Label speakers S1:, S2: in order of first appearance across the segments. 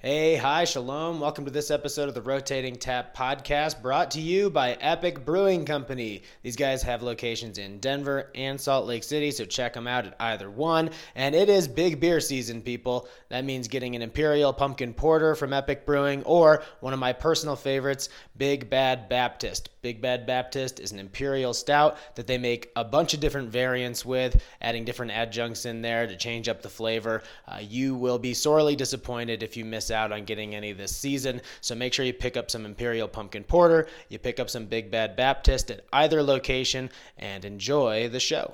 S1: Hey, hi, shalom. Welcome to this episode of the Rotating Tap podcast brought to you by Epic Brewing Company. These guys have locations in Denver and Salt Lake City, so check them out at either one. And it is big beer season, people. That means getting an Imperial Pumpkin Porter from Epic Brewing or one of my personal favorites, Big Bad Baptist. Big Bad Baptist is an Imperial stout that they make a bunch of different variants with, adding different adjuncts in there to change up the flavor. Uh, you will be sorely disappointed if you miss out on getting any this season. So make sure you pick up some Imperial Pumpkin Porter, you pick up some Big Bad Baptist at either location, and enjoy the show.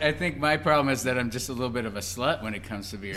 S2: I think my problem is that I'm just a little bit of a slut when it comes to beer.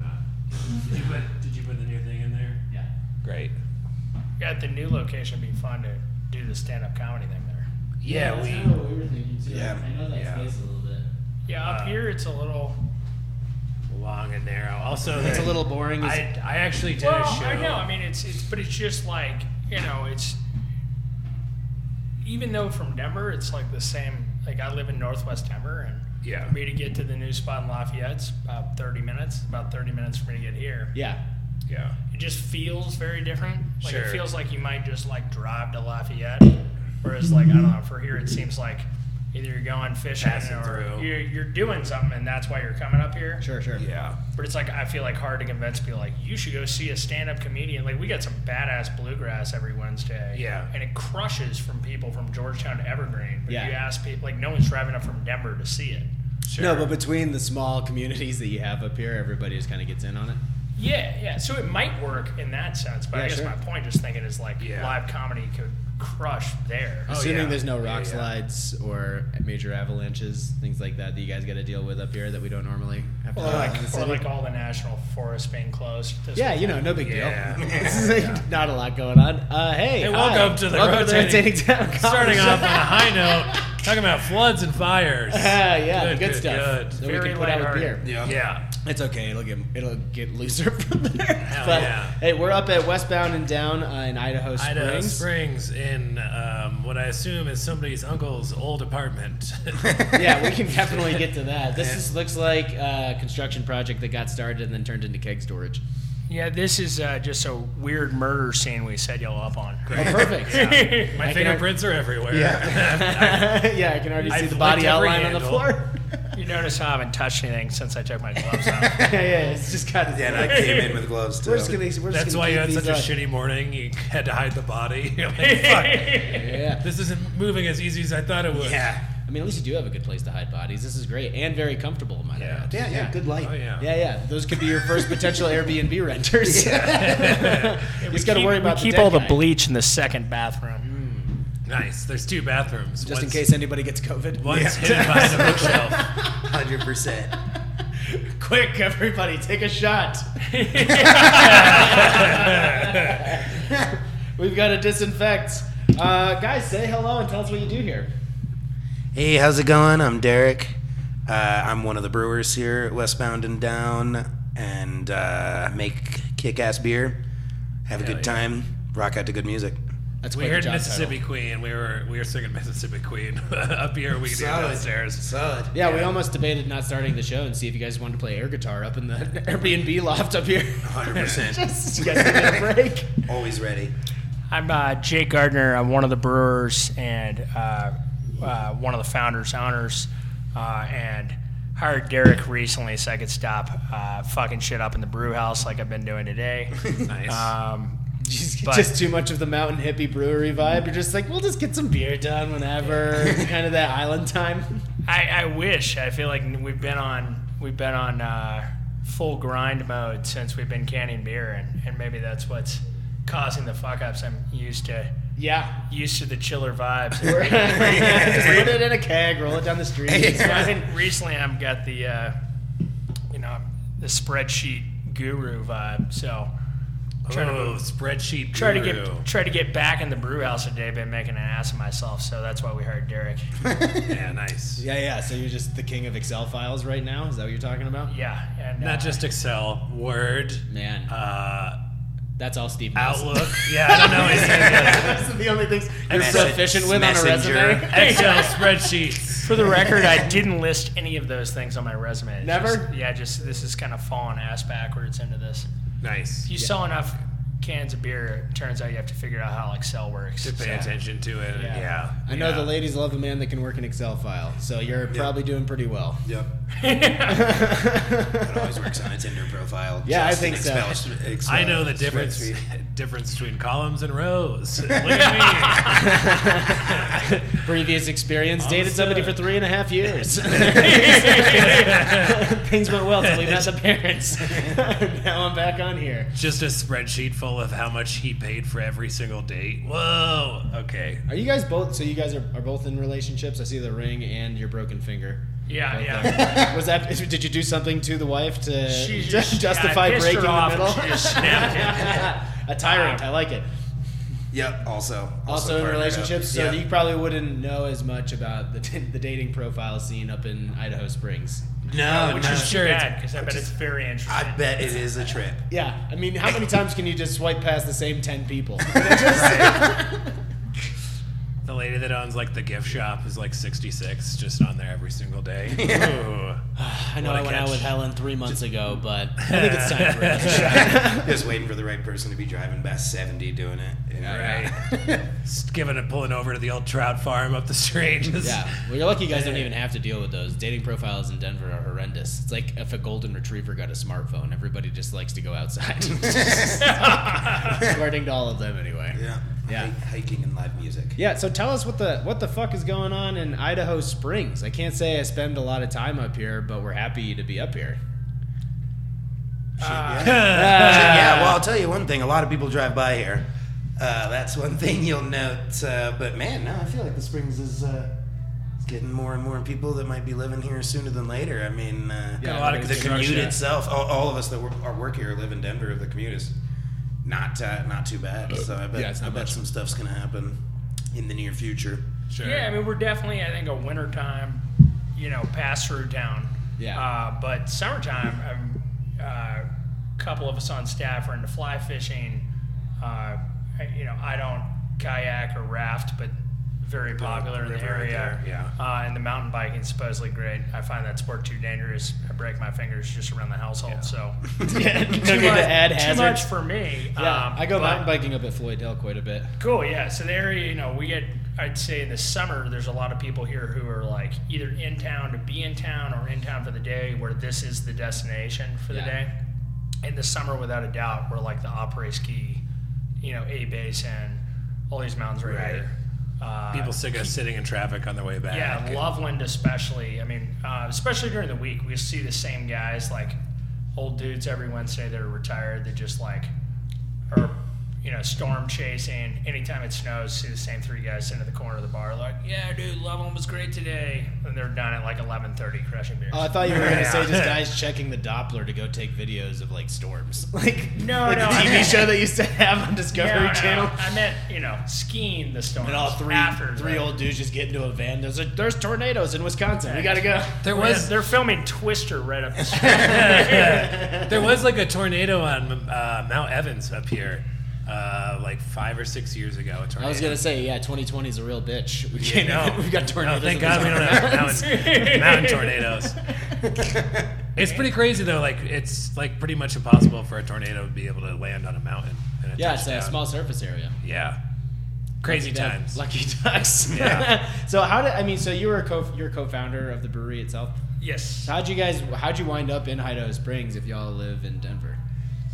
S3: You put, did you put the new thing in there? Yeah.
S4: Great.
S5: At the new location, it'd be fun to do the stand-up comedy thing there.
S4: Yeah, we.
S6: what we were thinking too.
S4: Yeah,
S6: I know that
S4: yeah.
S6: space a little bit.
S5: Yeah, up here it's a little.
S3: Long and narrow. Also, it's
S1: a little boring.
S3: I, I actually did
S5: Well,
S3: a show.
S5: I know. I mean, it's it's, but it's just like you know, it's even though from Denver, it's like the same. Like I live in Northwest Denver, and
S4: Yeah.
S5: for me to get to the new spot in Lafayette's about thirty minutes. About thirty minutes for me to get here.
S1: Yeah.
S4: Yeah.
S5: It just feels very different. Like
S3: Sure.
S5: it feels like you might just like drive to Lafayette, whereas like I don't know. For here, it seems like either you're going fishing
S3: Passing
S5: or
S3: through.
S5: you're, you're doing something, and that's why you're coming up here.
S1: Sure, sure.
S4: Yeah.
S5: But it's like I feel like hard to convince people like you should go see a stand-up comedian. Like we got some badass bluegrass every Wednesday.
S3: Yeah.
S5: And it crushes from people from Georgetown to Evergreen. But
S1: Yeah.
S5: you ask people like no one's driving up from Denver to see it.
S1: No, but between the small communities that you have up here, everybody just kind of gets in on it.
S5: Yeah, yeah. So it might work in that sense. But
S1: Yeah,
S5: I guess
S1: sure.
S5: my point just thinking is like
S4: Yeah.
S5: live comedy could crush there.
S3: Oh,
S1: Assuming
S4: yeah.
S1: there's no rock
S4: Yeah, yeah.
S1: slides or major avalanches, things like that that you guys got to deal with up here that we don't normally have to
S5: Or
S1: deal with
S5: like,
S1: in the
S5: or
S1: city.
S5: like all the national forests being closed. This
S1: Uh, yeah,
S5: was
S1: you
S5: like-
S1: know, no big
S4: Yeah.
S1: deal. This is like not a lot going on. Uh, hey, hi.
S3: Hey, welcome to the
S1: Welcome to
S3: rotating-
S1: rotating Town Comedy
S3: Starting off on
S1: Show.
S3: a high note, talking about floods and fires.
S1: Yeah, yeah, the
S3: Good,
S1: good,
S3: good,
S1: stuff.
S3: good.
S1: That we
S5: Very
S1: can put out with beer.
S5: lighthearted.
S4: Yeah.
S3: Yeah.
S1: It's okay. It'll get it'll get looser from there.
S3: Hell
S1: but
S3: yeah.
S1: hey, we're up at Westbound and Down uh, in Idaho Springs.
S3: Idaho Springs in um, what I assume is somebody's uncle's old apartment.
S1: yeah, we can definitely get to that. This is, looks like uh, a construction project that got started and then turned into keg storage.
S5: Yeah, this is uh, just a weird murder scene we set y'all up on.
S1: Oh, perfect.
S3: My
S1: I can-
S3: fingerprints are everywhere.
S1: yeah, I can already see
S3: I've
S1: the body
S3: licked every
S1: outline on the
S3: handle.
S1: floor.
S5: You notice how I haven't touched anything since I took my gloves off.
S1: yeah, yeah, it's just got.
S4: Yeah, and I came in with gloves too.
S1: We're just gonna. We're just
S3: That's
S1: gonna
S3: why you
S1: keep
S3: had
S1: these
S3: such a
S1: on.
S3: shitty morning. You had to hide the body. You're like, fuck,
S1: Yeah.
S3: this isn't moving as easy as I thought it would.
S4: yeah.
S1: I mean, at least you do have a good place to hide bodies. This is great and very comfortable, might I
S3: Yeah.
S1: add. Yeah, yeah, good light.
S3: Oh, yeah.
S1: yeah, yeah. Those could be your first potential Airbnb renters. you just got to worry about
S5: keep
S1: dead
S5: all the
S1: guy,
S5: bleach in the second bathroom.
S3: Nice. There's two bathrooms.
S1: just in
S3: One's-
S1: case anybody gets COVID.
S3: One's hidden behind a bookshelf.
S4: Hundred percent.
S1: Quick, everybody, take a shot. We've got to disinfect. Uh, guys, say hello and tell us what you do here.
S7: Hey, how's it going? I'm Derek. Uh, I'm one of the brewers here at Westbound and Down, and uh, make kick-ass beer. Have a good time. Rock out to good music.
S1: That's
S3: We
S1: quite the
S3: heard
S1: job
S3: Mississippi Queen. We were we were singing Mississippi Queen up here. We could do it
S4: Solid.
S3: downstairs.
S4: Solid.
S1: title. Yeah, we almost debated not starting the show and see if you guys wanted to play air guitar up in the Airbnb loft up here.
S3: Uh-huh.
S4: Hundred percent.
S1: Just you guys can get a break.
S4: Always ready.
S5: I'm uh, Jake Gardner. I'm one of the brewers and uh, uh, one of the founders, owners, uh, and hired Derek recently so I could stop uh, fucking shit up in the brew house like I've been doing today.
S3: Nice.
S5: Um,
S1: Just,
S5: But-
S1: just too much of the mountain hippie brewery vibe. You're just like, we'll just get some beer done whenever. kind of that island time.
S5: I, I wish. I feel like we've been on we've been on uh, full grind mode since we've been canning beer, and, and maybe that's what's causing the fuck ups. I'm used to
S1: Yeah.
S5: used to the chiller vibes.
S1: Just put it in a keg, roll it down the street. It's
S5: I
S1: fine.
S5: think recently I've got the, uh, you know, the spreadsheet guru vibe. So trying to
S3: oh, spreadsheet.
S5: try to
S3: guru.
S5: get try to get back in the brew house today. Been making an ass of myself, so that's why we hired Derek.
S3: yeah, nice.
S1: Yeah, yeah. So you're just the king of Excel files right now? Is that what you're talking about?
S5: Yeah, and uh,
S3: Not just Excel, Word,
S1: Man,
S3: uh,
S1: that's all Steve Nelson.
S3: Outlook. Yeah, I don't know. He says,
S1: Those are the only things you're
S7: Messenger-
S1: proficient with on a resume.
S7: Messenger.
S3: uh, Excel spreadsheets.
S5: for the record, I didn't list any of those things on my resume. It's
S1: Never?
S5: just- yeah, just this is kind of falling ass backwards into this.
S3: Nice.
S5: If you sell enough cans of beer, it turns out you have to figure out how Excel works.
S3: To pay
S5: So,
S3: attention to it. Yeah.
S1: I know the ladies love a man that can work an Excel file, so you're probably doing pretty well.
S7: Yep. That always works on a Tinder profile.
S1: Yeah, I
S7: Just an
S1: think so.
S7: Excel- Excel
S3: I know the difference
S7: spreadsheet.
S3: difference between columns and rows. Look at me.
S1: Previous experience, dated
S3: Almost
S1: somebody for
S3: done.
S1: three and a half years. Things went well till we met the parents. now I'm back on here.
S3: Just a spreadsheet full of how much he paid for every single date. Whoa. Okay.
S1: Are you guys both? So you guys are, are both in relationships? I see the ring and your broken finger.
S5: yeah,
S1: Both
S5: yeah.
S1: there. Uh, Was that? Did you do something to the wife to
S5: She
S1: ju-
S5: just-
S1: justify
S5: I pissed her
S1: breaking the
S5: off and
S1: middle?
S5: she just snapped
S1: a tyrant. I like it.
S7: Yep. Also.
S1: Also, in
S7: partnered up.
S1: relationships, so
S7: Yep.
S1: you probably wouldn't know as much about the, the dating profile scene up in Idaho Springs.
S3: Uh,
S7: no,
S5: Which
S7: no.
S5: is too bad because I bet it's very interesting.
S7: I bet it is a trip.
S1: Yeah, I mean, how many times can you just swipe past the same ten people?
S3: The lady that owns like the gift shop is like 66, just on there every single day. Ooh.
S1: I know
S3: What
S1: I
S3: a
S1: went out
S3: catch.
S1: with Helen three months ago, but I think it's time for us.
S7: Just waiting for the right person to be driving by 70 doing it. you know?
S3: Right. Just giving it, pulling over to the old trout farm up the street. Just,
S1: Yeah, well, you're lucky you guys don't even have to deal with those. Dating profiles in Denver are horrendous. It's like if a golden retriever got a smartphone, everybody just likes to go outside. According to all of them, anyway.
S7: Yeah.
S1: Yeah.
S7: Hike- hiking and live music.
S1: Yeah, so tell us what the what the fuck is going on in Idaho Springs. I can't say I spend a lot of time up here, but we're happy to be up here.
S7: Uh,
S3: uh,
S7: yeah, well, I'll tell you one thing. A lot of people drive by here. Uh, that's one thing you'll note. Uh, but man, now I feel like the Springs is uh, it's getting more and more people that might be living here sooner than later. I mean, uh,
S1: Yeah, a
S7: the
S1: lot of
S7: commute
S1: construction.
S7: itself. All, all of us that work, are work here live in Denver. The commute is not uh, not too bad. So I bet
S1: Yeah, it's
S7: I
S1: not
S7: bet
S1: bad.
S7: some stuff's gonna happen in the near future.
S3: Sure.
S5: Yeah, I mean, we're definitely, I think, a wintertime, you know, pass through town.
S1: Yeah.
S5: Uh, but summertime, a uh, couple of us on staff are into fly fishing. Uh, you know, I don't kayak or raft, but very popular in the
S3: river right
S5: area.
S3: there, yeah.
S5: Uh, and the mountain biking supposedly great. I find that sport too dangerous. I break my fingers just around the household, so
S1: yeah,
S5: too, much, too much for me.
S1: Yeah,
S5: um,
S1: I go
S5: but-
S1: mountain biking up at Floyd Hill quite a bit.
S5: Cool, yeah. So the area, you know, we get, I'd say in the summer, there's a lot of people here who are like either in town to be in town or in town for the day, where this is the destination for the
S1: Yeah.
S5: day. In the summer, without a doubt, we're like the opera ski, you know, A Basin, all these mountains right,
S3: Right.
S5: here. Uh,
S3: People sick of sitting in traffic on their way back.
S5: yeah, Loveland especially. I mean, uh, especially during the week, we see the same guys, like old dudes every Wednesday that are retired. They just like are, you know, storm chasing. Anytime it snows, see the same three guys sitting at the corner of the bar, like, "Yeah, dude, Loveland was great today," and they're done at like 11:30, crushing beers.
S1: Oh, I thought you were gonna say just guys checking the Doppler to go take videos of like storms, like
S5: No,
S1: like
S5: no,
S1: the
S5: I
S1: TV
S5: meant-
S1: show they used to have on Discovery
S5: No, no,
S1: Channel.
S5: I meant you know skiing the storm.
S1: And all three
S5: after
S1: three
S5: the-
S1: old dudes just get into a van. There's a, there's tornadoes in Wisconsin. We gotta go.
S3: There
S5: Yeah,
S3: was
S5: they're filming Twister right up the street.
S3: there was like a tornado on uh, Mount Evans up here, uh, like five or six years ago. A tornado.
S1: I was gonna say, yeah, 2020 is a real bitch. We
S3: You
S1: can't.
S3: know,
S1: We've got tornadoes.
S3: No, thank
S1: in
S3: God we don't
S1: Wisconsin.
S3: have mountain, mountain tornadoes. It's pretty crazy though. Like it's like pretty much impossible for a tornado to be able to land on a mountain. And
S1: Yeah, it's a
S3: touchdown.
S1: small surface area.
S3: Yeah, crazy
S1: Yeah,
S3: times.
S1: Lucky ducks.
S3: Yeah.
S1: so how did I mean? So you were a co you're a co-founder of the brewery itself.
S5: yes.
S1: So how'd you guys? How'd you wind up in Idaho Springs if y'all live in Denver?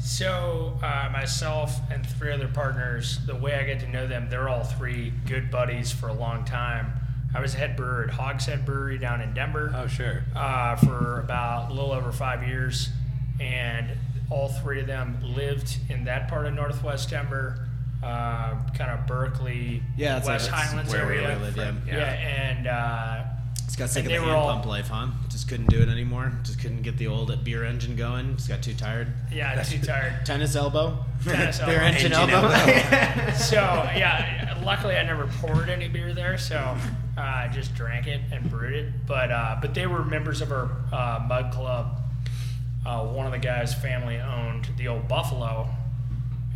S5: So uh, myself and three other partners, the way I get to know them, they're all three good buddies for a long time. I was head brewer at Hogshead Brewery down in Denver
S3: oh sure.
S5: uh, for about a little over five years, and all three of them lived in that part of Northwest Denver. Uh, uh, kind of Berkeley,
S1: Yeah, that's-
S5: West
S1: that's
S5: Highlands
S1: where we
S5: area.
S1: live, yeah.
S5: yeah. and uh,
S1: Just got sick
S5: And
S1: of the
S5: they
S1: hand
S5: were all-
S1: pump life, huh? Just couldn't do it anymore. Just couldn't get the old beer engine going. Just got too tired.
S5: yeah, too tired.
S1: Tennis elbow.
S5: Tennis
S1: beer
S5: elbow.
S1: engine, elbow.
S5: So yeah, luckily I never poured any beer there, so uh, I just drank it and brewed it. But uh, but they were members of our uh, mud club. Uh, one of the guys' family owned the old Buffalo,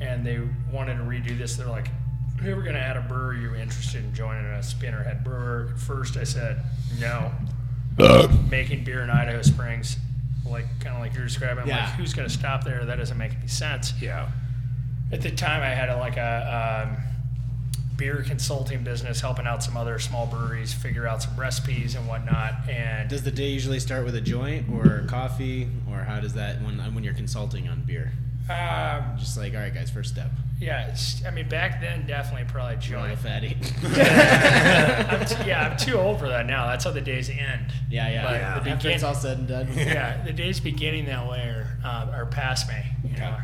S5: and they wanted to redo this. They're like, "Hey, we're gonna add a brewer. You interested in joining a Spinnerhead Brewer?" At first, I said no. Making beer in Idaho Springs, like kind of like you're describing, I'm
S1: Yeah.
S5: like who's gonna stop there? That doesn't make any sense
S3: Yeah.
S5: at the time I had a, like a um, beer consulting business helping out some other small breweries figure out some recipes and whatnot and
S1: Does the day usually start with a joint or coffee, or how does that when when you're consulting on beer?
S5: um,
S1: Just like, all right, guys, first step,
S5: yeah it's- I mean back then definitely probably
S1: little
S5: joint
S1: fatty.
S5: I'm t- yeah I'm too old for that now that's how the days end
S1: yeah, yeah.
S5: But
S1: yeah. After
S5: the
S1: it's
S5: begin-
S1: all said and done.
S5: yeah the days beginning that way are, uh, are past me you know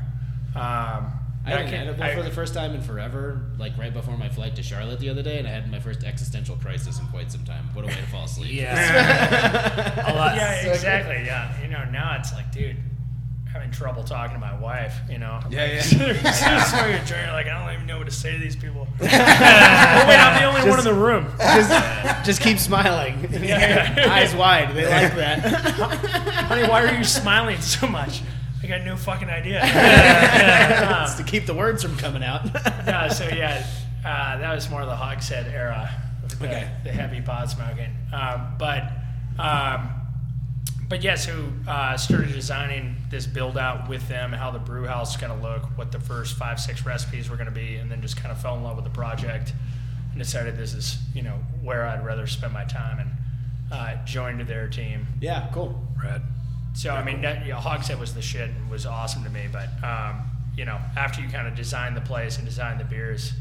S5: um,
S1: I had an edible
S5: I-
S1: for the first time in forever, like right before my flight to Charlotte the other day, and I had my first existential crisis in quite some time. What a way to fall asleep.
S3: Yeah. a lot.
S5: yeah, exactly. Yeah, you know, now it's like, dude, having trouble talking to my wife. You know, yeah, yeah. Seriously, you're trying, like, I don't even know what to say to these people. oh, wait, I'm the only one in the room.
S1: just, just keep smiling. Eyes wide. They like that.
S5: Honey, why are you smiling so much? I got no fucking idea. Um,
S1: It's to keep the words from coming out.
S5: no, so yeah, uh, that was more of the Hogshead era, with the,
S1: Okay.
S5: the heavy pot smoking. Um, but um, but yeah, so uh, started designing this build out with them, how the brew house is going to look, what the first five six recipes were going to be, and then just kind of fell in love with the project and decided this is you know where I'd rather spend my time and uh, joined their team.
S1: yeah, cool.
S3: Red.
S5: So I mean, that, you know, Hogshead was the shit and was awesome to me. But um, you know, after you kind of design the place and design the beers,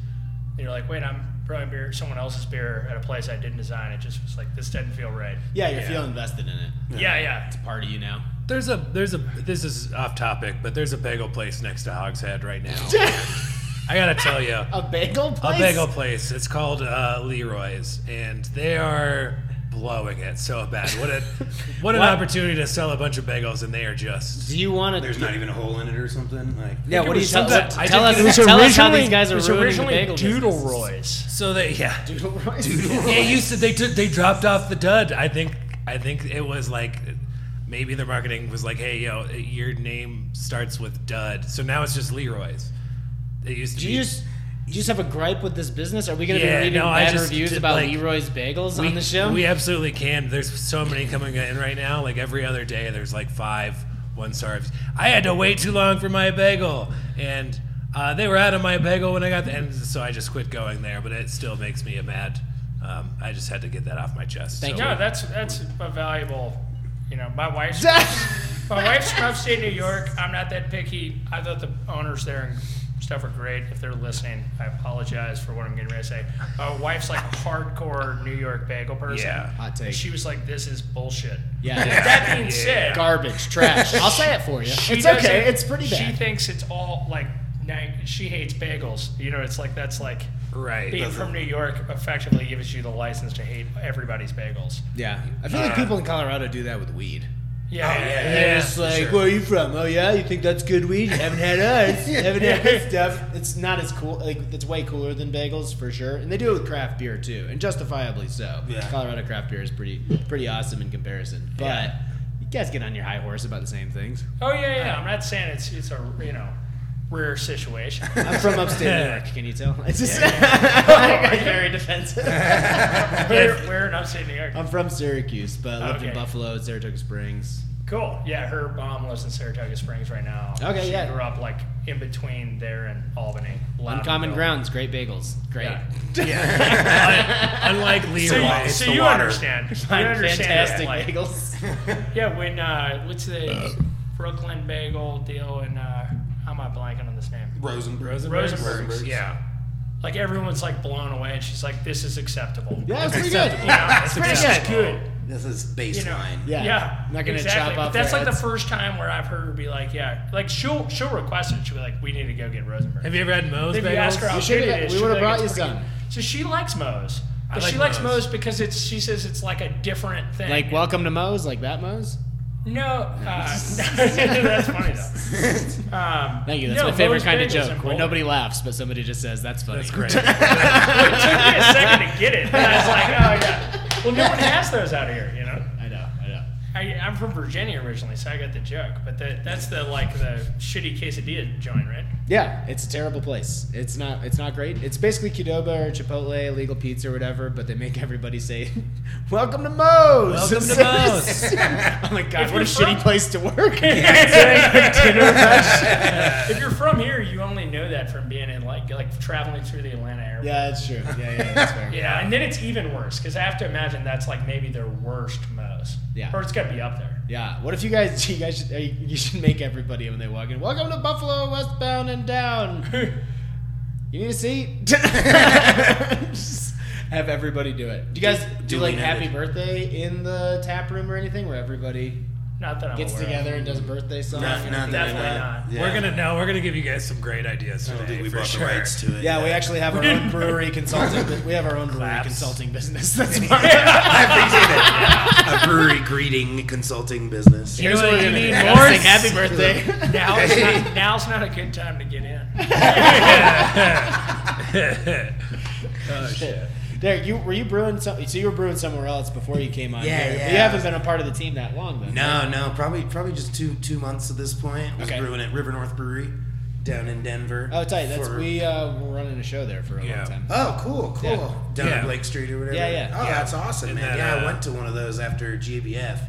S5: you're like, wait, I'm brewing beer, someone else's beer at a place I didn't design. It just was like, this doesn't feel right.
S1: Yeah, you're feeling invested in it.
S5: Yeah, yeah.
S1: It's a part of you now.
S3: There's a there's a this is off topic, but there's a bagel place next to Hogshead right now. I gotta tell you, a
S1: A bagel place?
S3: bagel place. It's called uh, Leroy's, and they are blowing it so bad. What a what an opportunity to sell a bunch of bagels, and they are just
S1: Do you want to?
S7: There's not even a hole in it or something. Like
S1: yeah, what do you tell,
S5: something-
S1: tell
S3: I
S1: us?
S3: think it was
S1: tell us how these guys
S5: it
S1: are
S5: was
S1: ruining the
S5: originally
S1: bagel
S5: Doodle
S1: business.
S5: Roy's.
S3: so they yeah.
S1: Doodle rice.
S3: They used to they took they dropped off the dud. I think I think it was like maybe the marketing was like, hey yo, your name starts with dud, so now it's just Leroy's. It used to
S1: Do
S3: be
S1: you just do you just have a gripe with this business? Are we going to
S3: Yeah,
S1: be reading
S3: no, I
S1: bad
S3: just
S1: reviews
S3: did,
S1: about
S3: like,
S1: Leroy's Bagels
S3: we,
S1: on the show?
S3: We absolutely can. There's so many coming in right now. Like every other day, there's like five one star. reviews. I had to wait too long for my bagel, and uh, they were out of my bagel when I got the and so I just quit going there. But it still makes me mad. Um, I just had to get that off my chest.
S1: Thank
S3: so
S5: No, that's that's a valuable. You know, my wife's my wife's from upstate New York. I'm not that picky. I thought the owners there and stuff are great. If they're listening, I apologize for what I'm getting ready to say. My wife's like a hardcore New York bagel person.
S3: Yeah.
S1: Hot take.
S5: She was like, "This is bullshit."
S1: yeah,
S5: That being said,
S1: garbage, trash. I'll say it for you.
S5: she
S1: it's okay.
S5: doesn't-
S1: It's pretty
S5: She
S1: bad.
S5: thinks it's all like. nine- She hates bagels. You know, it's like that's like
S3: Right.
S5: being from New York effectively gives you the license to hate everybody's bagels.
S1: yeah, I feel like people in Colorado do that with weed.
S5: Oh, Yeah,
S7: yeah,
S1: Yeah, it's like, where are you from? Oh yeah, you think that's good weed? You haven't had ours. You haven't had this stuff. It's not as cool. Like it's way cooler than bagels for sure. And they do it with craft beer too, and justifiably so.
S7: Yeah.
S1: Colorado craft beer is pretty pretty awesome in comparison. But you guys get on your high horse about the same things.
S5: Oh yeah, yeah. I'm not saying it's it's a you know rare situation.
S1: I'm from upstate New York. Can you tell? It's just I got very defensive.
S5: Where, where in upstate New York?
S1: I'm from Syracuse, but lived in
S5: Okay.
S1: Buffalo, Saratoga Springs.
S5: Cool. Yeah, her mom lives in Saratoga Springs right now.
S1: Okay,
S5: she
S1: yeah.
S5: grew up like in between there and Albany.
S1: Uncommon
S5: Loudonville.
S1: grounds, great bagels, great.
S5: Yeah.
S3: unlike
S5: So
S3: Leroy's.
S5: you, so
S7: the
S5: you
S7: water.
S5: understand? You understand
S1: Fantastic
S5: that, like-
S1: bagels.
S5: yeah, when uh, what's the Brooklyn bagel deal? And uh, how am I blanking on this name?
S7: Rosenberg.
S5: Rosenberg.
S3: Yeah.
S5: Like everyone's like blown away, and she's like, "This is acceptable."
S1: Yeah, it's pretty good.
S5: Yeah, it's pretty
S1: pretty
S5: good.
S7: This is baseline.
S1: Yeah.
S5: Yeah,
S1: I'm not gonna
S5: exactly.
S1: chop
S5: But
S1: off
S5: that's
S1: their
S5: like
S1: heads.
S5: the first time where I've heard her be like, yeah, like she'll she'll request it. She'll be like, we need to go get Rosenberg.
S3: Have you ever had Moe's
S5: If
S3: bagels?
S5: you ask her how
S1: You should
S5: big
S1: have-
S5: it is,
S1: we
S5: she'll
S1: would've
S5: be
S1: brought
S5: like,
S1: you
S5: "It's pretty-"
S1: some.
S5: So she likes Moe's. But
S3: like
S5: she likes
S3: Moe's.
S5: Moe's because it's she says it's like a different thing.
S1: Like welcome to Moe's, like that Moe's.
S5: no, uh, that's funny though. Um,
S1: Thank you. That's
S5: no,
S1: my favorite
S5: Moe's
S1: kind of
S5: bagels
S1: joke
S5: in
S1: where
S5: Boulder.
S1: nobody laughs, but somebody just says that's funny.
S3: That's great.
S5: It took me a second to get it. And I was like, oh yeah. Well, no one has those out here, you know.
S1: I know. I know.
S5: I, I'm from Virginia originally, so I got the joke. But the, that's the like the shitty quesadilla joint, right?
S1: Yeah, it's a terrible place. It's not. It's not great. It's basically Qdoba or Chipotle, illegal pizza or whatever, but they make everybody say, "Welcome to Moe's."
S3: Welcome to Moe's.
S1: oh my god,
S5: If
S1: what a
S5: you're from-
S1: shitty place to work.
S5: if you're from here, you only know that from being in like like traveling through the Atlanta area.
S1: Yeah, that's true. Yeah, yeah, that's fair.
S5: Yeah, and then it's even worse because I have to imagine that's like maybe their worst most.
S1: Yeah.
S5: Or it's got to be up there.
S1: Yeah. What if you guys? You guys should. uh, You should make everybody when they walk in. Welcome to Buffalo, westbound and down. you need a seat. Just have everybody do it. Do you guys do,
S7: do we
S1: like
S7: know
S1: Happy
S7: that-
S1: Birthday in the tap room or anything where everybody
S5: Not that I'm
S1: gets
S5: aware of.
S1: together and does a birthday song?
S7: Oh, Not-
S1: or
S7: not
S1: anything?
S7: that I
S5: Definitely
S7: know.
S5: not.
S7: Yeah.
S3: We're gonna no, we're gonna give you guys some great ideas
S7: I
S3: today.
S7: don't think we
S3: for
S7: bought
S3: sure.
S7: the rights to it.
S1: yeah, we actually have our own brewery consulting. bu- We have our own brewery
S5: Claps.
S1: consulting business. That's fine.
S7: I appreciate it. A brewery greeting consulting business.
S5: You know what you need
S1: Gotta
S5: more?
S1: sing Happy birthday.
S5: Now it's not, now's not a good time to get in.
S1: Oh, Derek, you were you brewing some, so you were brewing somewhere else before you came on
S7: Yeah,
S1: here.
S7: yeah.
S1: You haven't been a part of the team that long though.
S7: No, no, probably probably just two two months at this point. Was
S1: Okay.
S7: brewing at River North Brewery down in Denver.
S1: Oh, tight. That's
S7: for-
S1: we uh, were running a show there for a
S3: Yeah.
S1: long time.
S7: Oh, cool, cool.
S1: Yeah.
S7: Down
S3: Yeah.
S7: at Blake Street or whatever.
S1: Yeah, yeah.
S7: Oh,
S3: Yeah.
S7: that's awesome,
S3: And then,
S7: man. yeah, I
S3: uh,
S7: went to one of those after GBF.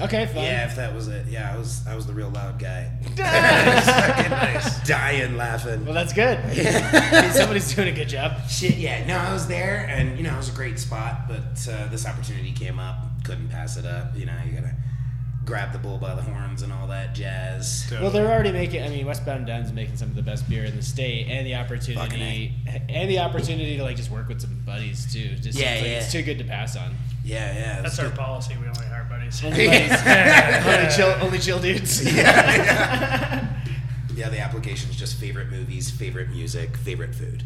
S1: Okay, fun.
S7: Yeah, if that was it. Yeah, I was I was the real loud guy. Fucking Dying laughing.
S1: Well, that's good. Hey, Somebody's doing a good job.
S7: Shit, yeah. No, I was there, and you know, it was a great spot, but uh, this opportunity came up. Couldn't pass it up. You know, you gotta grab the bull by the horns and all that jazz.
S1: Well, they're already making. I mean, Westbound Dunn's making some of the best beer in the state, and the opportunity, and the opportunity to like just work with some buddies too. Just
S7: Yeah,
S1: it's, like,
S7: yeah.
S1: it's too good to pass on.
S7: Yeah, yeah. it was
S5: That's our
S7: good.
S5: policy. We only hire buddies.
S1: Only, buddies. only chill, only chill dudes.
S7: Yeah, the application's just favorite movies, favorite music, favorite food.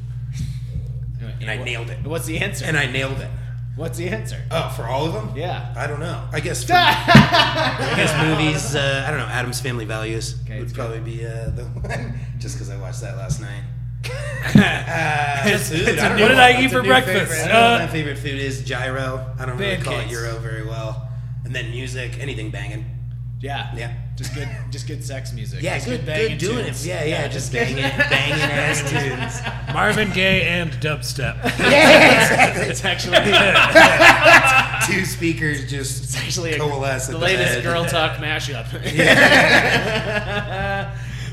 S7: And I nailed it.
S1: What's the answer?
S7: And I nailed it.
S1: What's the answer?
S7: Oh, for all of them?
S1: Yeah.
S7: I don't know. I guess. For, I guess movies. Uh, I don't know. Adam's Family Values
S1: Okay,
S7: would
S1: it's
S7: probably be uh, the one, just because I watched that last night. Uh,
S3: It's-
S7: Dude,
S3: it's a
S7: don't
S3: new-
S7: know
S3: what did I
S7: what's
S3: eat
S7: a
S3: for
S7: new
S3: breakfast?
S7: favorite. I don't know
S3: Uh,
S7: what my favorite food is gyro. I don't really call it
S3: pancakes.
S7: gyro very well. And then music, anything banging.
S1: Yeah.
S7: Yeah.
S1: Just good, just good sex music.
S7: Yeah,
S1: just
S7: good,
S1: banging
S7: good doing
S1: tunes.
S7: it. Yeah, yeah, just banging, banging ass tunes.
S3: Marvin Gaye and dubstep.
S1: It's actually.
S7: Two speakers just
S1: actually a-
S7: coalesce at
S1: the
S7: the
S1: latest
S7: head.
S1: girl talk mashup.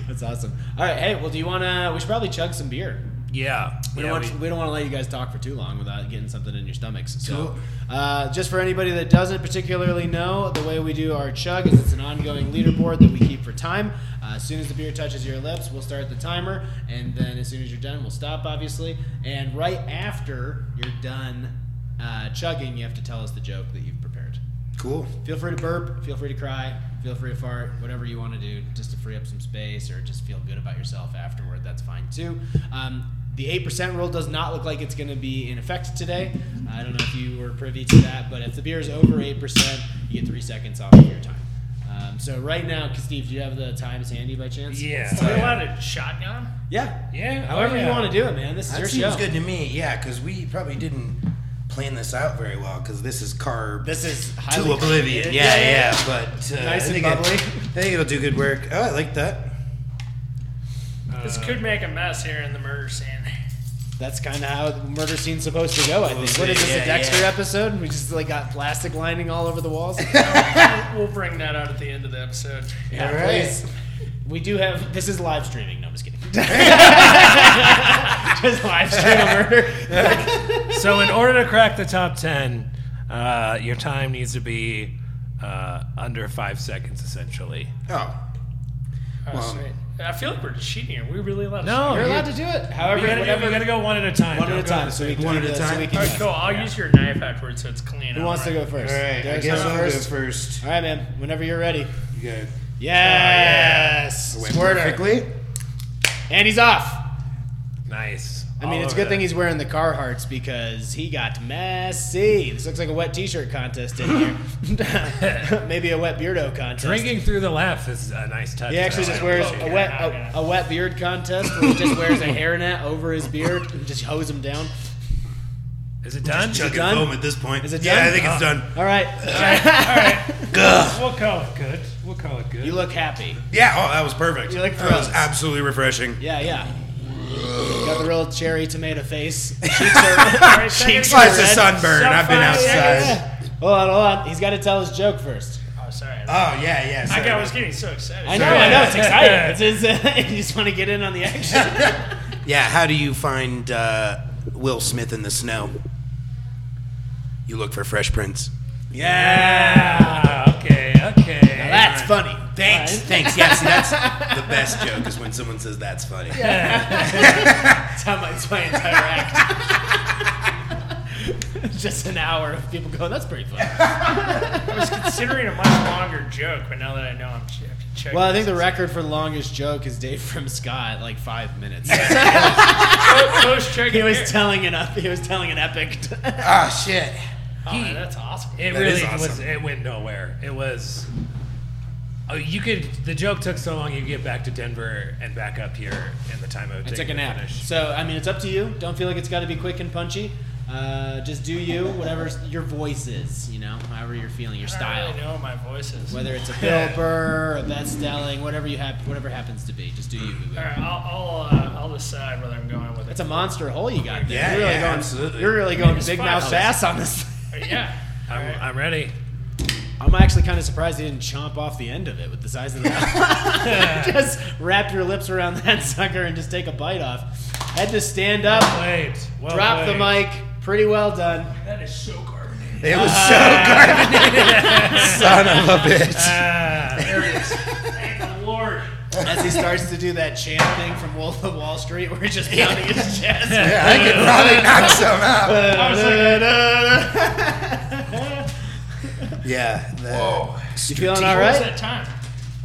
S1: That's awesome. All right, hey, well, do you want to? We should probably chug some beer.
S3: yeah.
S1: We
S3: yeah,
S1: don't want
S3: we-
S1: we, don't want to let you guys talk for too long without getting something in your stomachs. So, uh, just for anybody that doesn't particularly know, the way we do our chug is it's an ongoing leaderboard that we keep for time. Uh, as soon as the beer touches your lips, we'll start the timer, and then as soon as you're done, we'll stop, obviously. And right after you're done uh, chugging, you have to tell us the joke that you've prepared.
S7: Cool.
S1: Feel free to burp. Feel free to cry. Feel free to fart. Whatever you want to do, just to free up some space or just feel good about yourself afterward. That's fine too. Um, the eight percent rule does not look like it's going to be in effect today. I don't know if you were privy to that, but if the beer is over eight percent, you get three seconds off of your time. Um, so right now, Steve, do you have the times handy by chance?
S3: Yeah.
S5: Are we allowed to shotgun?
S1: Yeah.
S3: Yeah,
S1: However
S3: oh, yeah.
S1: you want to do it, man. This is
S7: That
S1: your
S7: seems
S1: show.
S7: good to me. Yeah, because we probably didn't plan this out very well. Because this is carb
S1: This is
S7: to
S1: highly
S7: oblivion.
S1: creative.
S7: Yeah, yeah. But uh,
S1: Nice and
S7: I think it-
S1: bubbly.
S7: I think it'll do good work. Oh, I like that.
S5: This could make a mess here in the murder scene.
S1: That's kind of how the murder scene's supposed to go. I think. What is this
S7: Yeah,
S1: a Dexter
S7: yeah.
S1: episode? We just like got plastic lining all over the walls.
S5: We'll bring that out at the end of the episode.
S1: Yeah,
S7: All right.
S1: please. We do have. This is live streaming. No, I'm just kidding. just live stream a murder.
S3: so in order to crack the top ten, uh, your time needs to be uh, under five seconds, essentially.
S7: Oh,
S5: Oh,
S7: Well,
S5: sweet. I feel like we're cheating here. We really allowed. to
S3: No,
S1: You're
S3: you-
S1: allowed to do it.
S3: We
S1: However,
S3: gotta,
S1: whatever.
S3: we gotta go one at a time.
S1: one at a
S3: Don't go
S1: time.
S3: the
S1: So we
S3: same
S1: can
S7: One
S1: do
S7: at a
S1: the-
S7: time.
S1: So we
S5: All
S1: can
S5: right, cool. I'll use your knife afterwards so it's clean.
S1: Who wants to go first?
S7: All right, I
S1: Derek's
S7: guess
S1: going
S7: I'll go
S1: first.
S7: first.
S1: All right, man. Whenever you're ready.
S7: You go.
S1: Yes.
S7: Went
S1: Squirter.
S7: perfectly.
S1: And he's off.
S3: Nice.
S1: I mean,
S3: All
S1: it's a
S3: over
S1: good thing
S3: that.
S1: he's wearing the Carhartts because he got messy. This looks like a wet T-shirt contest in here. Maybe a wet beardo contest.
S3: drinking through the laugh is a nice touch.
S1: He actually just
S3: I
S1: wears
S3: appreciate
S1: a
S3: it.
S1: wet a, a wet beard contest where he just wears a hairnet over his beard and just hose him down.
S3: Is it done?
S7: Chugging
S1: done?
S7: foam at this point.
S1: Is it
S7: Yeah,
S1: done? Oh.
S7: I think it's done.
S1: All right,
S3: We'll call it good. We'll call it good.
S1: you look happy.
S7: Yeah, oh, that was perfect.
S1: You like
S7: that was
S1: froze.
S7: absolutely refreshing.
S1: Yeah, yeah. Got the real cherry tomato face. Cheeks are, cheeks
S7: Oh,
S1: are
S7: it's a
S1: red.
S7: sunburn. I've been
S5: Sapphire, yeah,
S7: outside.
S1: Hold on, hold on. He's got to tell his joke first.
S5: Oh, sorry.
S7: Oh yeah, yeah.
S5: I
S7: sorry.
S5: got- I was getting so excited.
S1: Uh, I know, I know. It's exciting. It's, it's, you just want to get in on the action.
S7: yeah. How do you find uh, Will Smith in the snow? You look for Fresh prints.
S3: Yeah.
S5: Ah,
S3: Okay. Okay.
S1: That's funny.
S7: Thanks, thanks. Yeah, see, that's the best joke is when someone says that's funny.
S1: That's how my, that's my entire act. Just an hour of people going, that's pretty funny.
S5: I was considering a much longer joke, but now that I know, I'm ch- I have to check.
S1: Well, I think the record for longest joke is Dave from Scott, like five minutes.
S5: post check.
S1: he was telling an up, he was telling an epic.
S7: Oh shit.
S5: Oh, man, that's awesome.
S3: It
S7: That
S3: really
S7: is awesome.
S3: was. It went nowhere. It was. Oh, you could. The joke took so long. You could get back to Denver and back up here in the time it would
S1: I
S3: take
S1: took
S3: you
S1: a
S3: to
S1: nap.
S3: finish.
S1: So I mean, it's up to you. Don't feel like it's got to be quick and punchy. Uh, just do you, whatever your voice is. You know, however you're feeling, your
S5: I
S1: style.
S5: don't really know my voices.
S1: Whether it's a Bill Burr, a Beth Stelling, whatever you have, whatever happens to be, just do you. boo-boo.
S5: All right, I'll I'll, uh, I'll decide whether I'm going with it.
S1: That's a monster hole you got there.
S7: Yeah,
S1: you're really
S7: yeah,
S1: going,
S7: absolutely.
S1: You're really going
S5: It's
S1: big
S5: fine.
S1: mouth ass on this.
S5: yeah.
S3: I'm, I'm ready.
S1: I'm actually kind of surprised they didn't chomp off the end of it with the size of the mouth. just wrap your lips around that sucker and just take a bite off. Had to stand up,
S3: Wait. Well
S1: drop the
S3: played.
S1: mic. Pretty well done.
S5: That is so carbonated.
S7: It was
S1: Uh,
S7: so carbonated. Son of a bitch.
S5: Ah, There it is. Thank the Lord.
S1: As he starts to do that chant thing from Wolf of Wall Street, where he's just pounding his chest.
S7: Yeah, I could probably knock some out.
S1: I was like,
S7: Yeah. That, Whoa.
S1: you feeling all
S5: What was
S1: right?
S5: that time?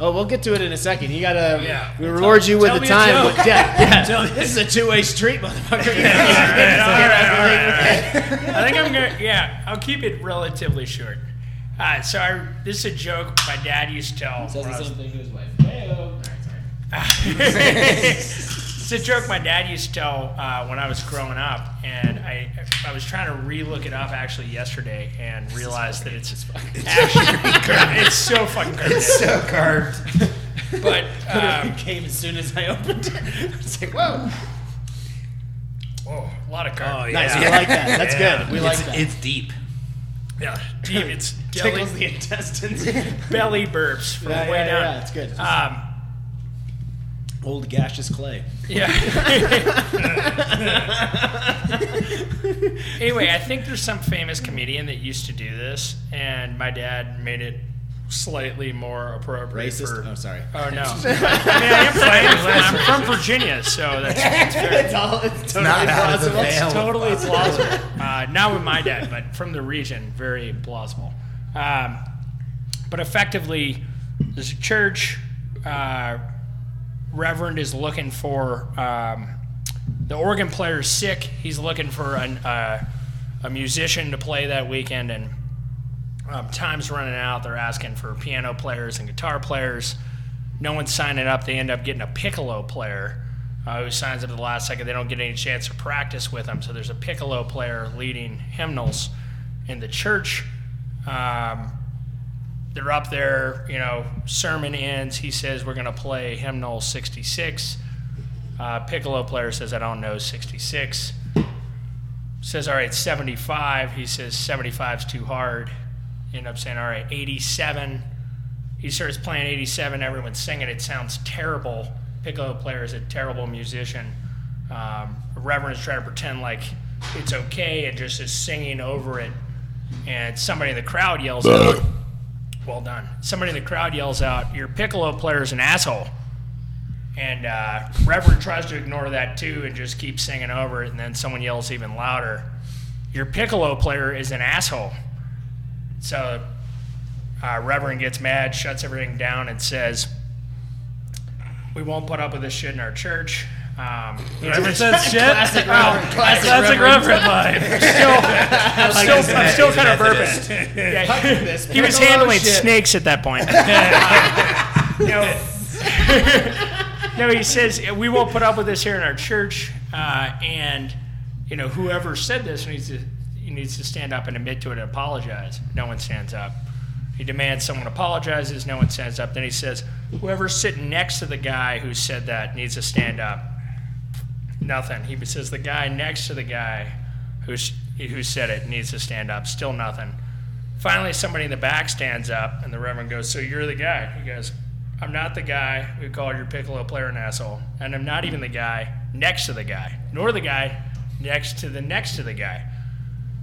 S1: Oh, we'll get to it in a second. You gotta
S3: Yeah.
S1: we reward you with
S3: Tell
S1: the
S3: me a
S1: time.
S3: joke.
S1: but- yeah, yeah. this is a two-way street, motherfucker.
S5: I think I'm gonna. Yeah, I'll keep it relatively short. All right, so I, this is a joke my dad used to tell. when I was-
S1: thing to his wife.
S5: it's a joke my dad used to tell uh, when I was growing up, and I I was trying to re-look it up actually yesterday and realized that it's actually it's so fucking crazy.
S7: So carved.
S5: But um,
S1: it came as soon as I opened it. It's like, whoa.
S5: whoa, a lot of
S3: Oh yeah.
S5: carbs.
S1: Nice. We like that. That's good. We like
S7: it's,
S1: that.
S7: it's deep.
S5: yeah, deep. It's belly,
S1: tickles the intestines.
S5: belly burps from
S1: yeah,
S5: way
S1: yeah,
S5: down.
S1: yeah, it's good. It's just
S5: Um,
S1: old gaseous clay.
S5: Um, Yeah. anyway, I think there's some famous comedian that used to do this, and my dad made it slightly more appropriate.
S1: Racist.
S5: For,
S1: Oh, sorry.
S5: Oh no! I mean, I am from- I'm from Virginia, so that's, that's fair.
S1: It's all. It's totally
S7: Not out of the
S1: plausible.
S7: veil.
S5: totally plausible. Uh, not with my dad, but from the region, very plausible. Um, but effectively, there's a church. Uh, Reverend is looking for um, the organ player is sick. He's looking for an, uh, a musician to play that weekend, and um, time's running out. They're asking for piano players and guitar players. No one's signing up. They end up getting a piccolo player uh, who signs up at the last second. They don't get any chance to practice with them. So there's a piccolo player leading hymnals in the church. Um, they're up there, you know, sermon ends. He says, We're going to play hymnal 66. Uh, piccolo player says, I don't know 66. Says, All right, 75. He says, 75's too hard. End up saying, All right, 87. He starts playing 87. Everyone's singing. It sounds terrible. Piccolo player is a terrible musician. Um, Reverend is trying to pretend like it's okay and just is singing over it. And somebody in the crowd yells out, well done. Somebody in the crowd yells out, "Your piccolo player is an asshole." And uh, Reverend tries to ignore that too and just keeps singing over it. And then someone yells even louder, Your piccolo player is an asshole. So uh, Reverend gets mad, shuts everything down, and says, We won't put up with this shit in our church. Um,
S3: Reverend says shit.
S8: Classic Reverend. Classic
S3: Classic
S8: Reverend.
S3: Reverend line.
S5: still, I'm still, I'm still kind of burping. Yeah, he was handling snakes at that point. no, no, he says we won't put up with this here in our church, uh, and you know whoever said this needs to he needs to stand up and admit to it and apologize. No one stands up. He demands someone apologizes. No one stands up. Then he says, whoever's sitting next to the guy who said that needs to stand up. Nothing. He says the guy next to the guy who s- who said it needs to stand up. Still nothing. Finally, somebody in the back stands up, and the Reverend goes, "So you're the guy?" He goes, "I'm not the guy who called your piccolo player an asshole, and I'm not even the guy next to the guy, nor the guy next to the next to the guy.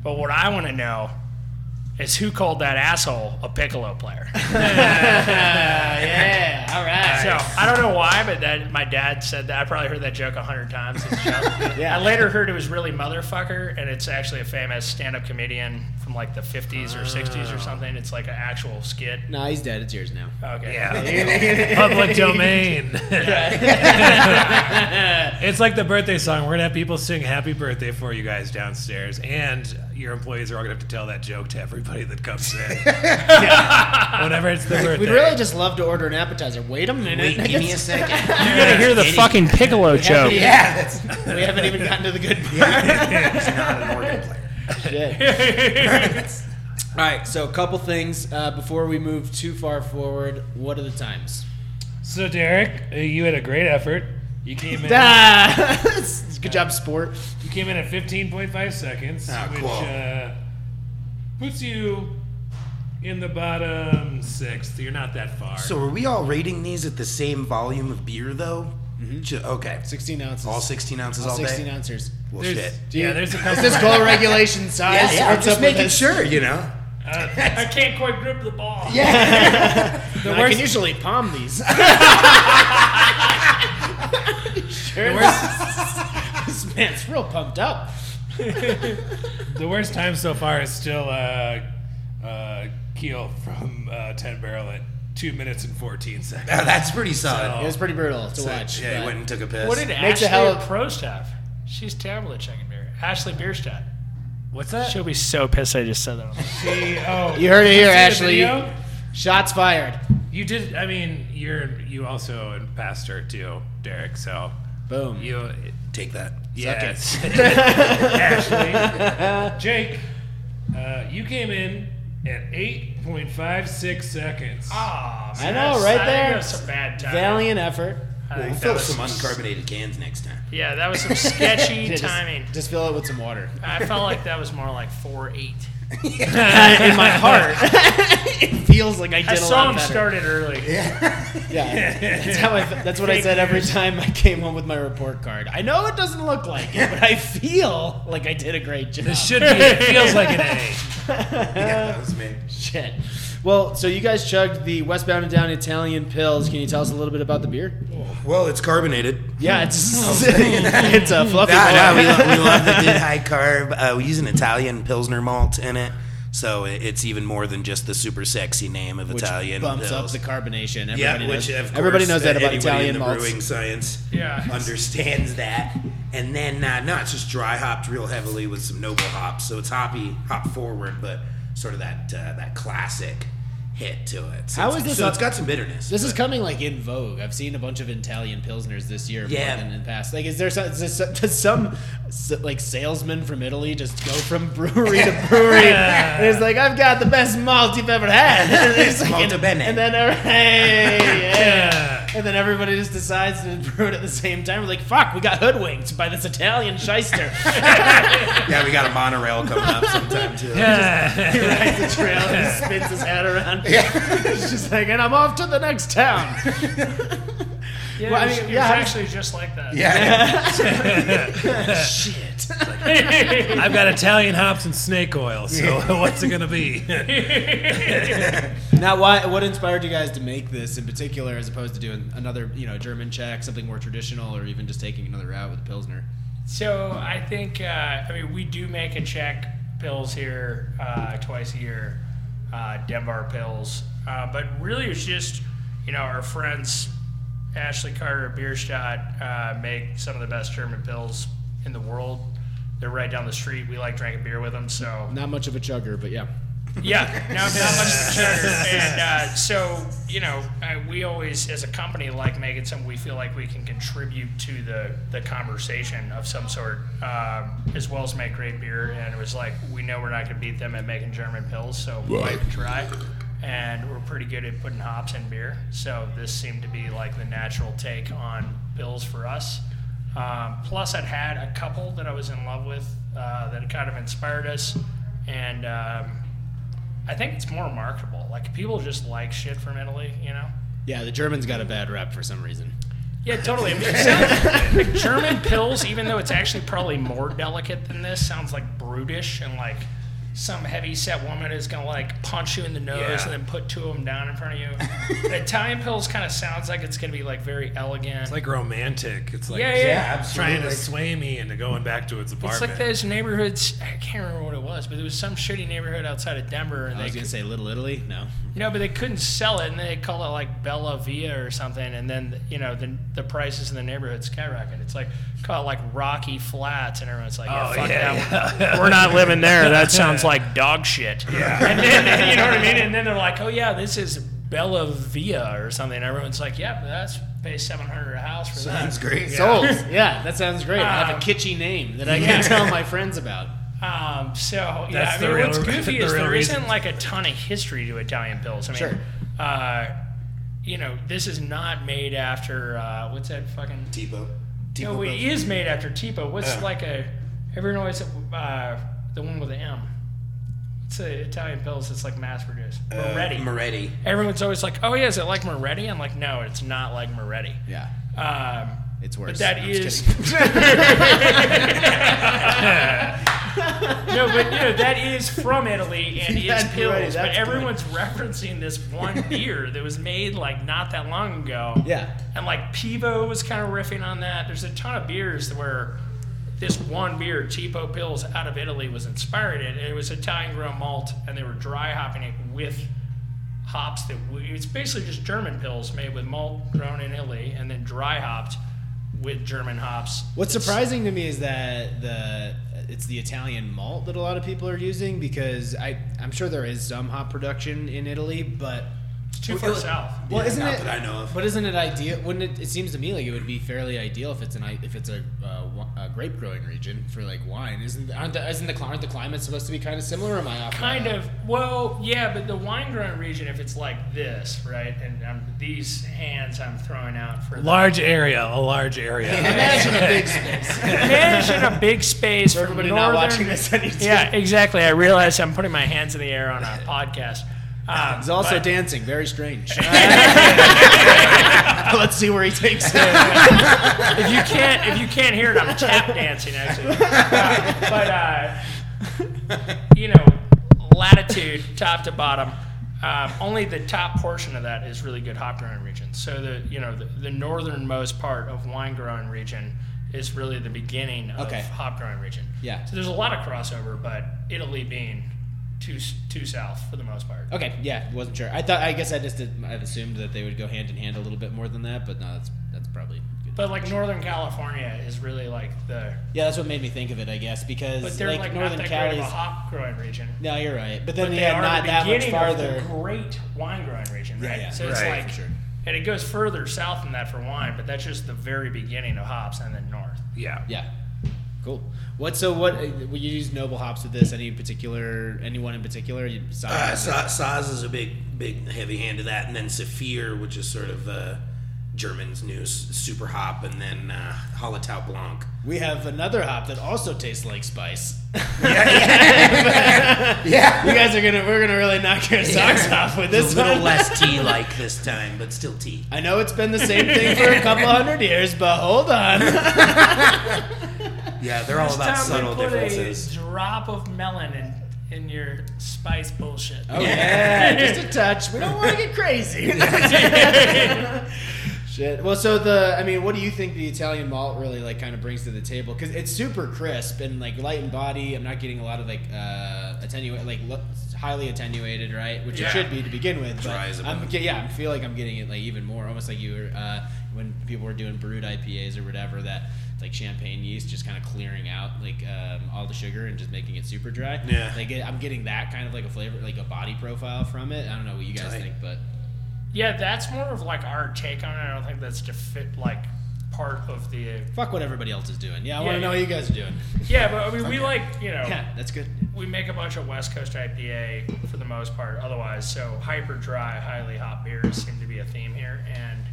S5: But what I want to know is who called that asshole a piccolo player."
S8: Yeah, all right.
S5: So I don't know why, but that my dad said that. I probably heard that joke a hundred times. It's a joke. I later heard it was really motherfucker, and it's actually a famous stand-up comedian from like the '50s or '60s
S1: Oh.
S5: or something. It's like an actual skit.
S1: Nah, he's dead. It's yours now.
S5: Okay.
S3: Public domain. it's like the birthday song. We're gonna have people sing "Happy Birthday" for you guys downstairs, and your employees are all gonna have to tell that joke to everybody that comes in. Whenever it's their birthday.
S1: We'd really just love to order an appetizer. Wait a minute.
S7: Wait, give me a second.
S5: You gotta hear the fucking piccolo joke.
S7: yeah, that's not
S1: we haven't even gotten to the good part.
S7: an organ player.
S1: All right, so a couple things uh, before we move too far forward. What are the times?
S3: So Derek, uh, you had a great effort. You came in.
S1: good job, sport.
S3: You came in at 15.5 seconds,
S7: Ah,
S3: which
S7: cool.
S3: uh, puts you in the bottom sixth. You're not that far.
S7: So are we all rating these at the same volume of beer though? Ju- Okay.
S1: 16 ounces.
S7: All 16 ounces all,
S1: Mm-hmm. All 16
S7: day?
S1: ounces.
S7: Well,
S3: There's-
S7: shit.
S3: yeah, there's a
S1: Is
S3: couple.
S1: this goal regulation size?
S7: Yeah, yeah, I'm
S1: What's
S7: just
S1: up with
S7: making
S1: this?
S7: sure, you know?
S5: I can't quite grip the ball.
S1: No, I can usually palm these. sure. this man's real pumped up.
S3: The worst time so far is still uh, uh, Keel from uh, 10 Barrel at 2 minutes and 14 seconds.
S7: Oh, that's pretty solid.
S1: It was pretty brutal to watch.
S7: yeah,
S1: but-
S7: he went and took a piss.
S5: What did
S1: Makes
S5: Ashley
S1: a hell of-
S5: Prost have? She's terrible at checking beer. Ashley Bierstadt.
S3: What's
S1: Uh,
S3: that?
S5: She'll be so pissed I just said that.
S3: She, oh,
S1: you heard it here,
S3: see the
S1: Ashley.
S3: video?
S1: Shots fired.
S3: You did. I mean, you're you also passed her too, Derek. So
S1: Boom.
S3: you,
S7: Take that.
S3: yes, Ashley, Jake, uh, you came in at eight point five six seconds.
S5: Oh,
S1: I know, right there.
S5: That's a bad time.
S1: Valiant effort.
S7: We'll fill up some uncarbonated cans next time.
S5: Yeah, that was some sketchy
S1: Yeah, just-
S5: timing.
S1: Just fill it with some water.
S5: I felt like that was more like four eight.
S1: In my heart, it feels like I did
S5: I
S1: a lot
S5: saw him
S1: better.
S5: started early.
S1: Yeah, that's how I. That's what I
S5: Fake
S1: said every
S5: news.
S1: time I came home with my report card. I know it doesn't look like it, but I feel like I did a great job.
S3: This should be. It feels like an A.
S7: Yeah, that was me.
S1: Shit. Well, so you guys chugged the Westbound and Down Italian pills. Can you tell us a little bit about the beer?
S7: Well, it's carbonated.
S1: Yeah,
S7: Oh,
S1: it's it's a fluffy.
S7: Nah, nah,
S1: boy.
S7: uh, we, love, we love the good high carb. Uh, we use an Italian Pilsner malt in it, so it, it's even more than just the super sexy name of
S1: which
S7: Italian
S1: bumps
S7: pills.
S1: up the carbonation. Everybody
S7: yeah,
S1: knows,
S7: which of course,
S1: everybody knows that
S7: uh,
S1: about
S7: anybody
S1: Italian
S7: in the
S1: malts.
S7: brewing science
S5: Yeah.
S7: understands that. And then uh, no, it's just dry hopped real heavily with some noble hops, so it's hoppy, hop forward, but sort of that uh, that classic hit to it. So
S1: How
S7: it's-
S1: is this
S7: So
S1: a-
S7: it's got some bitterness.
S1: This is coming like in vogue. I've seen a bunch of Italian pilsners this year
S7: Yeah.
S1: more than in the past. Like, is there some, is this, does some s- like salesman from Italy just go from brewery to brewery? and it's like, I've got the best malt you've ever had. And it's like,
S7: Molto
S1: and,
S7: bene.
S1: and then uh, hey, yeah. and then everybody just decides to brew it at the same time. We're like, fuck, we got hoodwinked by this Italian shyster.
S7: yeah, we got a monorail coming up sometime too.
S1: he rides the trail and he spins his hat around. It's just like, and I'm off to the next town.
S5: Yeah,
S1: Well, I
S5: it was-
S1: mean,
S5: it
S1: yeah,
S5: was
S1: how-
S5: actually just like that.
S7: yeah.
S1: Shit.
S7: hops.
S3: I've got Italian hops and snake oil, so what's it gonna be?
S1: Now, why? What inspired you guys to make this in particular, as opposed to doing another, you know, German check, something more traditional, or even just taking another route with pilsner?
S5: So I think uh, I mean we do make a check pills here uh, twice a year, uh, Denver pills. Uh, but really, it's just you know our friends Ashley Carter at Beerstadt uh, make some of the best German pills in the world. They're right down the street. We like drinking beer with them, so
S1: Not much of a chugger, but yeah.
S5: yeah, no, not much of a cheddar. And uh, so, you know, I, we always, as a company, like making something we feel like we can contribute to the, the conversation of some sort, um, as well as make great beer. And it was like, we know we're not going to beat them at making German pills, so we might try. And we're pretty good at putting hops in beer. So this seemed to be like the natural take on pills for us. Um, plus, I'd had a couple that I was in love with uh, that had kind of inspired us, and um, I think it's more marketable. Like people just like shit from Italy, you know?
S1: Yeah, the Germans got a bad rap for some reason.
S5: Yeah, totally. I mean, it sounds- like German pills, even though it's actually probably more delicate than this, sounds like brutish and like some heavy set woman is gonna like punch you in the nose
S7: Yeah.
S5: and then put two of them down in front of you. the Italian pills kind of sounds like it's gonna be like very elegant.
S3: It's like romantic. It's like
S5: yeah, yeah, yeah.
S3: trying to sway me into going back to its
S5: It's
S3: apartment.
S5: like those neighborhoods. I can't remember what it was, but there was some shitty neighborhood outside of Denver, and
S1: I
S5: they
S1: was
S5: could,
S1: gonna say Little Italy. No.
S5: you know, but they couldn't sell it, and they called it like Bella Via or something, and then you know the the prices in the neighborhood skyrocket. It's like called like Rocky Flats, and everyone's like, yeah,
S3: Oh,
S5: fuck
S3: yeah,
S5: that one. We're not living there. That sounds like dog shit. Yeah. And then you know what I mean? And then they're like, oh yeah, this is Bella Via or something. And everyone's like, yeah, but that's pay seven hundred a house for that.
S7: Sounds great.
S1: Sold. Yeah, that sounds great. I have a
S5: Um,
S1: kitschy name that I can tell my friends about.
S5: Um, so yeah,
S3: That's
S5: I
S3: the
S5: mean,
S3: real-
S5: what's goofy
S3: the
S5: is
S3: real
S5: there
S3: reason.
S5: isn't like a ton of history to Italian pills. I mean,
S1: Sure.
S5: uh, you know, this is not made after uh, what's that fucking?
S7: Tipo. Tipo.
S5: No, it is made after Tipo. What's like a? Everyone always uh, the one with the M. It's the Italian pills. that's like mass produced.
S3: Uh,
S5: Moretti.
S7: uh, Moretti.
S5: Everyone's always like, "Oh yeah, is it like Moretti?" I'm like, "No, it's not like Moretti."
S1: Yeah,
S5: Um,
S1: it's
S5: but
S1: worse.
S5: that
S1: I'm just
S5: is
S1: kidding.
S5: no, but you know that is from Italy and is
S1: That's
S5: pills.
S1: right,
S5: but
S1: that's
S5: everyone's referencing this one beer that was made like not that long ago.
S1: Yeah.
S5: and like Pivo was kind of riffing on that. There's a ton of beers where this one beer, Tipo Pills, out of Italy, was inspired it. And it was Italian grown malt, and they were dry hopping it with hops that we, it's basically just German pills made with malt grown in Italy and then dry hopped with German hops.
S1: What's surprising to me is that the it's the Italian malt that a lot of people are using because I I'm sure there is some hop production in Italy, but
S5: It's too far south.
S1: well, isn't
S7: not
S1: it?
S7: that I know of.
S1: But isn't it ideal? Wouldn't it? It seems to me like it would be fairly ideal if it's an i- if it's a, uh, wa- a grape growing region for like wine. Isn't aren't the, isn't the cli- aren't the climate supposed to be kind of similar? Or am I off? on
S5: Kind
S1: that?
S5: of. Well, yeah, but the wine growing region, if it's like this, right? And um, these hands I'm throwing out for the-
S3: large area, a large area.
S1: Imagine a big space.
S5: imagine a big space for
S1: Everybody
S5: northern,
S1: not watching this on YouTube.
S5: Yeah, exactly. I realize I'm putting my hands in the air on a podcast. Um,
S1: He's also
S5: but-
S1: dancing. Very strange. Let's see where he takes it.
S5: if you can't if you can't hear it, I'm tap dancing actually. Uh, but uh, you know, latitude top to bottom. Um, only the top portion of that is really good hop growing region. So the you know the, the northernmost part of wine growing region is really the beginning of
S1: Okay.
S5: hop growing region.
S1: Yeah.
S5: So there's a lot of crossover, but Italy being too s- too south for the most part.
S1: Okay, yeah, wasn't sure. I thought. I guess I just did, I've assumed that they would go hand in hand a little bit more than that, but no, that's that's probably. good.
S5: But like Northern California is really like the
S1: Yeah, that's what made me think of it, I guess, because
S5: but they're
S1: like,
S5: like, not
S1: Northern
S5: that
S1: Cali's.
S5: great of a hop growing region.
S1: no, you're right. But then
S5: But
S1: yeah,
S5: are
S1: not
S5: the
S1: that much
S5: beginning of
S1: farther.
S5: The great wine growing region, right?
S1: yeah,
S5: so it's
S7: right,
S5: like,
S1: for sure.
S5: and it goes further south than that for wine, but that's just the very beginning of hops and then north.
S3: yeah.
S1: Yeah, cool. What? So what? uh, Will you use noble hops with this? Any particular? Anyone in particular? You
S7: Uh,
S1: besides-
S7: Sa- Saz is a big, big, heavy hand of that, and then Saphir, which is sort of uh, German's new s- super hop, and then uh, Holotau Blanc.
S1: we have another hop that also tastes like spice.
S7: Yeah,
S1: you guys are gonna. We're gonna really knock your socks off with
S7: it's
S1: this
S7: a little
S1: one.
S7: less tea like this time, but still tea.
S1: I know it's been the same thing for a couple hundred years, but hold on.
S7: Yeah, they're all
S5: First
S7: about
S5: time we
S7: subtle
S5: put
S7: differences.
S5: A drop of melon in, in your spice bullshit.
S1: Oh, yeah, just a touch. We don't want to get crazy. Shit. Well, so the I mean, what do you think the Italian malt really like kind of brings to the table? Because it's super crisp and like light in body. I'm not getting a lot of like uh attenuate like lo- highly attenuated, right? Which it
S5: Yeah.
S1: should be to begin with. But
S7: Dry as a
S1: I'm,
S7: bone.
S1: ge- yeah, I feel like I'm getting it like even more, almost like you were uh, when people were doing brewed IPAs or whatever that. it's Like champagne yeast, just kind of clearing out like um, all the sugar and just making it super dry.
S7: Yeah.
S1: Like it, I'm getting that kind of like a flavor, like a body profile from it. I don't know what you guys
S7: Tight.
S1: think, but
S5: Yeah, that's more of like our take on it. I don't think that's to fit like part of the.
S1: fuck what everybody else is doing. Yeah, I want to
S5: Yeah, Oh.
S1: know
S5: yeah.
S1: what you guys are doing.
S5: Yeah, but I mean, we like you know
S1: Yeah, that's good.
S5: we make a bunch of West Coast IPA for the most part. Otherwise, so hyper dry, highly hop beers seem to be a theme here, and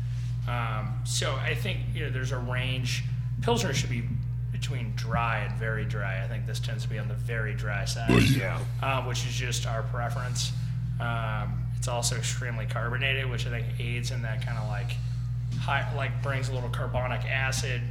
S5: um, so I think you know there's a range. Pilsner should be between dry and very dry. I think this tends to be on the very dry side, yeah, uh, which is just our preference. Um, it's also extremely carbonated, which I think aids in that kind of like high, like brings a little carbonic acid,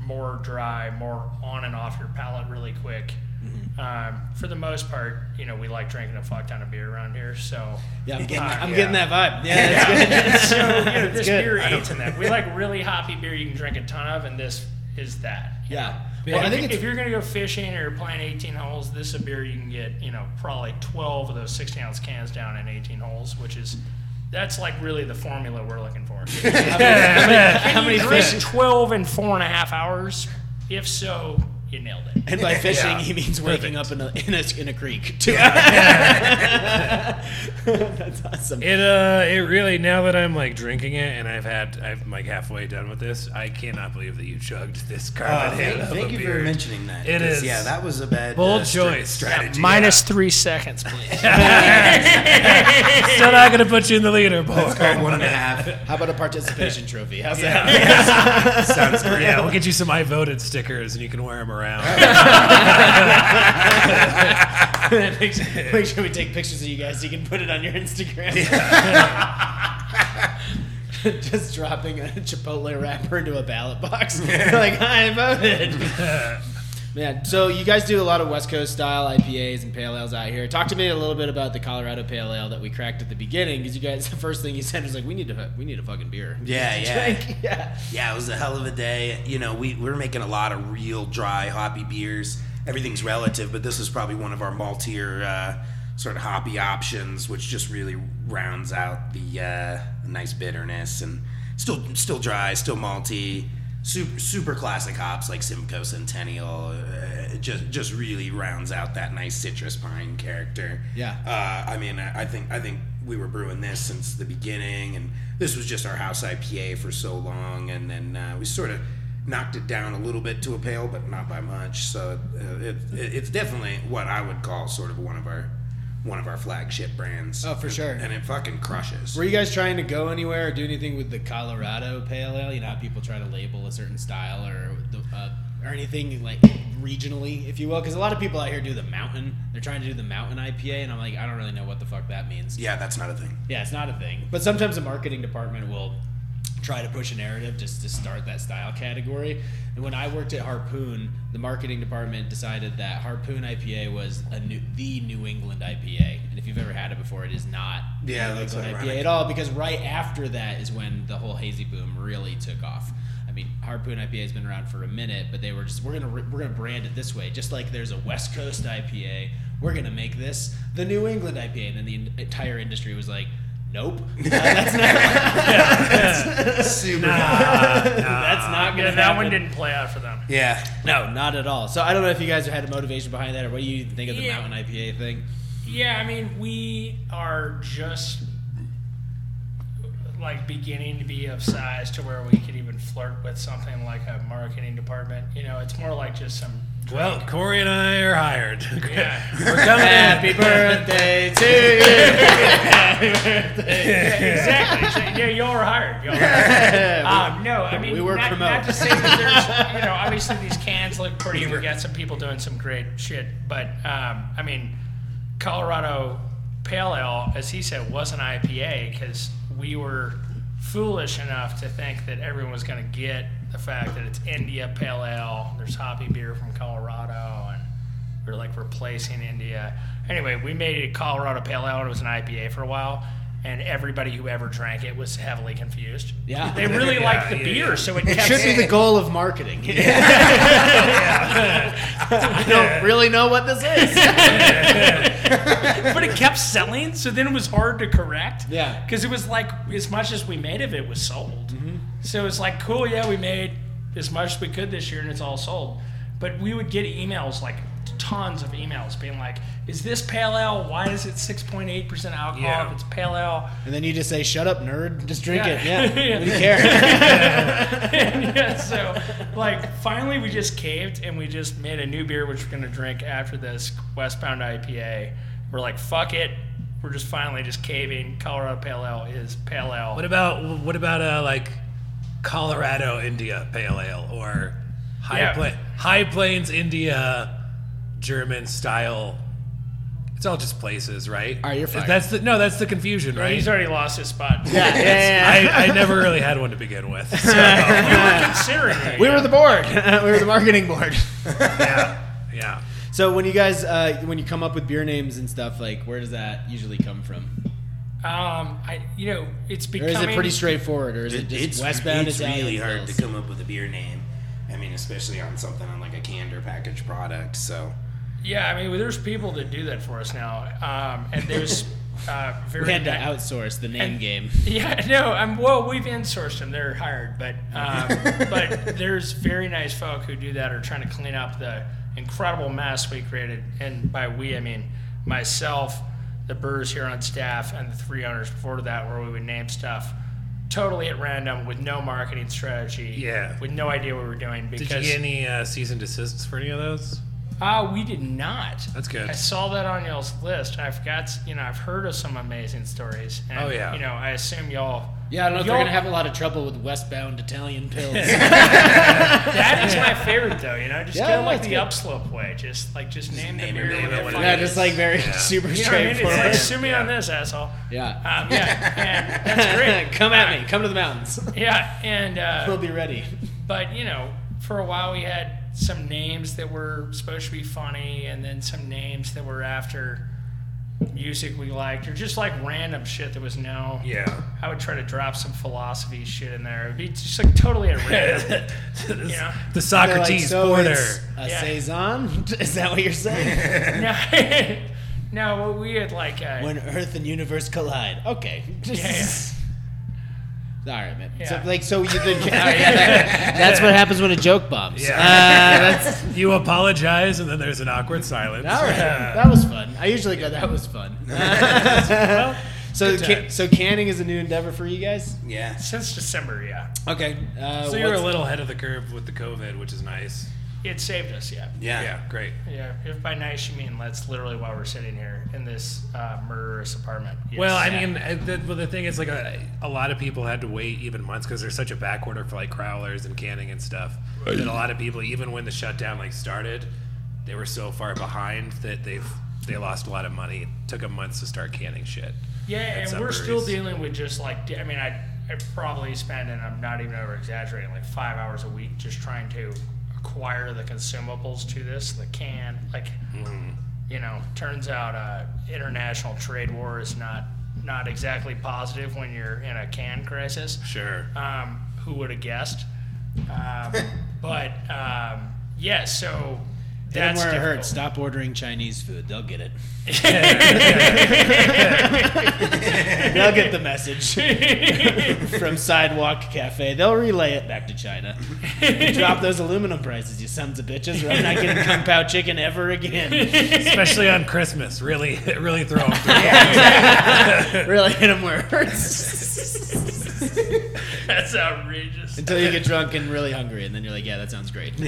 S5: more dry, more on and off your palate really quick.
S1: Mm-hmm.
S5: Um, for the most part, you know, we like drinking a fuck ton of beer around here, so Uh,
S1: Yeah, I'm,
S7: getting
S1: I'm-
S7: that-
S1: I'm
S7: yeah.
S1: getting that vibe. Yeah, that's good.
S5: so you know,
S1: That's
S5: this
S1: good.
S5: beer aids in that. We like really hoppy beer you can drink a ton of, and this is that.
S1: Yeah.
S5: Well,
S1: Well, I think
S5: if,
S1: it's
S5: you're gonna go fishing or playing 18 holes, this is a beer you can get, you know, probably 12 of those 16 ounce cans down in 18 holes, which is that's like really the formula we're looking for. How many fish? 12 in four and a half hours. If so, you nailed it.
S1: and by fishing he means waking up in a in a, in a creek. Too. that's awesome.
S3: It uh, it really now that I'm like drinking it and I've had I'm like halfway done with this. I cannot believe that you chugged this
S7: Oh,
S3: carbonated.
S7: thank
S3: of
S7: thank
S3: Uh, a
S7: you
S3: beer.
S7: for mentioning that.
S3: It
S7: 'cause,
S3: is
S7: Yeah, that was a bad
S3: bold
S7: uh, str-
S3: choice.
S7: strategy.
S5: Minus three seconds, please.
S3: Still not gonna put you in the leaderboard.
S7: Called one and a half.
S1: How about a participation trophy? How's
S7: Sounds great.
S3: yeah, we'll get you some I voted stickers and you can wear them around.
S1: that? make, sure, make sure we take pictures of you guys so you can put it on your Instagram. Just dropping a Chipotle wrapper into a ballot box. like, I voted. Man, so you guys do a lot of West Coast style IPAs and pale ales out here. Talk to me a little bit about the Colorado pale ale that we cracked at the beginning, because you guys, the first thing you said was like, "We need to, we need a fucking beer."
S7: Yeah, yeah.
S1: Drink, yeah.
S7: Yeah, it was a hell of a day. You know, we, we were making a lot of real dry, hoppy beers. Everything's relative, but this is probably one of our maltier uh, sort of hoppy options, which just really rounds out the uh, nice bitterness and still still dry, still malty. Super, super classic hops like Simcoe Centennial. Uh, it just just really rounds out that nice citrus pine character.
S1: Yeah.
S7: Uh, I mean, I I think I think we were brewing this since the beginning, and this was just our house IPA for so long, and then uh, we sort of knocked it down a little bit to a pale, but not by much. So uh, it, it, it's definitely what I would call sort of one of our one of our flagship brands.
S1: Oh, for sure.
S7: And it fucking crushes.
S1: Were you guys trying to go anywhere or do anything with the Colorado Pale Ale? You know, how people try to label a certain style or the, uh, or anything like regionally, if you will, because a lot of people out here do the mountain. They're trying to do the mountain IPA, and I'm like, I don't really know what the fuck that means.
S7: Yeah, that's not a thing.
S1: Yeah, it's not a thing. But sometimes the marketing department will try to push a narrative just to start that style category. And when I worked at Harpoon, the marketing department decided that Harpoon IPA was a new, the New England IPA. And if you've ever had it before, it is not
S7: Yeah,
S1: New
S7: that's
S1: England IPA
S7: ironic.
S1: at all because right after that is when the whole hazy boom really took off. I mean, Harpoon IPA has been around for a minute, but they were just we're gonna re- we're gonna brand it this way. Just like there's a West Coast IPA, we're gonna make this the New England IPA, and then the en- entire industry was like, nope, Uh, that's not
S7: Super.
S1: that's not gonna.
S5: Yeah, that one
S1: happen.
S5: didn't play out for them.
S7: Yeah.
S1: No, not at all. So I don't know if you guys had a motivation behind that, or what do you think of the
S5: Yeah.
S1: Mountain IPA thing?
S5: Yeah, I mean, we are just like beginning to be of size to where we could even flirt with something like a marketing department. You know, it's more like just some.
S3: Well, Corey and I are hired.
S5: Yeah,
S3: We're coming in.
S1: Happy birthday to you.
S5: exactly. So, yeah, y'all are hired. Y'all are hired. Um, no, I mean,
S1: We were
S5: not, not
S1: promoted.
S5: to say that there's, you know, obviously these cans look pretty. We got some people doing some great shit, but um, I mean, Colorado Pale Ale, as he said, was an IPA because we were foolish enough to think that everyone was going to get the fact that it's India Pale Ale. There's hoppy beer from Colorado, and we're like replacing India. Anyway, we made it Colorado Pale Ale, and it was an IPA for a while. And everybody who ever drank it was heavily confused.
S1: Yeah.
S5: they really
S3: Yeah,
S5: liked the
S3: uh, yeah,
S5: beer,
S3: yeah.
S5: so it,
S1: It
S5: kept
S1: should be the goal of marketing. I don't really know what this is.
S5: but it kept selling, so then it was hard to correct.
S1: Yeah.
S5: Because it was like as much as we made of it was sold.
S3: Mm-hmm.
S5: So it's like, cool, yeah, we made as much as we could this year and it's all sold. But we would get emails, like tons of emails, being like, is this pale ale? Why is it 6.8% alcohol?
S3: Yeah.
S5: If it's pale ale,
S1: And then you just say, "Shut up, nerd! Just drink it."
S5: Yeah.
S1: Yeah,
S5: Yeah.
S1: we care.
S5: yeah, so like finally we just caved and we just made a new beer which we're gonna drink after this Westbound IPA. We're like, fuck it. We're just finally just caving. Colorado Pale Ale is pale ale.
S3: What about what about uh, like Colorado India Pale Ale or High
S5: Yeah.
S3: Pla- High Plains India German style? It's all just places, right?
S1: All right, you're fired.
S3: That's the no, that's the confusion, right?
S5: He's already lost his spot.
S1: yeah, yeah, yeah.
S3: I, I never really had one to begin with. So,
S5: we were considering it.
S1: we were the board. we were the marketing board.
S3: yeah.
S1: So when you guys, uh, when you come up with beer names and stuff, like where does that usually come from?
S5: Um, I, you know, it's
S1: Or
S5: becoming.
S1: is it pretty straightforward, or is it
S7: It-
S1: just
S7: it's
S1: westbound
S7: it's
S1: Italian
S7: really hard
S1: pills?
S7: to come up with a beer name. I mean, especially on something on like a canned or packaged product. So
S5: Yeah, I mean, well, there's people that do that for us now, um, and there's uh, very.
S1: We had to
S5: ni-
S1: outsource the name game.
S5: Yeah, no, I'm well. We've insourced them; they're hired, but um, but there's very nice folk who do that. Are trying to clean up the incredible mess we created, and by we I mean myself, the brewers here on staff, and the three owners before that, where we would name stuff totally at random with no marketing strategy.
S3: Yeah.
S5: with no idea what we were doing
S3: Did
S5: because
S3: you get any uh, cease and desists for any of those?
S5: Ah, we did not.
S3: That's good.
S5: I saw that on y'all's list. I've got, you know, I've heard of some amazing stories. And,
S3: Oh, yeah.
S5: You know, I assume y'all.
S1: Yeah, I don't know if they're
S5: Y'all-
S1: gonna have a lot of trouble with westbound Italian pills.
S5: That is my favorite though. You know, just
S1: Yeah,
S5: kind of
S1: no,
S5: like
S1: it's
S5: the
S1: good.
S5: upslope way. Just like just, name, the beer.
S3: name it
S5: whatever
S3: what it
S5: fuck
S1: yeah,
S5: it
S1: just
S5: is.
S1: like very super
S5: You know what I mean?
S1: straightforward.
S5: It's like sue me on this asshole.
S1: yeah.
S5: Um, yeah, and that's great.
S1: Come at me. Come to the mountains.
S5: Yeah, and uh,
S1: we'll be ready.
S5: but you know, for a while we had some names that were supposed to be funny, and then some names that were after music we liked, or just like random shit that was no.
S3: Yeah.
S5: I would try to drop some philosophy shit in there. It'd be just like totally at random. Yeah.
S1: They're
S3: The
S1: like,
S3: Socrates
S1: so
S3: border.
S1: it's a
S5: Yeah.
S1: saison. Is that what you're saying?
S5: no, no, what we had like uh,
S1: when Earth and universe collide. Okay.
S5: yeah.
S1: All right, man. So,
S5: Yeah.
S1: like, so you did. all right, yeah, that- that's what happens when a joke bombs.
S3: Yeah.
S1: Uh, that's,
S3: You apologize, and then there's an awkward silence.
S1: all right. That was fun. I usually go. That was fun. so,
S3: good
S1: ca-
S3: times.
S1: so canning is a new endeavor for you guys.
S7: yeah,
S5: since December, yeah,
S1: Okay. Uh,
S3: So you're a
S1: what's-
S3: little ahead of the curve with the COVID, which is nice.
S5: it saved us. Yeah,
S7: yeah,
S3: Yeah, great.
S5: yeah. If by nice you mean that's literally while we're sitting here in this uh, murderous apartment. Yes.
S3: Well, I mean, I- the, well, the thing is, like, a, a lot of people had to wait even months because there's such a back order for like crowlers and canning and stuff. That a lot of people, even when the shutdown like started, they were so far behind that they've they lost a lot of money. It took them months to start canning shit.
S5: Yeah,
S3: at
S5: and
S3: some
S5: we're still
S3: breweries.
S5: dealing with just like I mean, I I probably spend and I'm not even over exaggerating like five hours a week just trying to acquire the consumables to this, the can. Like, you know, turns out uh, international trade war is not not exactly positive when you're in a can crisis.
S3: Sure.
S5: Um, who would have guessed? Um, but um, yeah, so
S1: Hit 'em
S5: that's
S1: where it
S5: difficult.
S1: hurts. Stop ordering Chinese food. They'll get it. They'll get the message from Sidewalk Cafe. They'll relay it back to China. Drop those aluminum prices, you sons of bitches. Or I'm not getting Kung Pao chicken ever again.
S3: Especially on Christmas, really, really throw 'em through.
S1: Really hit them where it hurts.
S5: That's outrageous.
S1: Until you get drunk and really hungry, and then you're like, yeah, that sounds great.
S5: But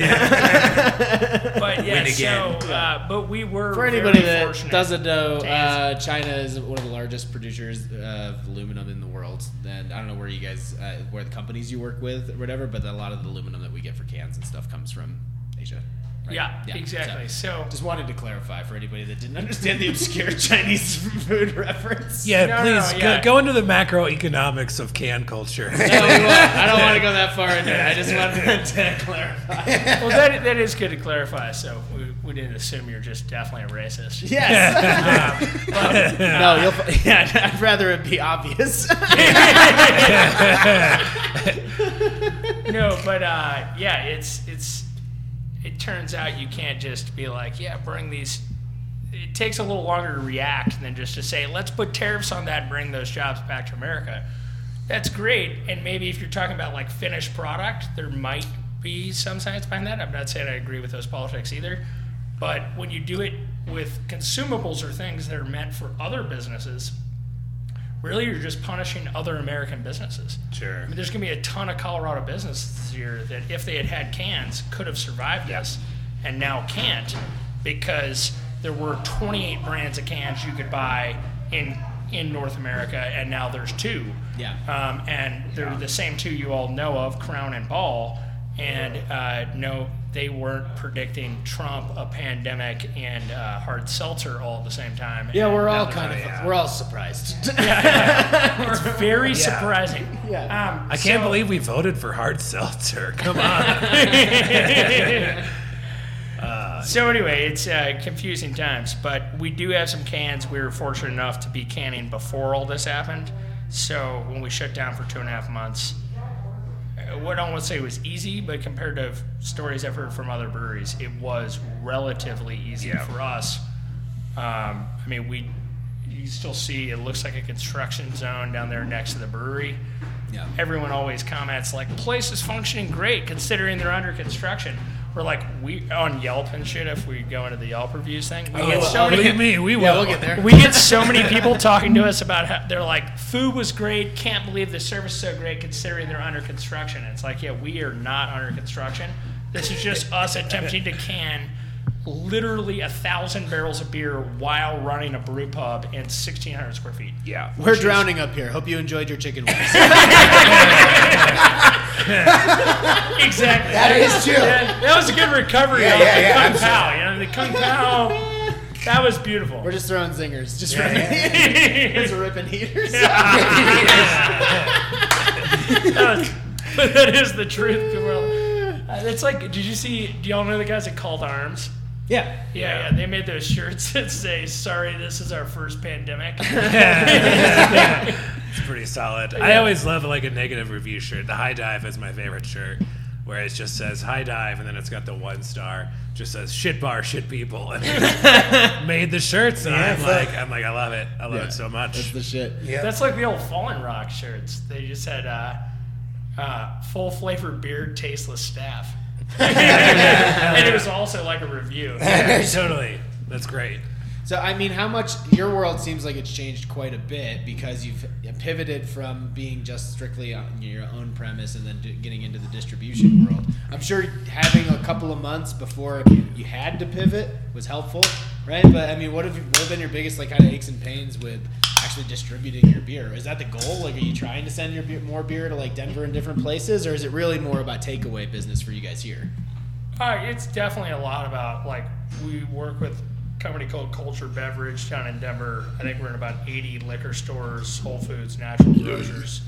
S5: yeah,
S7: again.
S5: so uh, but we were
S1: For anybody
S5: very
S1: that
S5: fortunate.
S1: doesn't know,
S5: to
S1: uh, China is one of the largest producers of aluminum in the world. And I don't know where you guys, uh, where the companies you work with or whatever, but a lot of the aluminum that we get for cans and stuff comes from Asia.
S5: Yeah, exactly. So,
S1: Just wanted to clarify for anybody that didn't understand the obscure Chinese food reference.
S3: Yeah,
S5: No, no,
S3: please
S5: no,
S3: go,
S5: yeah.
S3: go into the macroeconomics of can culture.
S1: No, we won't. I don't want to go that far in there. I just wanted to clarify.
S5: well, that, that is good to clarify. So we, we didn't assume you're just definitely a racist.
S1: Yes. no, you'll. f- Yeah, I'd rather it be obvious.
S5: no, but uh, yeah, it's it's. It turns out you can't just be like, yeah, bring these. It takes a little longer to react than just to say, let's put tariffs on that and bring those jobs back to America. That's great, and maybe if you're talking about like finished product, there might be some science behind that. I'm not saying I agree with those politics either, but when you do it with consumables or things that are meant for other businesses, really you're just punishing other American businesses. Sure. I mean, there's going to be a ton of Colorado businesses this year that, if they had had cans, could have survived this and now can't because there were 28 brands of cans you could buy in in North America, and now there's two.
S1: Yeah.
S5: Um, and they're the same two you all know of, Crown and Ball. And uh, no, they weren't predicting Trump, a pandemic, and uh, hard seltzer all at the same time.
S1: Yeah,
S5: And
S1: we're
S5: now
S1: all
S5: they're
S1: kind of
S5: not-
S1: we're all surprised.
S5: it's very surprising.
S1: Yeah.
S5: Um,
S3: I can't believe we voted for hard seltzer. Come on.
S5: So anyway, it's uh, confusing times, but we do have some cans. We were fortunate enough to be canning before all this happened. So when we shut down for two and a half months, uh, what I don't want to say it was easy, but compared to stories I've heard from other breweries, it was relatively easy for us. Um, I mean, we you still see it looks like a construction zone down there next to the brewery.
S1: Yeah.
S5: Everyone always comments like, "The place is functioning great considering they're under construction." We're like, we on Yelp and shit. If we go into the Yelp reviews thing,
S3: Oh,
S5: we get so many
S3: Believe me, we will.
S1: Yeah, we'll get there.
S5: we get so many people talking to us about how they're like, food was great. Can't believe the service is so great considering they're under construction. And it's like, yeah, we are not under construction. This is just us attempting to can literally a thousand barrels of beer while running a brew pub in 1,600 square feet.
S3: Yeah.
S1: We're drowning up here. Hope you enjoyed your chicken wings.
S5: Exactly.
S7: That is true.
S5: That, that was a good recovery. Yeah,
S7: yeah, yeah,
S5: the Kung Pao. You know, the Kung Pao. That was beautiful.
S1: We're just throwing zingers. Just ripping, just ripping heaters.
S5: that was- but that is the truth. People are like- uh, It's like, did you see? Do y'all know the guys at Called Arms?
S1: Yeah.
S5: Yeah, yeah, they made those shirts that say, "Sorry, this is our first pandemic."
S3: It's pretty solid. I always love like a negative review shirt. The high dive is my favorite shirt, where it just says high dive and then it's got the one star. Just says shit bar, shit people, and they made the shirts. And I'm like, I'm like, I love it. I love it so
S1: That's
S3: much.
S1: the shit.
S5: That's like the old Fallen Rock shirts. They just had uh, uh, full flavor beard, tasteless staff. and it was also like a review.
S3: totally, that's great.
S1: So I mean, how much your world seems like it's changed quite a bit because you've pivoted from being just strictly on your own premise and then do- getting into the distribution world. I'm sure having a couple of months before you had to pivot was helpful, right? But I mean, what have you, what have been your biggest like kind of aches and pains with actually distributing your beer? Is that the goal? Like, are you trying to send your beer, more beer to like Denver and different places, or is it really more about takeaway business for you guys here?
S5: Uh, it's definitely a lot about like we work with a company called Culture Beverage down in Denver. I think we're in about 80 liquor stores, Whole Foods, natural grocers.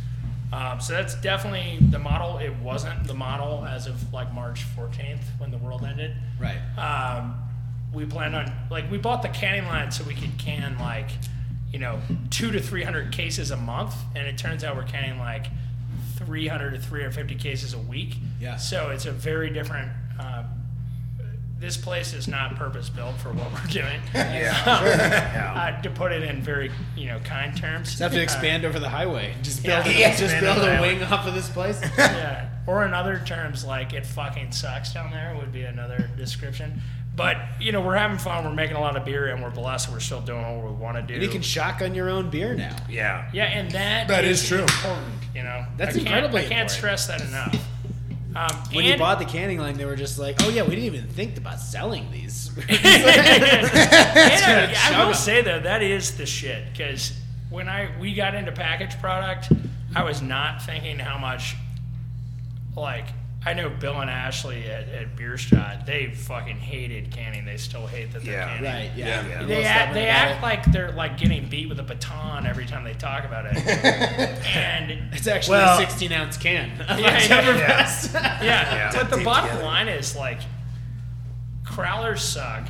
S5: Um, so that's definitely the model. It wasn't the model as of like March 14th when the world ended.
S1: Right.
S5: Um, we planned on like we bought the canning line so we could can like you know two to 300 cases a month, and it turns out we're canning like 300 to 350 cases a week.
S1: Yeah.
S5: So it's a very different. Uh, this place is not purpose built for what we're doing. yeah. uh, to put it in very you know kind terms.
S1: Just have to expand over the highway. Just
S5: Yeah.
S1: build, a-
S5: Yeah.
S1: just
S5: Expand
S1: build
S5: over the
S1: a
S5: highway.
S1: wing off of this place.
S5: yeah. Or in other terms, like it fucking sucks down there would be another description. But you know, we're having fun. We're making a lot of beer, and we're blessed. We're still doing what we want to do.
S1: You can shotgun your own beer now.
S3: Yeah.
S5: yeah, and that
S7: That is true.
S5: Important, you know,
S1: That's
S5: I can't,
S1: incredibly
S5: I
S1: important.
S5: can't stress that enough. Um,
S1: When
S5: and,
S1: you bought the canning line, they were just like, "Oh yeah, we didn't even think about selling these."
S5: And I, I
S1: shove
S5: will
S1: 'em.
S5: say though, that is the shit because when I we got into packaged product, I was not thinking how much like I know Bill and Ashley at, at Beer Shot, they fucking hated canning. They still hate that they're
S9: Yeah.
S5: canning.
S1: Right. Yeah.
S9: Yeah.
S1: A little
S5: They act,
S1: stubborn
S5: they
S1: about
S5: act
S1: it.
S5: like they're like getting beat with a baton every time they talk about it. and
S1: It's actually
S3: Well-
S1: a 16 ounce can.
S5: yeah.
S1: Oktoberfest.
S5: yeah, but the bottom line is like crowlers suck.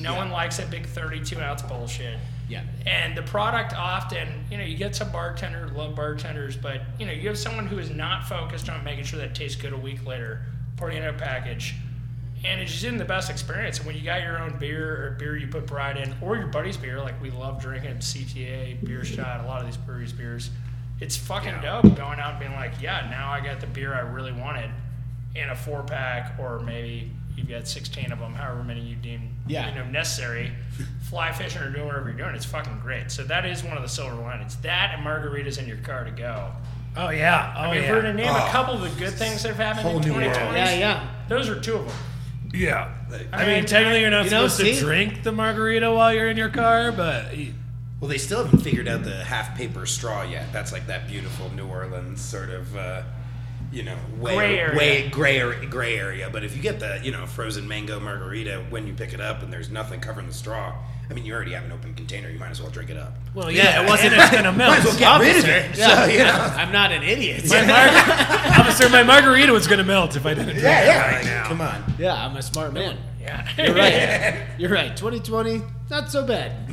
S5: No one likes that big 32 ounce bullshit.
S1: yeah.
S5: And the product often, you know, you get some bartender, love bartenders, but you know, you have someone who is not focused on making sure that it tastes good a week later, putting in a package. And it just isn't the best experience. And when you got your own beer or beer you put pride in, or your buddy's beer, like we love drinking CTA, beer shot, a lot of these breweries' beers, it's fucking dope going out and being like, yeah, now I got the beer I really wanted in a four pack, or maybe you've got 16 of them, however many you deem
S1: Yeah.
S5: you know, necessary. Fly fishing or doing whatever you're doing, it's fucking great. So that is one of the silver linings. That and margaritas in your car to go.
S3: Oh yeah. Oh
S5: I mean, if
S3: yeah.
S5: we're to name a couple of the good things that have happened in 2020,
S1: Yeah. Yeah.
S5: those are two of them.
S3: yeah. I
S5: mean,
S3: mean, technically you're not
S1: you know,
S3: supposed
S1: see?
S3: to drink the margarita while you're in your car, but you-
S9: Well, they still haven't figured out the half paper straw yet. That's like that beautiful New Orleans sort of, uh, you know, way,
S5: Gray area.
S9: way gray, ar- gray area. But if you get the, you know, frozen mango margarita when you pick it up and there's nothing covering the straw, I mean, you already have an open container. You might as well drink it up.
S3: well, yeah, it wasn't. It's gonna melt.
S9: might as well get rid of it.
S1: Yeah.
S9: So, you know.
S1: I'm not an idiot.
S3: My mar- officer, my margarita was gonna melt if I didn't drink
S9: Yeah,
S3: it
S9: yeah.
S3: right
S9: like,
S3: now.
S9: Come on.
S1: Yeah. I'm a smart man.
S5: Yeah.
S1: You're right. You're right. 2020, not so bad.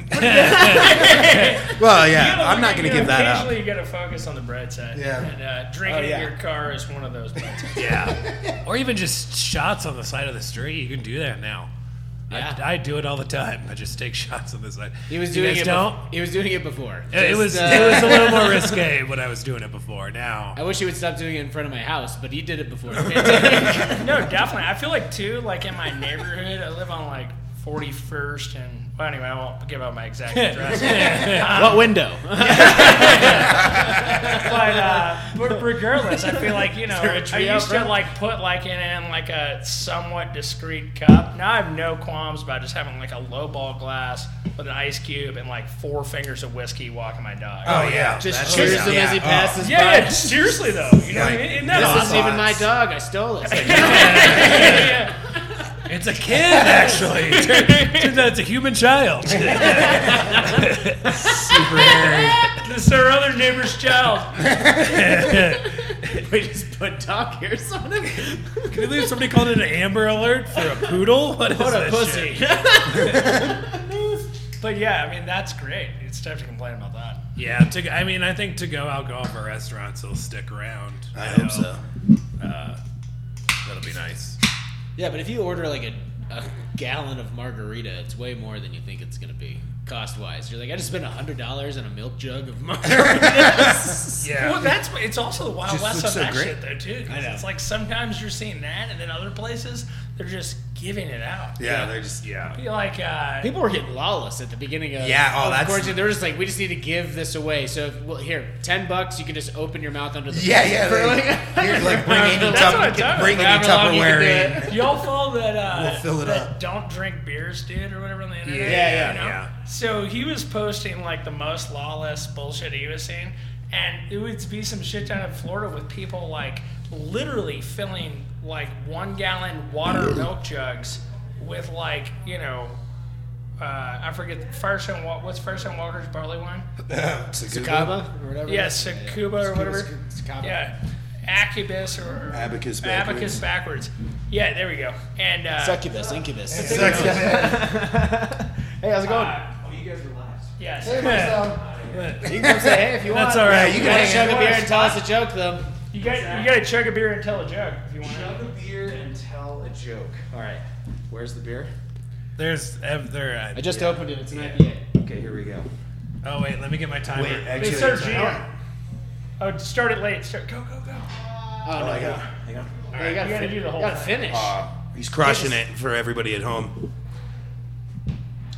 S9: Well, yeah, I'm not going to give that up.
S5: Occasionally, you got to focus on the bread side.
S9: Yeah.
S5: And uh, drinking
S1: Oh, yeah.
S5: in your car is one of those. bread sides.
S3: Yeah. or even just shots on the side of the street. You can do that now.
S1: Yeah.
S3: I, I do it all the time. I just take shots on the side.
S1: He was
S3: You
S1: doing
S3: guys
S1: it.
S3: Don't.
S1: bef- he was doing it before.
S3: It- it
S1: Just,
S3: was
S1: uh,
S3: it was a little more risque when I was doing it before. Now
S1: I wish he would stop doing it in front of my house, but he did it before. the pandemic.
S5: No, definitely. I feel like too, like in my neighborhood, I live on like 41st and. Well, anyway, I won't give out my exact address. Uh,
S1: what window?
S5: but, uh, but regardless, I feel like you know,
S1: there a
S5: I
S1: tree out
S5: used to
S1: front?
S5: like put like in, in like a somewhat discreet cup. Now I have no qualms about just having like a low ball glass with an ice cube and like four fingers of whiskey walking my dog.
S9: Oh, yeah.
S1: Just
S9: That's-
S1: cheers him
S9: yeah.
S1: as he
S9: Oh.
S1: passes
S5: yeah,
S1: by.
S5: yeah, seriously though, you know what I mean? Isn't that
S1: This
S5: awesome?
S1: isn't even my dog. I stole it. It's like, no,
S3: it's a kid actually. Turns- Turns out it's a human child.
S9: Super hairy.
S5: This is our other neighbor's child.
S1: we just put dog ears on him.
S3: Can we leave somebody called it an Amber Alert for a poodle? What is
S1: What a
S3: this
S1: pussy.
S3: shit?
S5: But yeah, I mean that's great. It's tough to complain about that.
S3: Yeah, to, I mean, I think to go alcohol for restaurants will stick around.
S9: I hope so.
S3: That'll be nice.
S1: Yeah, but if you order like a, a gallon of margarita, it's way more than you think it's gonna be cost wise. You're like, I just spent hundred dollars on a milk jug of margarita.
S3: Yeah.
S5: Well, that's it's also the wild
S9: Just
S5: west on
S9: looks so
S5: that
S9: great.
S5: shit though too. 'cause
S1: I know.
S5: It's like sometimes you're seeing that, and then other places they're just giving it out.
S9: Yeah, they're just, yeah.
S5: Be like, uh,
S1: People were getting lawless at the beginning of
S9: Yeah, oh,
S1: of
S9: that's-
S1: quarantine. They were just like, we just need to give this away. So if, well, here, ten bucks, you can just open your mouth under the
S9: Yeah, yeah.
S1: For
S9: Like,
S1: like-
S9: here's, like, bring any,
S5: That's what I'm
S9: tup-
S5: talking
S9: bring any
S1: about. However long you can do
S9: Tupperware in.
S1: it.
S5: y'all follow that? Uh,
S9: We'll fill it
S5: that
S9: up.
S5: Don't drink beers, dude, or whatever on the internet.
S1: Yeah, yeah,
S5: you know? So he was posting like the most lawless bullshit he was seeing, and it would be some shit down in Florida with people like literally filling like one gallon water milk jugs with like you know. Uh, I forget Firestone. Wa- What's Firestone Walker's barley wine?
S1: Cava or whatever.
S5: Yes, yeah, Cuba or whatever.
S1: Cava.
S5: Yeah, Acubus or or-
S9: Abacus
S5: Abacus backwards. Yeah, there we go. And uh,
S1: Succubus, incubus. hey, how's it going?
S5: oh, yes,
S1: you can come say hey if you want.
S3: That's all right.
S9: you
S1: You
S9: can
S1: want
S9: hang
S1: to
S9: out.
S1: chug a beer and tell us a joke, though.
S5: you got you got to chug a beer and tell a joke if you want.
S1: Chug a beer and tell a joke. All right. Where's the beer?
S3: There's ev- there.
S1: I
S3: Uh,
S1: just opened it. It's an IPA.
S9: Okay, here we go.
S3: oh wait, let me get my timer.
S9: Wait,
S5: They
S9: actually,
S5: start GM. Oh, start it late. Start, go go go.
S1: Oh, no.
S9: hang on,
S1: yeah.
S9: hang on.
S1: Yeah, you gotta,
S5: You gotta
S1: fin-
S5: do the whole
S1: you gotta
S5: thing.
S1: finish.
S9: Uh, he's crushing it for everybody at home.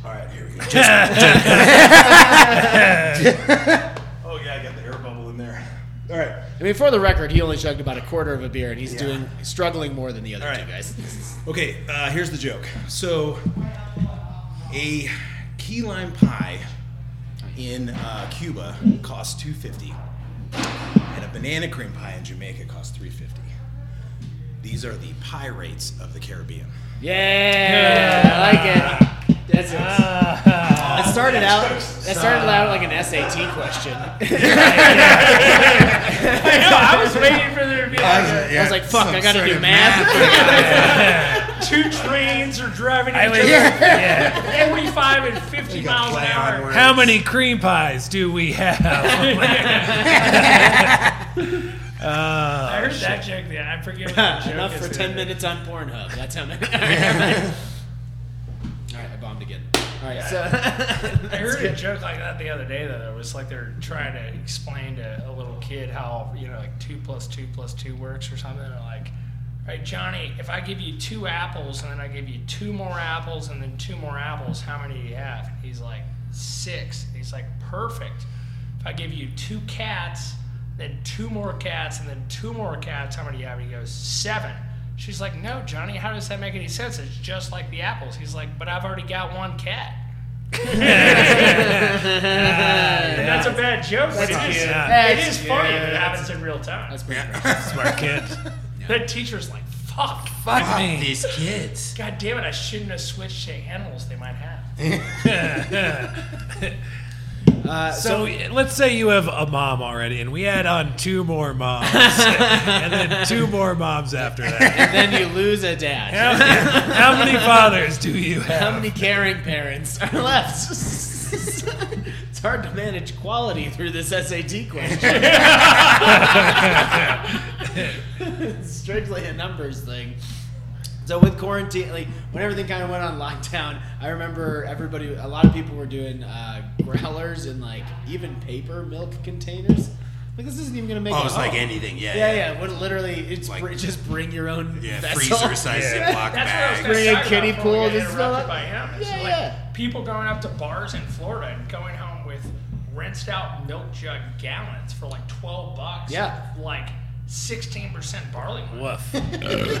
S9: All right, here we go. oh yeah, I got the air bubble in there. All right.
S1: I mean, for the record, he only chugged about a quarter of a beer, and he's doing struggling more than the other
S9: All
S1: two
S9: right.
S1: guys.
S9: Okay, uh, here's the joke. So, a key lime pie in uh, Cuba costs two fifty, and a banana cream pie in Jamaica costs three fifty.
S10: These are the pirates of the Caribbean.
S1: Yeah, I like it. That's it. it started out. It started out like an SAT question.
S5: I know. I was waiting for there to be like a-
S1: I was like, "Fuck, I gotta do math."
S5: two trains are driving
S3: I
S5: each
S3: was-
S5: other forty-five and fifty miles an hour.
S3: How many cream pies do we have?
S5: I heard that joke. Yeah, I forget what the joke
S1: Enough
S5: is.
S1: for ten minutes on Pornhub. That's how many. All right, I bombed again. All right, so
S5: I heard a joke like that the other day though. It was like they're trying to explain to a little kid how you know like two plus two plus two works or something. They're like, "All right, Johnny, if I give you two apples and then I give you two more apples and then two more apples, how many do you have?" And he's like, six. And he's like, "Perfect. If I give you two cats, then two more cats and then two more cats, how many do you have?" And he goes, seven. She's like, "No, Johnny, how does that make any sense? It's just like the apples." He's like, "But I've already got one cat." That's a bad joke. but it is, it is funny if it happens in real time.
S1: that's pretty
S3: Smart kids.
S5: that teacher's like, fuck.
S3: Fuck me.
S11: These kids.
S5: God damn it, I shouldn't have switched to animals they might have.
S3: So let's say you have a mom already, and we add on two more moms, and then two more moms after that.
S1: Then you lose a dad.
S3: How, how many fathers do you
S1: How
S3: have?
S1: many caring parents are left? it's hard to manage quality through this SAT question. it's strictly a numbers thing. So with quarantine, like when everything kind of went on lockdown, I remember everybody, a lot of people were doing uh, growlers and like even paper milk containers. Like this isn't even gonna make.
S7: Oh,
S1: it
S7: it's
S1: home.
S7: like anything. Yeah.
S1: Yeah, yeah. What literally? It's
S7: Like-
S1: br- just bring your own
S7: Yeah,
S1: vessel.
S7: freezer size Ziploc
S5: That's what I was
S7: bag.
S5: gonna
S1: Bring a
S5: talk about
S1: kiddie
S5: before we
S1: pool,
S5: got
S1: just fill
S5: interrupted
S1: up-
S5: by him. It's
S1: Yeah,
S5: like
S1: yeah.
S5: people going up to bars in Florida and going home with rinsed out milk jug gallons for like twelve bucks.
S1: Yeah.
S5: of, Like sixteen percent barley wine.
S3: Woof.
S5: You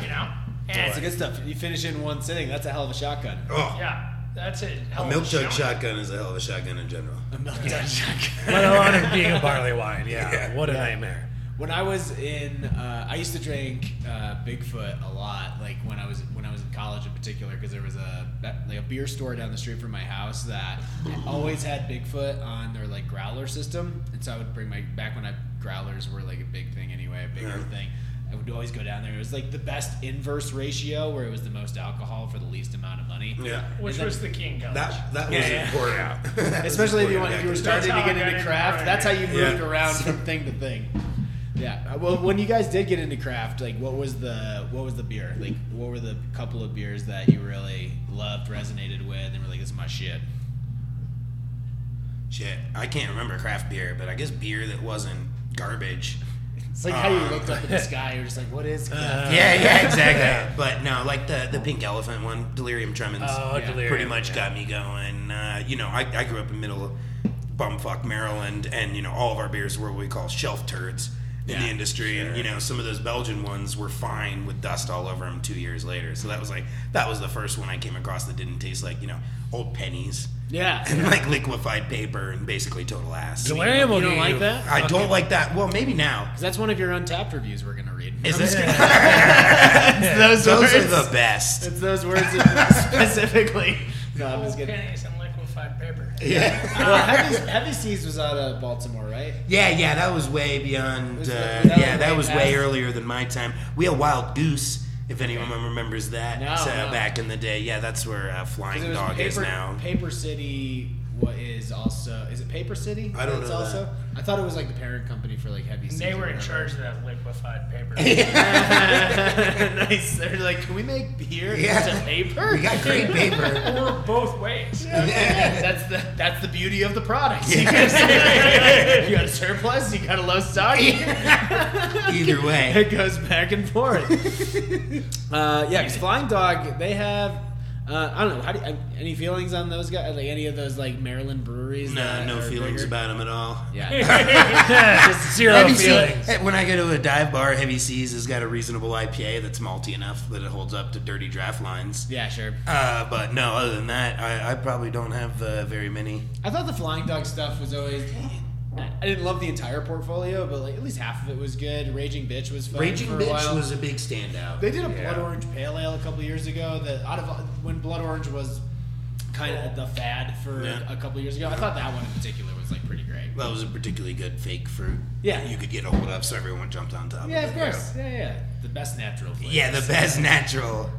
S5: know?
S1: That's the
S5: And
S1: good stuff. You finish in one sitting. That's a hell of a shotgun.
S7: Oh,
S5: yeah, that's it.
S9: Oh.
S7: a milk jug shotgun is a hell of a shotgun in general.
S3: Let alone it being a barley wine. Yeah,
S7: Yeah.
S3: what a nightmare.
S1: When I was in, uh, I used to drink uh, Bigfoot a lot. Like when I was when I was in college in particular, because there was a that- like a beer store down the street from my house that always had Bigfoot on their like growler system. And so I would bring my back when I growlers were like a big thing anyway, a bigger thing. I would always go down there. It was like the best inverse ratio where it was the most alcohol for the least amount of money.
S7: Yeah.
S5: Which was the king college.
S7: That that was
S1: yeah.
S7: important. That was
S1: Especially if you want, if
S7: important
S1: you were
S7: back
S1: starting to
S5: how I
S1: get
S5: got
S1: into
S5: into
S1: craft,
S5: writing.
S1: that's how you moved
S7: Yeah.
S1: around from thing to thing. Yeah. Uh, Well, when you guys did get into craft, like what was the what was the beer? Like what were the couple of beers that you really loved, resonated with, and were like, "This is my shit."
S7: then. Shit, I can't remember craft beer, but I guess beer that wasn't garbage.
S1: It's like how
S7: Ah.
S1: you looked up in the sky. You're just like, "What
S7: Uh.
S1: is?"
S3: Uh,
S1: craft?"
S7: yeah, yeah, exactly. but no, like the the pink elephant one, Delirium Tremens.
S3: Oh,
S1: Yeah,
S3: delirium.
S7: pretty much got me going. Uh, you know, I, I grew up in middle bumfuck Maryland, and you know, all of our beers were what we call shelf turds in the industry. And you know, some of those Belgian ones were fine with dust all over them two years later. So that was like that was the first one I came across that didn't taste like you know old pennies
S1: yeah.
S7: and like liquefied paper and basically total ass.
S3: Delirium will
S1: You don't
S3: get
S1: like that?
S7: I don't like that. Well, maybe now.
S1: 'Cause that's one of your untapped reviews we're gonna read.
S7: Is this,
S1: It's those
S7: those
S1: words.
S7: are the best.
S1: It's those words specifically. No, I'm
S5: Old
S1: just kidding.
S5: pennies and liquefied paper.
S7: Yeah,
S1: Well, Heavy, Heavy Seas was out of Baltimore, right?
S7: yeah, yeah. That was way beyond.
S1: Was
S7: uh,
S1: that- that
S7: yeah,
S1: was
S7: that
S1: way
S7: was way
S1: past-
S7: earlier than my time. We had Wild Goose, if anyone remembers that.
S1: No,
S7: uh,
S1: no.
S7: Back in the day, yeah, that's where uh,
S1: Because
S7: Flying
S1: it was
S7: Dog
S1: paper,
S7: is now.
S1: Paper City what is also is it Paper City?
S7: I don't
S1: That's
S7: know
S1: Also, I thought it was like the parent company for like heavy.
S5: And
S1: Seas
S5: they
S1: or
S5: were in
S1: whatever.
S5: charge of that liquefied paper.
S1: nice. They're like, can we make beer
S7: Yeah.
S1: into paper?
S7: We got great paper.
S5: or both ways.
S1: Yeah, that's the that's the beauty of the product. You, gotta, you got a surplus, you got a low stock.
S7: Either way,
S1: It goes back and forth. uh, yeah, 'cause Flying Dog, they have. Uh, I don't know. How do you, any feelings on those guys? Like any of those like Maryland breweries?
S7: no,
S1: that
S7: uh, no
S1: are
S7: feelings
S1: bigger?
S7: about them at all.
S1: Yeah.
S3: Just zero
S7: Heavy Sea-
S3: feelings.
S7: eh, when I go to a dive bar, Heavy Seas has got a reasonable IPA that's malty enough that it holds up to dirty draft lines.
S1: yeah, sure.
S7: Uh, but no, other than that, I, I probably don't have uh, very many.
S1: I thought the flying dog stuff was always I I didn't love the entire portfolio, but like at least half of it was good. Raging Bitch was fun
S7: Raging
S1: for a
S7: Bitch
S1: while.
S7: was a big standout.
S1: They did a blood orange pale ale a couple years ago. That out of when blood orange was kind of the fad for
S7: Yeah.
S1: a couple years ago, I thought that one in particular was like pretty great.
S7: That was a particularly good fake fruit.
S1: Yeah.
S7: You could get a hold of, so everyone jumped on top
S1: Yeah,
S7: of
S1: of
S7: it.
S1: course. Yeah, yeah. The best natural. Flavors.
S7: Yeah, the best natural.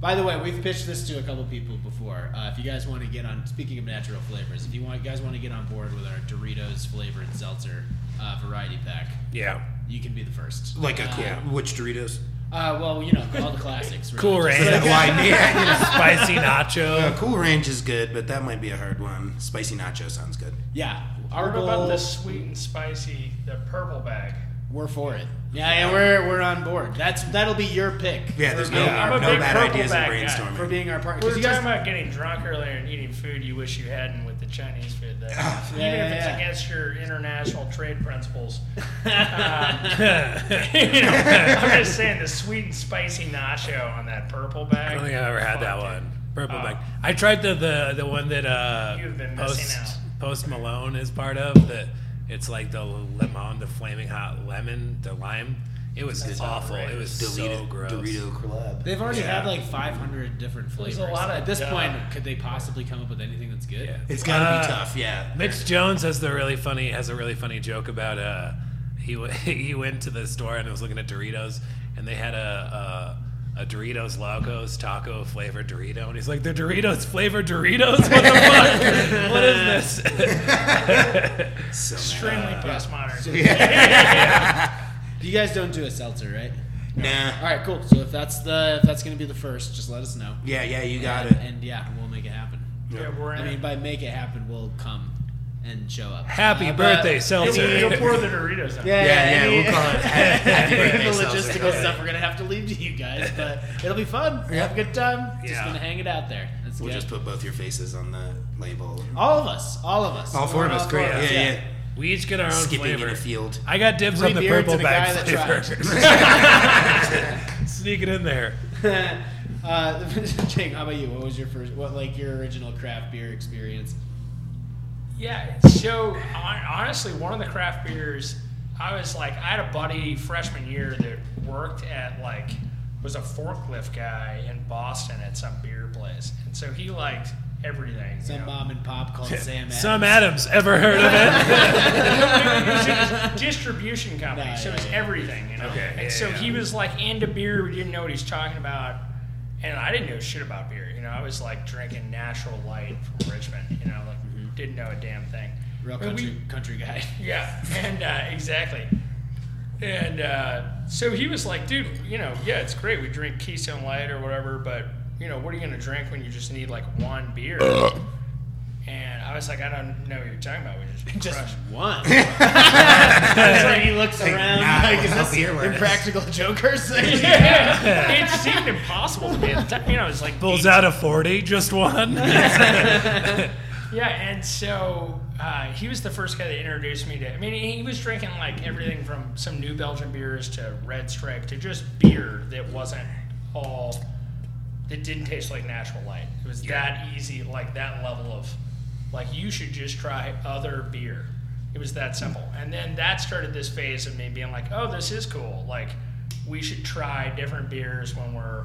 S1: By the way, we've pitched this to a couple people before. Uh, if you guys want to get on, speaking of natural flavors, if you want, guys want to get on board with our Doritos flavored seltzer uh, variety pack,
S3: Yeah.
S1: you can be the first.
S7: Like a cool. Which Doritos?
S1: Uh, well, you know, all the classics. Really.
S3: Cool
S7: Is that
S3: ranch.
S7: why- yeah,
S3: Spicy nacho.
S7: yeah. Uh, cool Ranch is good, but that might be a hard one. Spicy Nacho sounds good.
S1: Yeah, our
S5: What
S1: goal.
S5: about the sweet and spicy, the purple bag?
S1: We're for it. Yeah, yeah, we're we're on board. That's that'll be your pick.
S7: Yeah, there's no,
S5: I'm a
S7: no
S5: big
S7: bad
S5: purple
S7: ideas in
S5: bag guy.
S7: brainstorming.
S1: for being our partner.
S5: We were
S1: 'Cause
S5: talking
S1: you guys-
S5: about getting drunk earlier and eating food you wish you hadn't with the Chinese food. That, even
S1: yeah,
S5: if it's
S1: yeah.
S5: against your international trade principles. um, you know, I'm just saying the sweet and spicy nacho on that purple bag.
S1: Oh,
S3: I don't think I've ever had that
S5: Fuck,
S3: one. Purple
S5: Oh.
S3: bag. I tried the the, the one that uh,
S5: You've been
S3: Post
S5: missing out.
S3: Post Malone is part of. That it's like the lemon, the flaming hot lemon, the lime. It was awful. It was so
S7: Deleted
S3: gross.
S7: Dorito collab.
S1: They've already had like 500 different flavors.
S5: a lot of
S1: At this
S5: duh.
S1: point, could they possibly come up with anything that's good?
S3: Yeah.
S7: It's gotta
S3: Uh,
S7: be tough, yeah.
S3: Mitch Jones has the really funny has a really funny joke about uh he w- he went to the store and was looking at Doritos and they had a. a a Doritos Locos taco flavored Dorito, and he's like, "They're Doritos flavored Doritos. What the fuck? what is this?"
S7: So
S5: Extremely postmodern.
S1: You guys don't do a seltzer, right?
S7: nah.
S1: All right, cool. So if that's the if that's gonna be the first, just let us know.
S7: Yeah, yeah, you got
S1: and,
S7: it.
S1: And yeah, we'll make it happen.
S5: Yeah, we're in
S1: I mean,
S5: it.
S1: by make it happen, we'll come and show up.
S3: Happy
S1: Uh, but-
S3: birthday, seltzer.
S5: You'll pour the Doritos on.
S1: Yeah,
S7: Yeah, yeah,
S1: any-
S7: we'll call it happy- happy birthday
S1: the
S7: seltzer.
S1: logistical stuff we're gonna have to leave to you guys, but it'll be fun. Have a good time. Just
S3: Yeah.
S1: gonna hang it out there. That's
S7: We'll
S1: good.
S7: just put both your faces on the label.
S1: all of us, all of us,
S7: All four of
S1: We're
S7: us, great. Yeah, yeah.
S3: We each get our own
S7: Skipping
S3: flavor.
S7: in a field.
S3: I got dibs
S1: Three
S3: on the
S1: beards
S3: purple
S1: and a guy
S3: bag
S1: that
S3: flavor. Sneak it in there.
S1: uh, Jake, how about you? What was your first? What like your original craft beer experience?
S5: Yeah. So hon- honestly, one of the craft beers, I was like, I had a buddy freshman year that worked at like was a forklift guy in Boston at some beer place, and so he liked everything. you
S1: Some
S5: know.
S1: mom and pop called Sam. Adams.
S3: Some Adams ever heard of it?
S5: distribution company,
S1: Nah,
S5: so
S1: yeah,
S5: it's
S1: yeah.
S5: everything, you know.
S3: Okay,
S5: and
S3: yeah,
S5: so
S3: yeah.
S5: he was like into beer, we didn't know what he's talking about, and I didn't know shit about beer. You know, I was like drinking Natural Light from Richmond. You know, like didn't know a damn thing.
S1: Mm-hmm. real
S5: But we-
S1: country country guy.
S5: yeah, and uh, exactly. And uh, so he was like, dude, you know, yeah, it's great. We drink Keystone Light or whatever, but, you know, what are you going to drink when you just need like one beer? and I was like, I don't know what you're talking about. We just, crush.
S1: Just one. That's like he looks around like, is this impractical jokers?
S5: Yeah. it seemed impossible to me at the time. You know, it was like
S3: Pulls
S5: eight-
S3: out of 40, just one.
S5: Yeah, and so uh, he was the first guy that introduced me to. I mean, he was drinking like everything from some New Belgian beers to Red Stripe to just beer that wasn't all that didn't taste like natural light. It was that easy, like that level of like you should just try other beer. It was that simple. And then that started this phase of me being like, oh, this is cool. Like we should try different beers when we're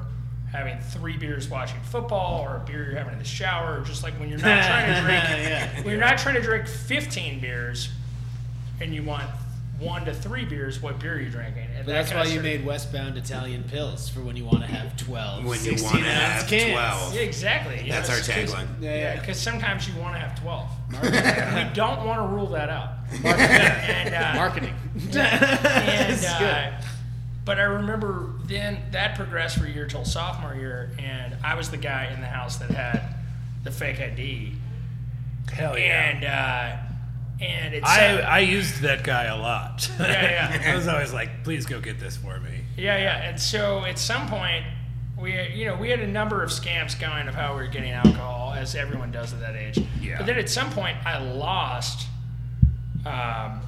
S5: having three beers watching football or a beer you're having in the shower or just like when you're not trying to drink
S1: Yeah.
S5: when you're not trying to drink 15 beers and you want one to three beers, what beer are you drinking? And
S1: But
S5: that
S1: that's
S5: kinda
S1: why you
S5: started-
S1: made Westbound Italian pills for when you want to have 12,
S7: When you
S1: 16
S7: want to
S1: ounce
S7: have
S1: cans.
S7: 12.
S5: Yeah, exactly. You
S7: That's
S5: know,
S7: our
S5: it's 'cause-
S7: tagline.
S1: Yeah,
S5: Yeah,
S1: yeah.
S5: because sometimes you want to have 12. we don't want to rule that out. and, uh,
S1: Marketing.
S5: and,
S1: It's
S5: uh, but I remember then that progressed for a year till sophomore year, and I was the guy in the house that had the fake ID.
S3: Hell
S5: And, uh, and it's.
S3: Oh, I, I used that guy a lot.
S5: Yeah, yeah.
S3: I was always like, please go get this for me.
S5: Yeah, yeah. And so at some point, we you know we had a number of scams going of how we were getting alcohol, as everyone does at that age.
S3: Yeah.
S5: But then at some point, I lost um,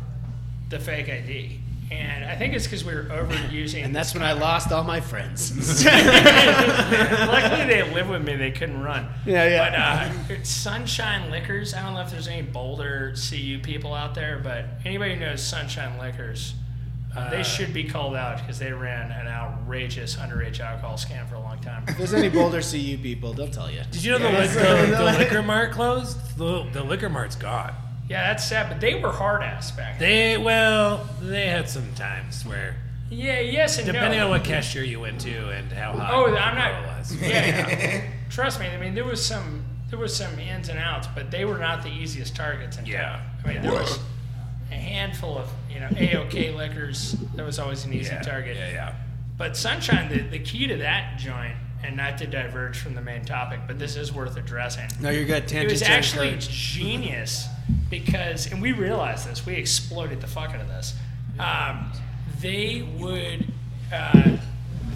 S5: the fake ID, and I think it's because we were overusing.
S1: And that's when I lost all my friends.
S5: Luckily, they live with me. They couldn't run.
S1: Yeah, yeah.
S5: But uh, it's Sunshine Liquors. I don't know if there's any Boulder CU people out there, but anybody who knows Sunshine Liquors, uh, they should be called out because they ran an outrageous underage alcohol scam for a long time.
S1: If there's any Boulder CU people, they'll tell you.
S3: Did you know the, li- the, the liquor mart closed? The, the liquor mart's gone.
S5: Yeah, that's sad, but they were hard ass back. Then.
S3: They well, they had some times where
S5: Yeah, yes and
S3: depending
S5: no.
S3: on what cashier you went to and how hot
S5: Oh,
S3: the
S5: I'm not-
S3: girl was.
S5: yeah, yeah. Trust me. I mean, there was some there was some ins and outs, but they were not the easiest targets. In
S3: Yeah.
S5: town. I mean, there was a handful of you know AOK liquors. That was always an easy
S3: Yeah,
S5: target.
S3: Yeah, yeah.
S5: But Sunshine, the, the key to that joint, and not to diverge from the main topic, but this is worth addressing.
S12: No, you're good.
S5: It was
S12: Tangents are
S5: actually
S12: encouraged.
S5: genius because, and we realized this, we exploited the fuck out of this. Um, they would, uh,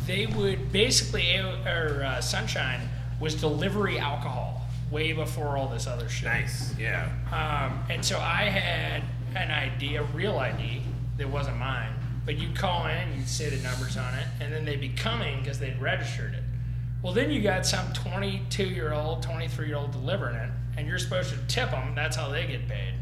S5: they would basically, or uh, Sunshine was delivery alcohol way before all this other shit.
S3: Nice. Yeah.
S5: Um, and so I had an idea, real ID, that wasn't mine. But you call in, you'd say the numbers on it, and then they'd be coming because they'd registered it. Well, then you got some 22 year old, 23 year old delivering it, and you're supposed to tip them. That's how they get paid.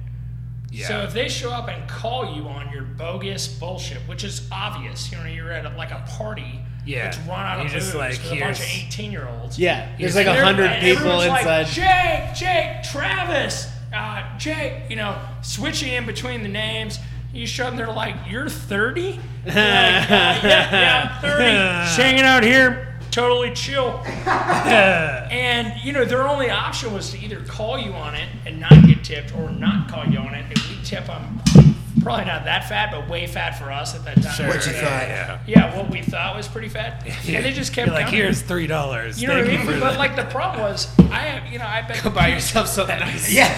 S3: Yeah.
S5: So if they show up and call you on your bogus bullshit, which is obvious, you know, you're at like a party,
S3: Yeah.
S5: it's run out of
S3: You're just
S5: booze
S3: like,
S5: with a bunch of
S3: here's-
S5: 18 year olds.
S1: Yeah, there's like
S5: And
S1: a
S5: they're-
S1: hundred
S5: and
S1: people
S5: everyone's
S1: inside.
S5: Like, Jake, Jake, Travis, uh, Jake. You know, switching in between the names. You show them, they're like, "You're 30? Like, uh, yeah, yeah, I'm 30. Just hanging out here, totally chill." and you know, their only option was to either call you on it and not get tipped, or not call you on it and we tip them. Probably not that fat, but way fat for us at that time.
S7: What you
S5: Yeah.
S7: thought?
S3: Yeah.
S5: Yeah, what we thought was pretty fat, and they just kept
S3: You're like,
S5: coming.
S3: here's three dollars.
S5: You know what I
S3: Thank
S5: mean?
S3: you for
S5: But
S3: that."
S5: like the problem was, I you know I bet
S1: Go buy yourself something nice.
S7: Yeah.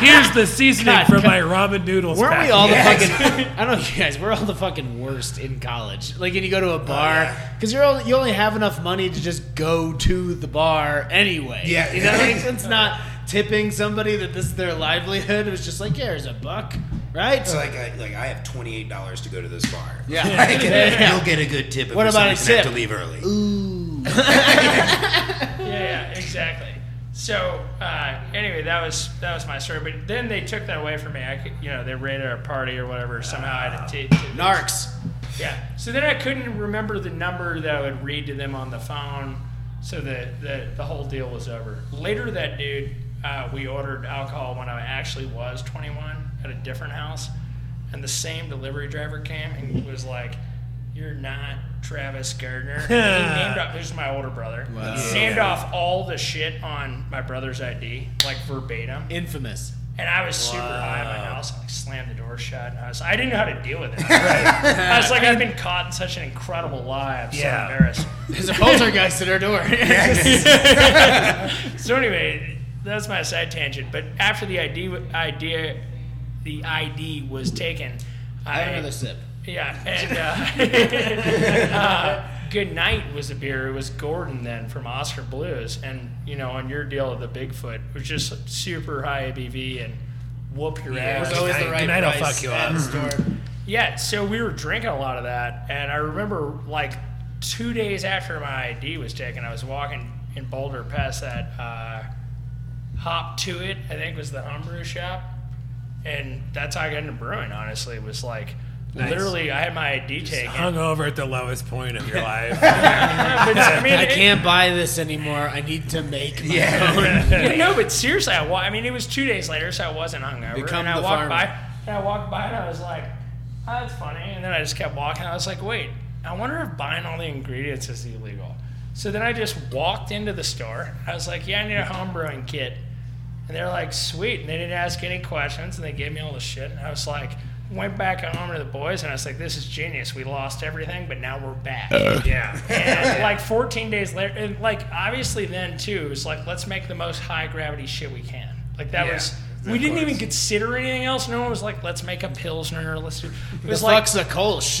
S3: here's the seasoning for my ramen noodles.
S1: Weren't we
S3: packet."
S1: all
S7: Yes.
S1: the fucking? I don't know, you guys. We're all the fucking worst in college. Like, and you go to a bar because you're only, you only have enough money to just go to the bar anyway.
S7: Yeah.
S1: you know, like, it's not tipping somebody that this is their livelihood. It was just like, yeah, here's a buck, right?
S7: It's like I, like I have twenty eight dollars to go to this bar.
S1: Yeah.
S7: Like,
S1: Yeah.
S7: you'll get a good tip. If
S1: What
S7: for some
S1: about a
S7: reason I have
S1: tip?
S7: to leave early?
S5: yeah, yeah, exactly. So uh, anyway, that was that was my story. But then they took that away from me. I could, you know they raided our party or whatever. Somehow I had to take. to-
S1: Narcs.
S5: Yeah. So then I couldn't remember the number that I would read to them on the phone. So the the, the whole deal was over. Later that dude, uh, we ordered alcohol when I actually was 21 at a different house, and the same delivery driver came and was like, "You're not." Travis Gardner. And he named off, this is my older brother. He named off all the shit on my brother's ID, like verbatim.
S1: Infamous.
S5: And I was super high in my house. I like, slammed the door shut, and I was I didn't know how to deal with it. I was like, I've been caught in such an incredible lie. I'm so
S3: Yeah.
S5: embarrassed.
S1: There's a poltergeist at our door.
S5: So anyway, that's my side tangent. But after the ID w- idea, the ID was taken.
S1: I have another sip.
S5: Yeah, and uh, uh, Good Night was a beer. It was Gordon then from Oscar Blues, and you know on your deal of the Bigfoot it was just super high ABV and whoop your ass.
S1: It's always the right
S3: Goodnight, I'll
S1: price
S3: fuck you
S1: at
S3: up.
S1: the store.
S5: Yeah, so we were drinking a lot of that, and I remember like two days after my ID was taken, I was walking in Boulder past that uh, Hop to It, I think was the homebrew shop, and that's how I got into brewing. Honestly, was like literally I had my ID taken.
S3: hungover at the lowest point of your life?
S5: Yeah, but, I, mean,
S1: I
S5: it-
S1: can't buy this anymore. I need to make my
S5: Yeah, no, but seriously, I, wa- I mean, it was two days later, so I wasn't hungover.
S1: Become
S5: and I
S1: the
S5: walked
S1: farmer.
S5: by, and I walked by, and I was like, oh, "That's funny." And then I just kept walking. I was like, "Wait, I wonder if buying all the ingredients is illegal." So then I just walked into the store. I was like, "Yeah, I need a home brewing kit," and they're like, "Sweet." And they didn't ask any questions, and they gave me all the shit. And I was like, went back home to the boys, and I was like, "This is genius. We lost everything, but now we're back."
S3: yeah.
S5: and like 14 days later, and like obviously then too, it was like let's make the most high gravity shit we can. Like that
S3: Yeah.
S5: was we didn't even consider anything else. No one was like, "Let's make a pilsner." Let's do. It was
S1: the
S5: like
S1: fuck's a Kolsch?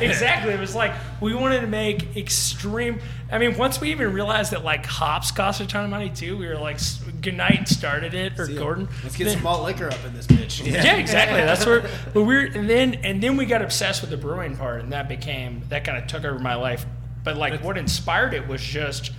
S5: exactly. It was like we wanted to make extreme. I mean, once we even realized that like hops cost a ton of money too, we were like, s- "Goodnight" started it or Gordon.
S1: Let's get some malt liquor up in this bitch.
S5: Yeah, exactly. That's where. But we're and then and then we got obsessed with the brewing part, and that became that kind of took over my life. But like, what inspired it was just,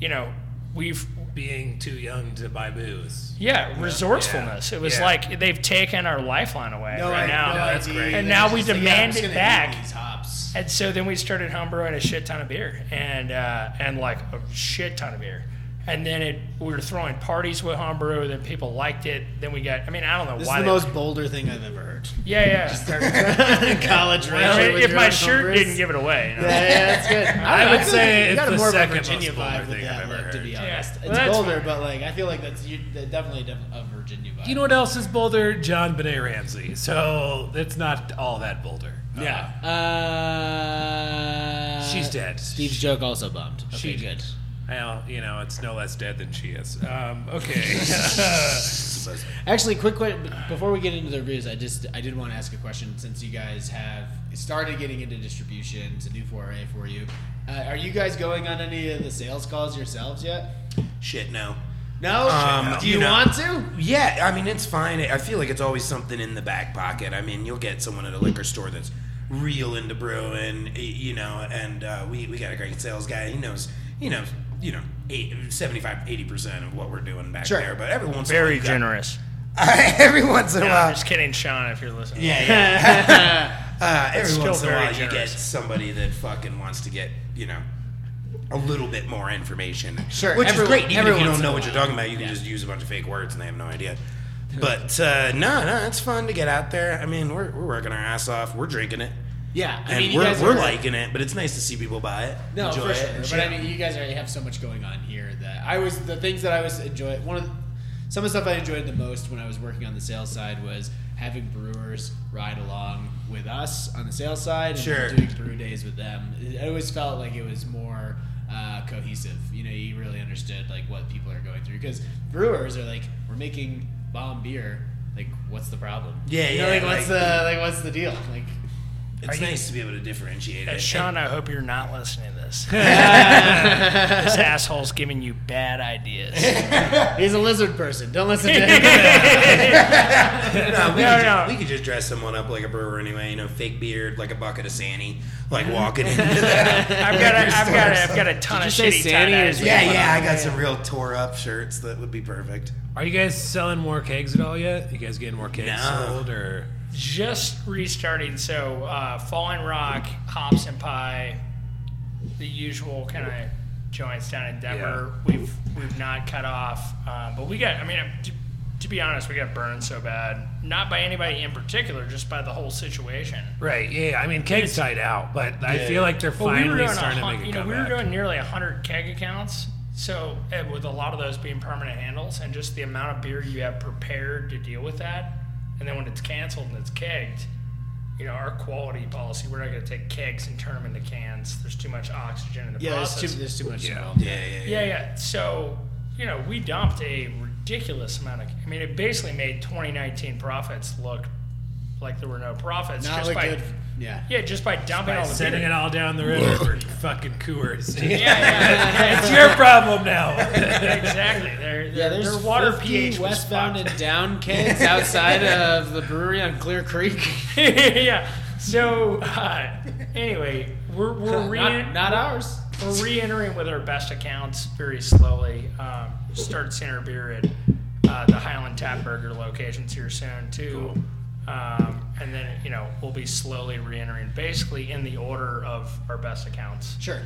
S5: you know, we've
S3: Being too young to buy booze.
S5: yeah resourcefulness. It was
S3: Yeah.
S5: like they've taken our lifeline away
S12: No
S5: right
S12: idea,
S5: now,
S12: no
S3: that's
S12: idea.
S3: great.
S5: and
S12: They're
S5: now
S12: just
S5: we
S12: like, yeah, I'm
S5: demand
S12: just
S5: it
S12: gonna do
S5: back.
S12: These hops.
S5: And so then we started homebrewing a shit ton of beer, and uh, and like a shit ton of beer, and then it we were throwing parties with homebrew. Then people liked it. Then we got. I mean, I don't know
S12: This
S5: why.
S12: is the
S5: they-
S12: most bolder thing I've ever heard.
S5: yeah, yeah.
S12: College
S5: I
S12: ratio
S5: mean,
S12: with
S5: if
S12: your
S5: my
S12: own
S5: shirt
S12: Converse.
S5: didn't give it away. you know?
S12: Yeah, yeah, that's good. I,
S3: I
S12: don't know,
S3: would
S12: I feel
S3: say
S12: like you
S3: it's
S12: got a
S3: the
S12: more of a
S3: second
S12: Virginia
S3: most
S12: vibe
S3: bold
S12: with
S3: thing I've
S12: that
S3: ever
S12: look, to be
S3: heard.
S12: honest. It's
S5: Yeah. Well, that's
S12: bolder,
S5: fine.
S12: but like I feel like that's you, that definitely def- a Virginia vibe.
S3: You know what else is bolder? John Benet Ramsey. So it's not all that bolder.
S1: Yeah. Uh,
S3: She's dead.
S1: Steve's joke also bombed. Okay,
S3: She-
S1: good.
S3: Well, you know, it's no less dead than she is. Um, okay.
S1: Actually, quick question before we get into the reviews. I just I did want to ask a question since you guys have started getting into distribution. It's a new foray for you. Uh, are you guys going on any of the sales calls yourselves yet?
S7: Shit, no.
S1: No.
S7: Um,
S1: Do you
S7: you know-
S1: want to?
S7: Yeah, I mean it's fine. I feel like it's always something in the back pocket. I mean, you'll get someone at a liquor store that's real into brewing, y- you know, and uh, we we got a great sales guy. He knows, you know, you know, eight, 75 80 percent of what we're doing back
S1: Sure.
S7: there. But every once in a while,
S13: Very
S7: you got-
S13: generous.
S7: every once in a
S5: No,
S7: while,
S5: I'm just kidding, Sean. If you're listening,
S7: Oh, Yeah, yeah. uh, every
S5: still
S7: once in a
S5: very
S7: while, you get
S5: generous.
S7: somebody that fucking wants to get you know a little bit more information.
S1: Sure,
S7: which
S1: every-
S7: is great. Even
S1: every
S7: if you
S1: once in
S7: don't
S1: a
S7: know what
S1: while.
S7: you're talking about, you can just use a bunch of fake words and they have no idea. But uh, no, no, it's fun to get out there. I mean, we're we're working our ass off. We're drinking it,
S1: Yeah. I
S7: and
S1: mean, you
S7: we're
S1: guys
S7: we're
S1: are,
S7: liking it. But it's nice to see people buy it,
S1: No,
S7: enjoy
S1: for
S7: it.
S1: sure.
S7: and
S1: But
S7: shit.
S1: I mean, you guys already have so much going on here that I was the things that I was enjoy. One of the, some of the stuff I enjoyed the most when I was working on the sales side was having brewers ride along with us on the sales side and
S7: Sure.
S1: doing brew days with them. It it always felt like it was more uh, cohesive. You know, you really understood like what people are going through because brewers are like, we're making bomb beer. Like, what's the problem?
S7: Yeah,
S1: You know,
S7: yeah,
S1: Like, what's
S7: like-
S1: the like, what's the deal? Like,
S7: it's nice to be able to differentiate
S5: Uh,
S7: it.
S5: Sean, I hope you're not listening to this. this asshole's giving you bad ideas.
S1: he's a lizard person. Don't listen to him.
S7: no, we,
S5: No,
S7: could
S5: no.
S7: Just, we could just dress someone up like a brewer anyway, you know, fake beard, like a bucket of Sanny, like walking into the.
S5: I've got a, I've got a, I've got a ton
S1: Did
S5: of
S1: you say
S5: shitty
S1: Sandy
S5: tie-dyes.
S1: is-
S7: Yeah, yeah, I got some real tore up shirts that would be perfect.
S3: Are you guys selling more kegs at all yet? You guys getting more kegs
S7: No.
S3: sold or?
S5: just restarting. So, uh, Falling Rock, Hops and Pie, the usual kind of joints down in Denver. We've we've not cut off, uh, but we got. I mean, to, to be honest, we got burned so bad. Not by anybody in particular, just by the whole situation.
S3: Right. Yeah. I mean, kegs tied out, but I feel like they're
S5: Well, we
S3: finally
S5: were doing a
S3: starting to
S5: hun-
S3: make a
S5: you know, we were
S3: comeback.
S5: doing nearly hundred keg accounts. So, and with a lot of those being permanent handles, and just the amount of beer you have prepared to deal with that, and then when it's canceled and it's kegged, you know, our quality policy, we're not going to take kegs and turn them into cans. There's too much oxygen in the
S1: Yeah, there's
S5: process.
S1: too, there's too much
S3: Yeah.
S1: involved.
S7: Yeah, yeah,
S5: yeah, yeah. So, you know, we dumped a ridiculous amount of. I mean, it basically made 2019 profits look like there were no profits
S1: Not
S5: just
S1: look
S5: by
S1: good. Yeah.
S5: yeah, just by dumping
S3: By
S5: all the
S3: sending
S5: beer.
S3: it all down the river for fucking Coors.
S5: yeah, yeah, yeah.
S3: it's your problem now.
S5: exactly. Their,
S1: Yeah,
S5: their,
S1: there's
S5: their water
S1: 50
S5: pH was
S1: westbound
S5: fucked.
S1: and down kegs outside of the brewery on Clear Creek.
S5: yeah. So uh, anyway, we're we're, re-
S1: not, not ours.
S5: we're re-entering with our best accounts very slowly. Um, start center beer at uh, the Highland Tap Burger locations here soon too. Um, and then you know we'll be slowly re-entering, basically in the order of our best accounts.
S1: Sure.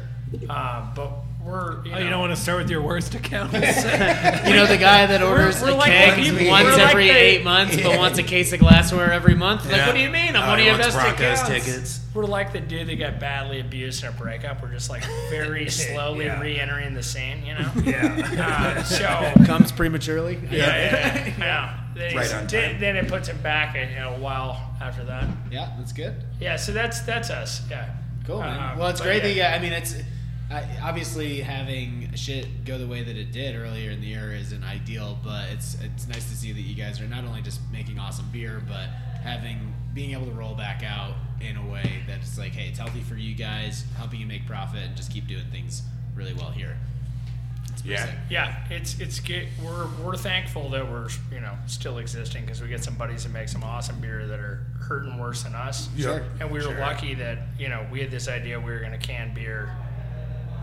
S5: Um, but we're you
S3: Oh,
S5: know,
S3: you don't want to start with your worst account.
S1: You know the guy that orders
S5: we're
S1: a
S5: like
S1: keg
S5: the people-
S1: once
S5: we're like
S1: every
S5: the-
S1: eight months, but wants a case of glassware every month. Like, what do you
S5: Oh,
S1: mean? I'm one of your best
S7: Broncos
S1: accounts.
S7: tickets.
S5: We're like the dude that got badly abused in a breakup. We're just like very slowly
S3: Yeah.
S5: re-entering the scene, you know.
S3: yeah.
S5: Uh, so
S1: Comes prematurely.
S5: yeah, yeah, yeah. Then,
S7: Right
S5: he's-
S7: on
S5: then-
S7: time.
S5: then it puts him back in, in a while after that.
S1: Yeah, that's good.
S5: Yeah, so that's that's us. Yeah.
S1: Cool, man.
S5: Uh,
S1: well, it's
S5: but
S1: great
S5: yeah.
S1: that you got, I mean, it's I, obviously, having shit go the way that it did earlier in the year isn't ideal, but it's it's nice to see that you guys are not only just making awesome beer, but having being able to roll back out in a way that's like, hey, it's healthy for you guys, helping you make profit, and just keep doing things really well here. It's pretty
S7: Yeah.
S1: sick.
S5: Yeah, it's it's ge- we're we're thankful that we're you know still existing because we get some buddies that make some awesome beer that are hurting worse than us.
S7: Sure.
S5: And we were lucky that you know we had this idea we were going to can beer.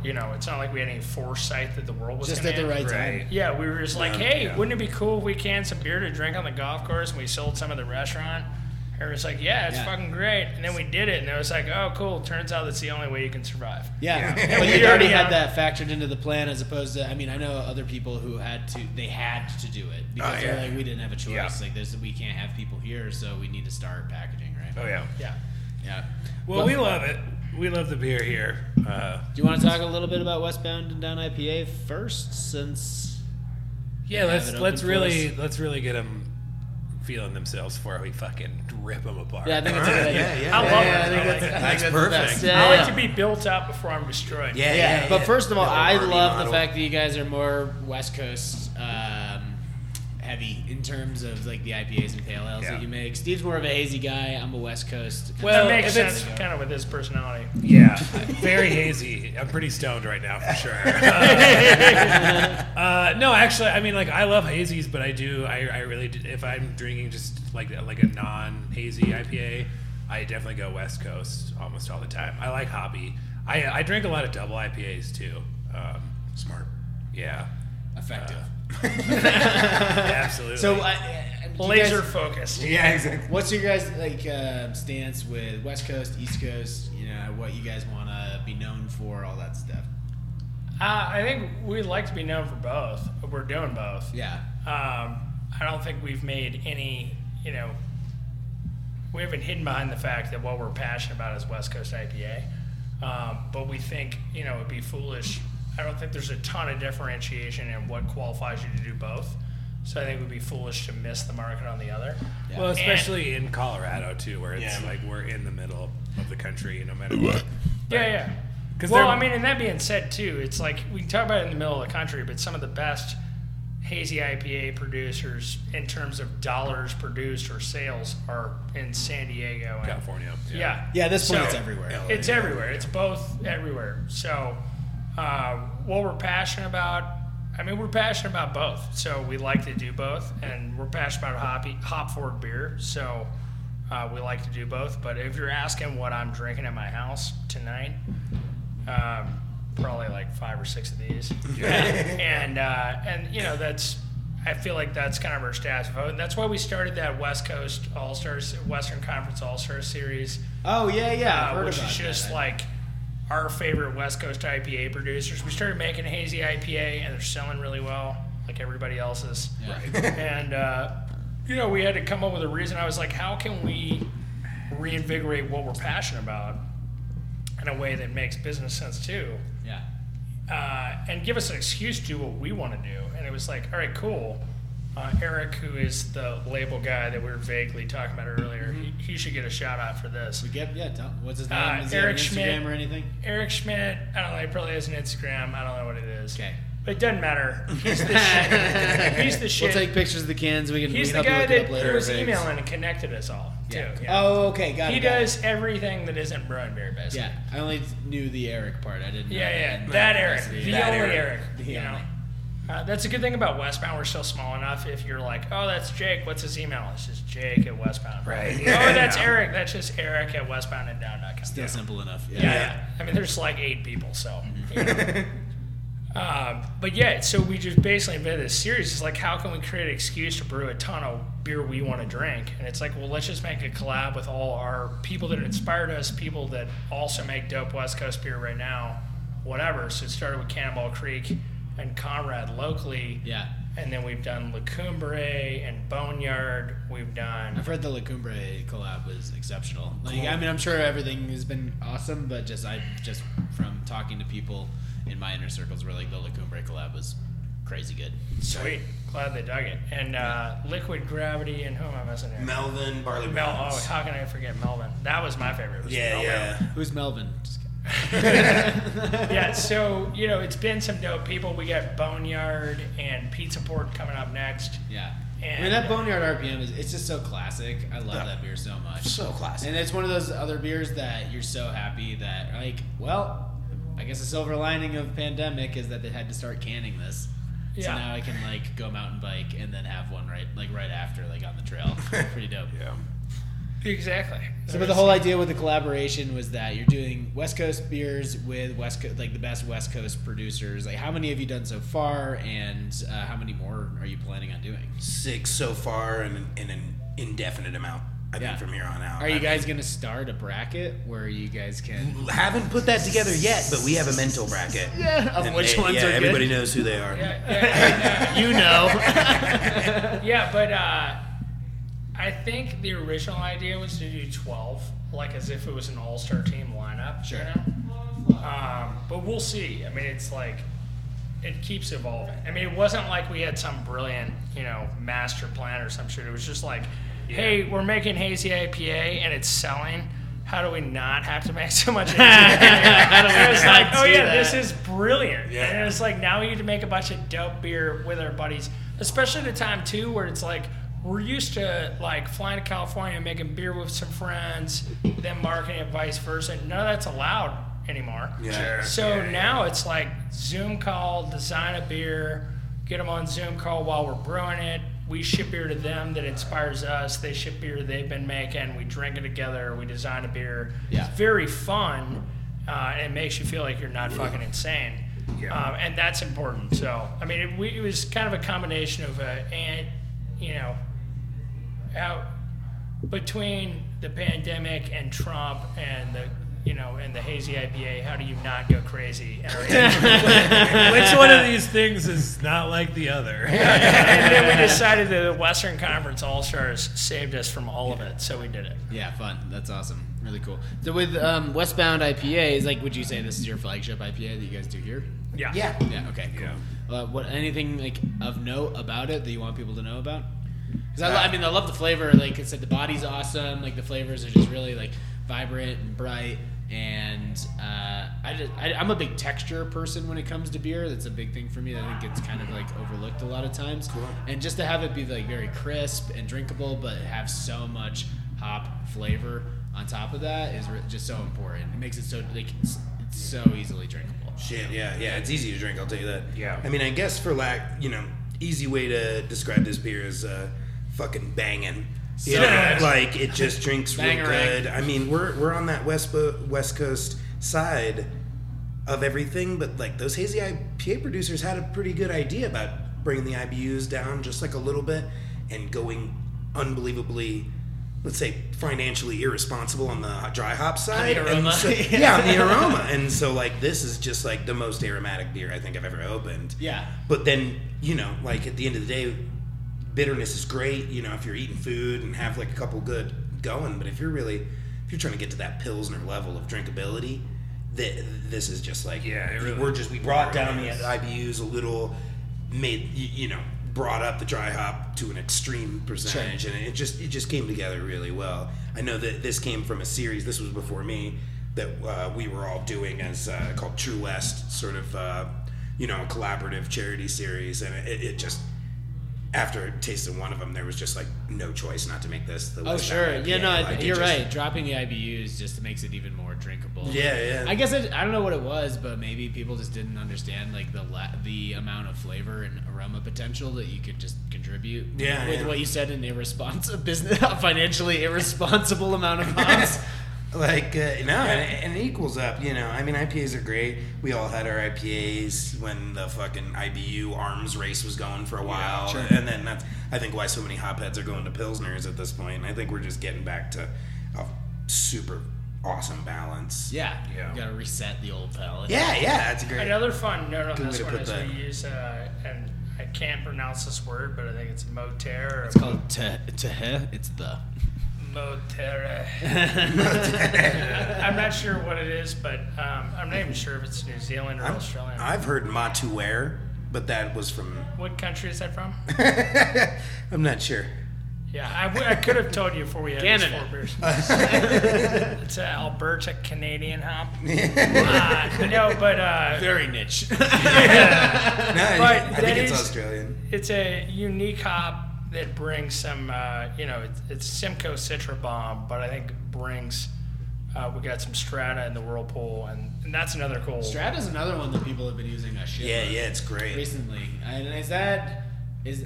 S5: You know, it's not like we had any foresight that the world was
S1: Just
S5: gonna
S1: at the
S5: end.
S1: right time.
S5: Yeah, we were just like, hey, wouldn't it be cool if we canned some beer to drink on the golf course and we sold some at the restaurant? And it was like, yeah, it's
S1: Yeah.
S5: fucking great. And then we did it, and it was like, oh, cool. Turns out that's the only way you can survive.
S1: Yeah,
S5: Yeah.
S1: but
S5: We
S1: you already
S5: already
S1: had
S5: are.
S1: that factored into the plan, as opposed to. I mean, I know other people who had to. They had to do it because
S7: yeah.
S1: they're like, we didn't have a choice.
S5: Yeah.
S1: Like, there's we can't have people here, so we need to start packaging, right?
S3: Oh yeah.
S5: Yeah.
S1: Yeah.
S3: Well, we love it. We love the beer here. Uh,
S1: Do you want to talk a little bit about Westbound and Down IPA first, since
S3: yeah,
S1: it
S3: let's
S1: open
S3: let's
S1: for
S3: really let's really get them feeling themselves before we fucking rip them apart.
S1: yeah, I think it's a good idea.
S7: Yeah, yeah.
S5: I love it.
S1: I think
S5: I like
S1: that's, I think that's
S7: That's
S1: The
S7: perfect.
S1: best.
S7: Yeah,
S1: Yeah,
S5: I
S1: yeah.
S5: like to be built up before I'm destroyed.
S7: yeah,
S1: Yeah, but
S7: yeah.
S1: first of all,
S7: The
S1: I
S7: Army
S1: love the
S7: model.
S1: fact that you guys are more West Coast um, heavy in terms of like the IPAs and pale ales
S3: Yeah.
S1: that you make. Steve's more of a hazy guy. I'm a West Coast. kinda
S5: Well,
S3: Well,
S5: that makes
S3: if it's-
S5: sense kind of with his personality.
S3: Yeah, very hazy. I'm pretty stoned right now for sure. Uh, no, actually, I mean, like I love hazies, but I do. I, I really, do, if I'm drinking just like like a non hazy IPA, I definitely go West Coast almost all the time. I like hoppy. I I drink a lot of double IPAs too. Um, Smart. Yeah.
S1: effective.
S3: Absolutely.
S1: so, I, I-
S5: Laser
S1: You guys,
S5: focused.
S7: Yeah, exactly.
S1: what's your guys like uh, stance with West Coast, East Coast? You know what you guys want to be known for, all that stuff.
S5: Uh, I think we'd like to be known for both. We're doing both.
S1: Yeah,
S5: Um, I don't think we've made any, you know, we haven't hidden behind the fact that what we're passionate about is West Coast IPA. Um, but we think, you know, it'd be foolish. I don't think there's a ton of differentiation in what qualifies you to do both. So I think it would be foolish to miss the market on the other.
S3: well, especially in Colorado too, where it's like we're in the middle of the country, no matter what.
S5: Yeah, yeah.
S3: 'Cause
S5: well,
S3: they're-
S5: I mean, and that being said, too, it's like we can talk about it in the middle of the country, but some of the best hazy IPA producers, in terms of dollars produced or sales, are in San Diego. And,
S3: California.
S5: Yeah.
S1: yeah. At this point,
S5: So-
S1: it's everywhere.
S5: It's everywhere. It's both everywhere. So, uh, what we're passionate about, I mean, we're passionate about both. So we like to do both, and we're passionate about hoppy, hop forward beer. So uh, we like to do both. But if you're asking what I'm drinking at my house tonight, um, probably like five or six of these. and uh, and you know that's. I feel like that's kind of our status vote. And that's why we started that West Coast All Stars, Western Conference All Star Series
S1: Oh yeah, yeah. I've
S5: uh,
S1: heard
S5: which
S1: about
S5: is just
S1: that.
S5: like our favorite West Coast IPA producers. We started making hazy IPA, and they're selling really well, like everybody else's. Right. and uh, you know, we had to come up with a reason. I was like, how can we reinvigorate what we're passionate about in a way that makes business sense too?
S1: yeah.
S5: uh, and give us an excuse to do what we want to do. And it was like, all right, cool. Uh, Eric, who is the label guy that we were vaguely talking about earlier,
S1: Mm-hmm.
S5: he, he should get a shout out for this.
S1: We get yeah. Tell, what's his name?
S5: Uh,
S1: is he on Instagram
S5: Eric Schmidt.
S1: or anything?
S5: Eric Schmidt, I don't know, he probably has an Instagram. I don't know what it is.
S1: Okay.
S5: But it doesn't matter. He's the shit. He's the
S1: We'll
S5: shit.
S1: take pictures of the cans. We can.
S5: He's
S1: we
S5: the
S1: can
S5: guy
S1: help you look it
S5: that
S1: up later.
S5: was
S1: Thanks.
S5: emailing and connected us all, too.
S1: Yeah.
S5: yeah.
S1: Oh, okay, got it.
S5: he
S1: got it.
S5: does everything that isn't Brown Bear, basically.
S1: Yeah, I only knew the Eric part. I didn't. know
S5: Yeah, yeah,
S1: the
S5: that Eric,
S1: rest of
S5: the
S1: That Eric.
S5: only Eric.
S1: The
S5: you know,
S1: only.
S5: uh, that's a good thing about Westbound. We're still small enough. If you're like, oh, that's Jake. What's his email? It's just Jake at Westbound. Right. oh, that's Eric. That's just Eric at Westbound and Down.
S1: Still simple enough. Yeah. Mm-hmm.
S5: Yeah, yeah. I mean, there's like eight people, so. you know. um, but yeah, so we just basically invented this series. It's like, how can we create an excuse to brew a ton of beer we want to drink? And it's like, well, let's just make a collab with all our people that inspired us, people that also make dope West Coast beer right now, whatever. So it started with Cannonball Creek and Conrad locally.
S1: Yeah.
S5: And then we've done La Cumbre and Boneyard. We've done.
S1: I've heard the La Cumbre collab was exceptional. Like, I mean, I'm sure everything has been awesome, but just I just from talking to people in my inner circles, were like the La Cumbre collab was crazy good.
S5: Sweet. Glad they dug it. And uh, Liquid Gravity and who am I missing here?
S7: Melvin Barley
S5: Mel,
S7: Browns.
S5: oh, how can I forget Melvin? That was my favorite. was
S7: yeah,
S5: Melvin.
S7: yeah.
S1: Who's Melvin? Just kidding.
S5: yeah, so you know, it's been some dope people. We got Boneyard and Pizza Port coming up next.
S1: Yeah. I
S5: And-
S1: mean that Boneyard RPM is it's just so classic. I love that beer so much.
S7: So classic.
S1: And it's one of those other beers that you're so happy that like, well, I guess the silver lining of pandemic is that they had to start canning this. So
S5: Yeah.
S1: now I can like go mountain bike and then have one right like right after like on the trail. Pretty dope. Yeah.
S5: Exactly.
S1: So, but the whole idea with the collaboration was that you're doing West Coast beers with West Coast, like the best West Coast producers. Like, how many have you done so far, and uh, how many more are you planning on doing?
S7: Six so far and an, and an indefinite amount, I
S1: Yeah.
S7: think, from here on out.
S1: Are
S7: I
S1: you guys gonna start a bracket where you guys can?
S7: haven't put that together yet, but we have a mental bracket.
S1: Yeah, of
S7: And
S1: which
S7: they-
S1: ones
S7: yeah,
S1: are
S7: everybody
S1: good?
S7: knows who they are.
S5: Yeah, yeah,
S1: You know.
S5: yeah, yeah, but uh, I think the original idea was to do twelve, like as if it was an all-star team lineup. Sure. You know? um, but we'll see. I mean, it's like it keeps evolving. I mean, it wasn't like we had some brilliant, you know, master plan or some shit. It was just like, hey, we're making hazy IPA and it's selling. How do we not have to make so much? How do we I was
S1: not
S5: like, oh
S1: do
S5: yeah,
S1: that?"
S5: this is brilliant.
S7: Yeah.
S5: And it's like now we need to make a bunch of dope beer with our buddies, especially at a time too where it's like we're used to like flying to California and making beer with some friends, then marketing it vice versa. None of that's allowed anymore.
S7: Sure.
S5: So now it's like Zoom call, design a beer, get them on Zoom call while we're brewing it. We ship beer to them that inspires us. They ship beer they've been making. We drink it together. We design a beer.
S1: Yeah.
S5: It's very fun. Uh, and it makes you feel like you're not fucking insane. Um, and that's important. So, I mean, it, we, it was kind of a combination of a, and, you know, how, between the pandemic and Trump and the you know and the hazy IPA, how do you not go crazy? And
S3: Which one of these things is not like the other?
S5: and then we decided that the Western Conference All Stars saved us from all of it, so we did it.
S1: yeah, fun. That's awesome. Really cool. So with um, Westbound IPAs, like, would you say this is your flagship IPA that you guys do here?
S5: Yeah.
S7: Yeah.
S1: Yeah. Okay. Cool. Uh, what anything like of note about it that you want people to know about? Because
S7: Uh,
S1: I, lo- I mean, I love the flavor. Like I said, the body's awesome. Like the flavors are just really like vibrant and bright. And uh, I just I, I'm a big texture person when it comes to beer. That's a big thing for me. that I think it's kind of like overlooked a lot of times. Cool. And just to have it be like very crisp and drinkable, but have so much hop flavor on top of that is re- just so important. It makes it so like it's, it's so easily drinkable.
S7: Shit, yeah, yeah. It's easy to drink, I'll tell you that. Yeah. I mean, I guess for lack, you know, easy way to describe this beer is uh, fucking banging. You
S1: So
S7: know,
S1: good.
S7: like it just drinks real
S1: Bangarang.
S7: good. I mean, we're we're on that west bo- west coast side of everything, but like those hazy IPA producers had a pretty good idea about bringing the IBUs down just like a little bit and going unbelievably, let's say, financially irresponsible on the dry hop side. And
S1: aroma.
S7: so- yeah, on the aroma, and so like this is just like the most aromatic beer I think I've ever opened.
S1: Yeah.
S7: But then, you know, like at the end of the day, bitterness is great, you know, if you're eating food and have like a couple good going. But if you're really, if you're trying to get to that Pilsner level of drinkability, that this is just like, yeah, we're just, we brought down the IBUs a little, made, y- you know, brought up the dry hop to an extreme percentage and it just it just came together really well i know that this came from a series this was before me that uh, we were all doing as uh, called true west sort of uh, you know, collaborative charity series, and it, it just after tasting one of them, there was just like no choice not to make this. The
S1: Oh
S7: West
S1: sure,
S7: Island
S1: yeah,
S7: IPA.
S1: no,
S7: Like, it
S1: you're
S7: just-
S1: right. Dropping the IBUs just makes it even more drinkable.
S7: Yeah, yeah.
S1: I guess it, I don't know what it was, but maybe people just didn't understand like the la- the amount of flavor and aroma potential that you could just contribute.
S7: Yeah,
S1: with
S7: yeah.
S1: what you said, an irresponsible business, a financially irresponsible amount of hops.
S7: like uh, no, and, and it equals up. You know, I mean, IPAs are great. We all had our IPAs when the fucking IBU arms race was going for a while, and then that's I think why so many hopheads are going to pilsners at this point. I think we're just getting back to a super awesome balance.
S1: yeah, yeah. You gotta reset the old palate.
S7: yeah, yeah. That's a great.
S5: Another fun note on
S7: Good way
S5: this
S7: to
S5: one
S7: put
S5: is
S7: that.
S5: we use uh, and I can't pronounce this word, but I think it's moter or
S1: It's called te- tehe. It's the.
S5: motere. I'm not sure what it is, but um, I'm not even sure if it's New Zealand or
S7: I'm-
S5: Australian.
S7: I've heard Matuware, but that was from
S5: what country is that from?
S7: I'm not sure.
S5: Yeah, I, w- I could have told you before we had these
S14: Canada.
S5: four beers. it's an Alberta Canadian hop. Uh, no, but uh,
S1: Very niche.
S7: No,
S5: But
S7: I
S5: that
S7: think it's
S5: is-
S7: Australian.
S5: it's a unique hop that brings some, uh, you know, it's, it's Simcoe Citra Bomb, but I think brings. Uh, we got some Strata in the Whirlpool, and, and that's another cool.
S1: Strata's another one that people have been using a shit.
S7: Yeah,
S1: load
S7: yeah, it's great.
S1: Recently, and is that is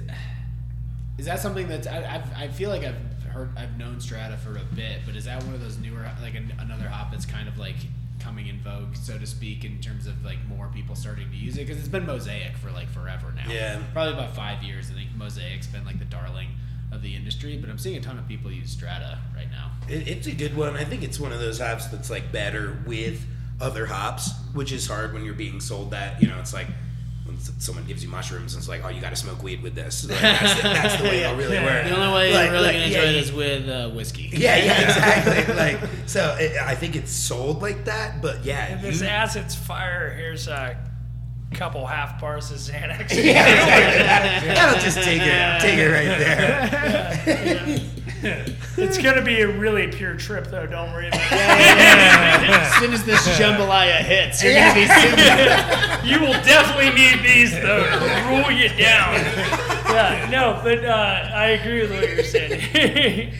S1: is that something that's I I've, I feel like I've heard I've known Strata for a bit, but is that one of those newer like an, another hop that's kind of like coming in vogue, so to speak, in terms of like more people starting to use it because it's been Mosaic for like forever now.
S7: Yeah.
S1: probably about five years. I think Mosaic's been like the darling of the industry, but I'm seeing a ton of people use Strata right now.
S7: It, it's a good one. I think it's one of those hops that's like better with other hops, which is hard when you're being sold that. You know, it's like when s- someone gives you mushrooms and it's like, oh, you got to smoke weed with this. Like, that's, the, that's the way it'll really work.
S1: The only way
S7: Like-
S1: you're really
S7: like,
S1: gonna
S7: yeah,
S1: enjoy it
S7: you-
S1: is with uh, whiskey.
S7: Yeah, yeah, exactly. like, so it, I think it's sold like that, but yeah,
S5: This
S7: you-
S5: acid's fire. Here's a couple half bars of Xanax.
S7: yeah, exactly. That- That'll just take it, take it right there.
S5: It's gonna be a really pure trip, though. Don't worry about it.
S1: as soon as this jambalaya hits, you're gonna be super.
S5: You will definitely need these, though. to Rule you down. Yeah, no, but uh, I agree with what you're saying.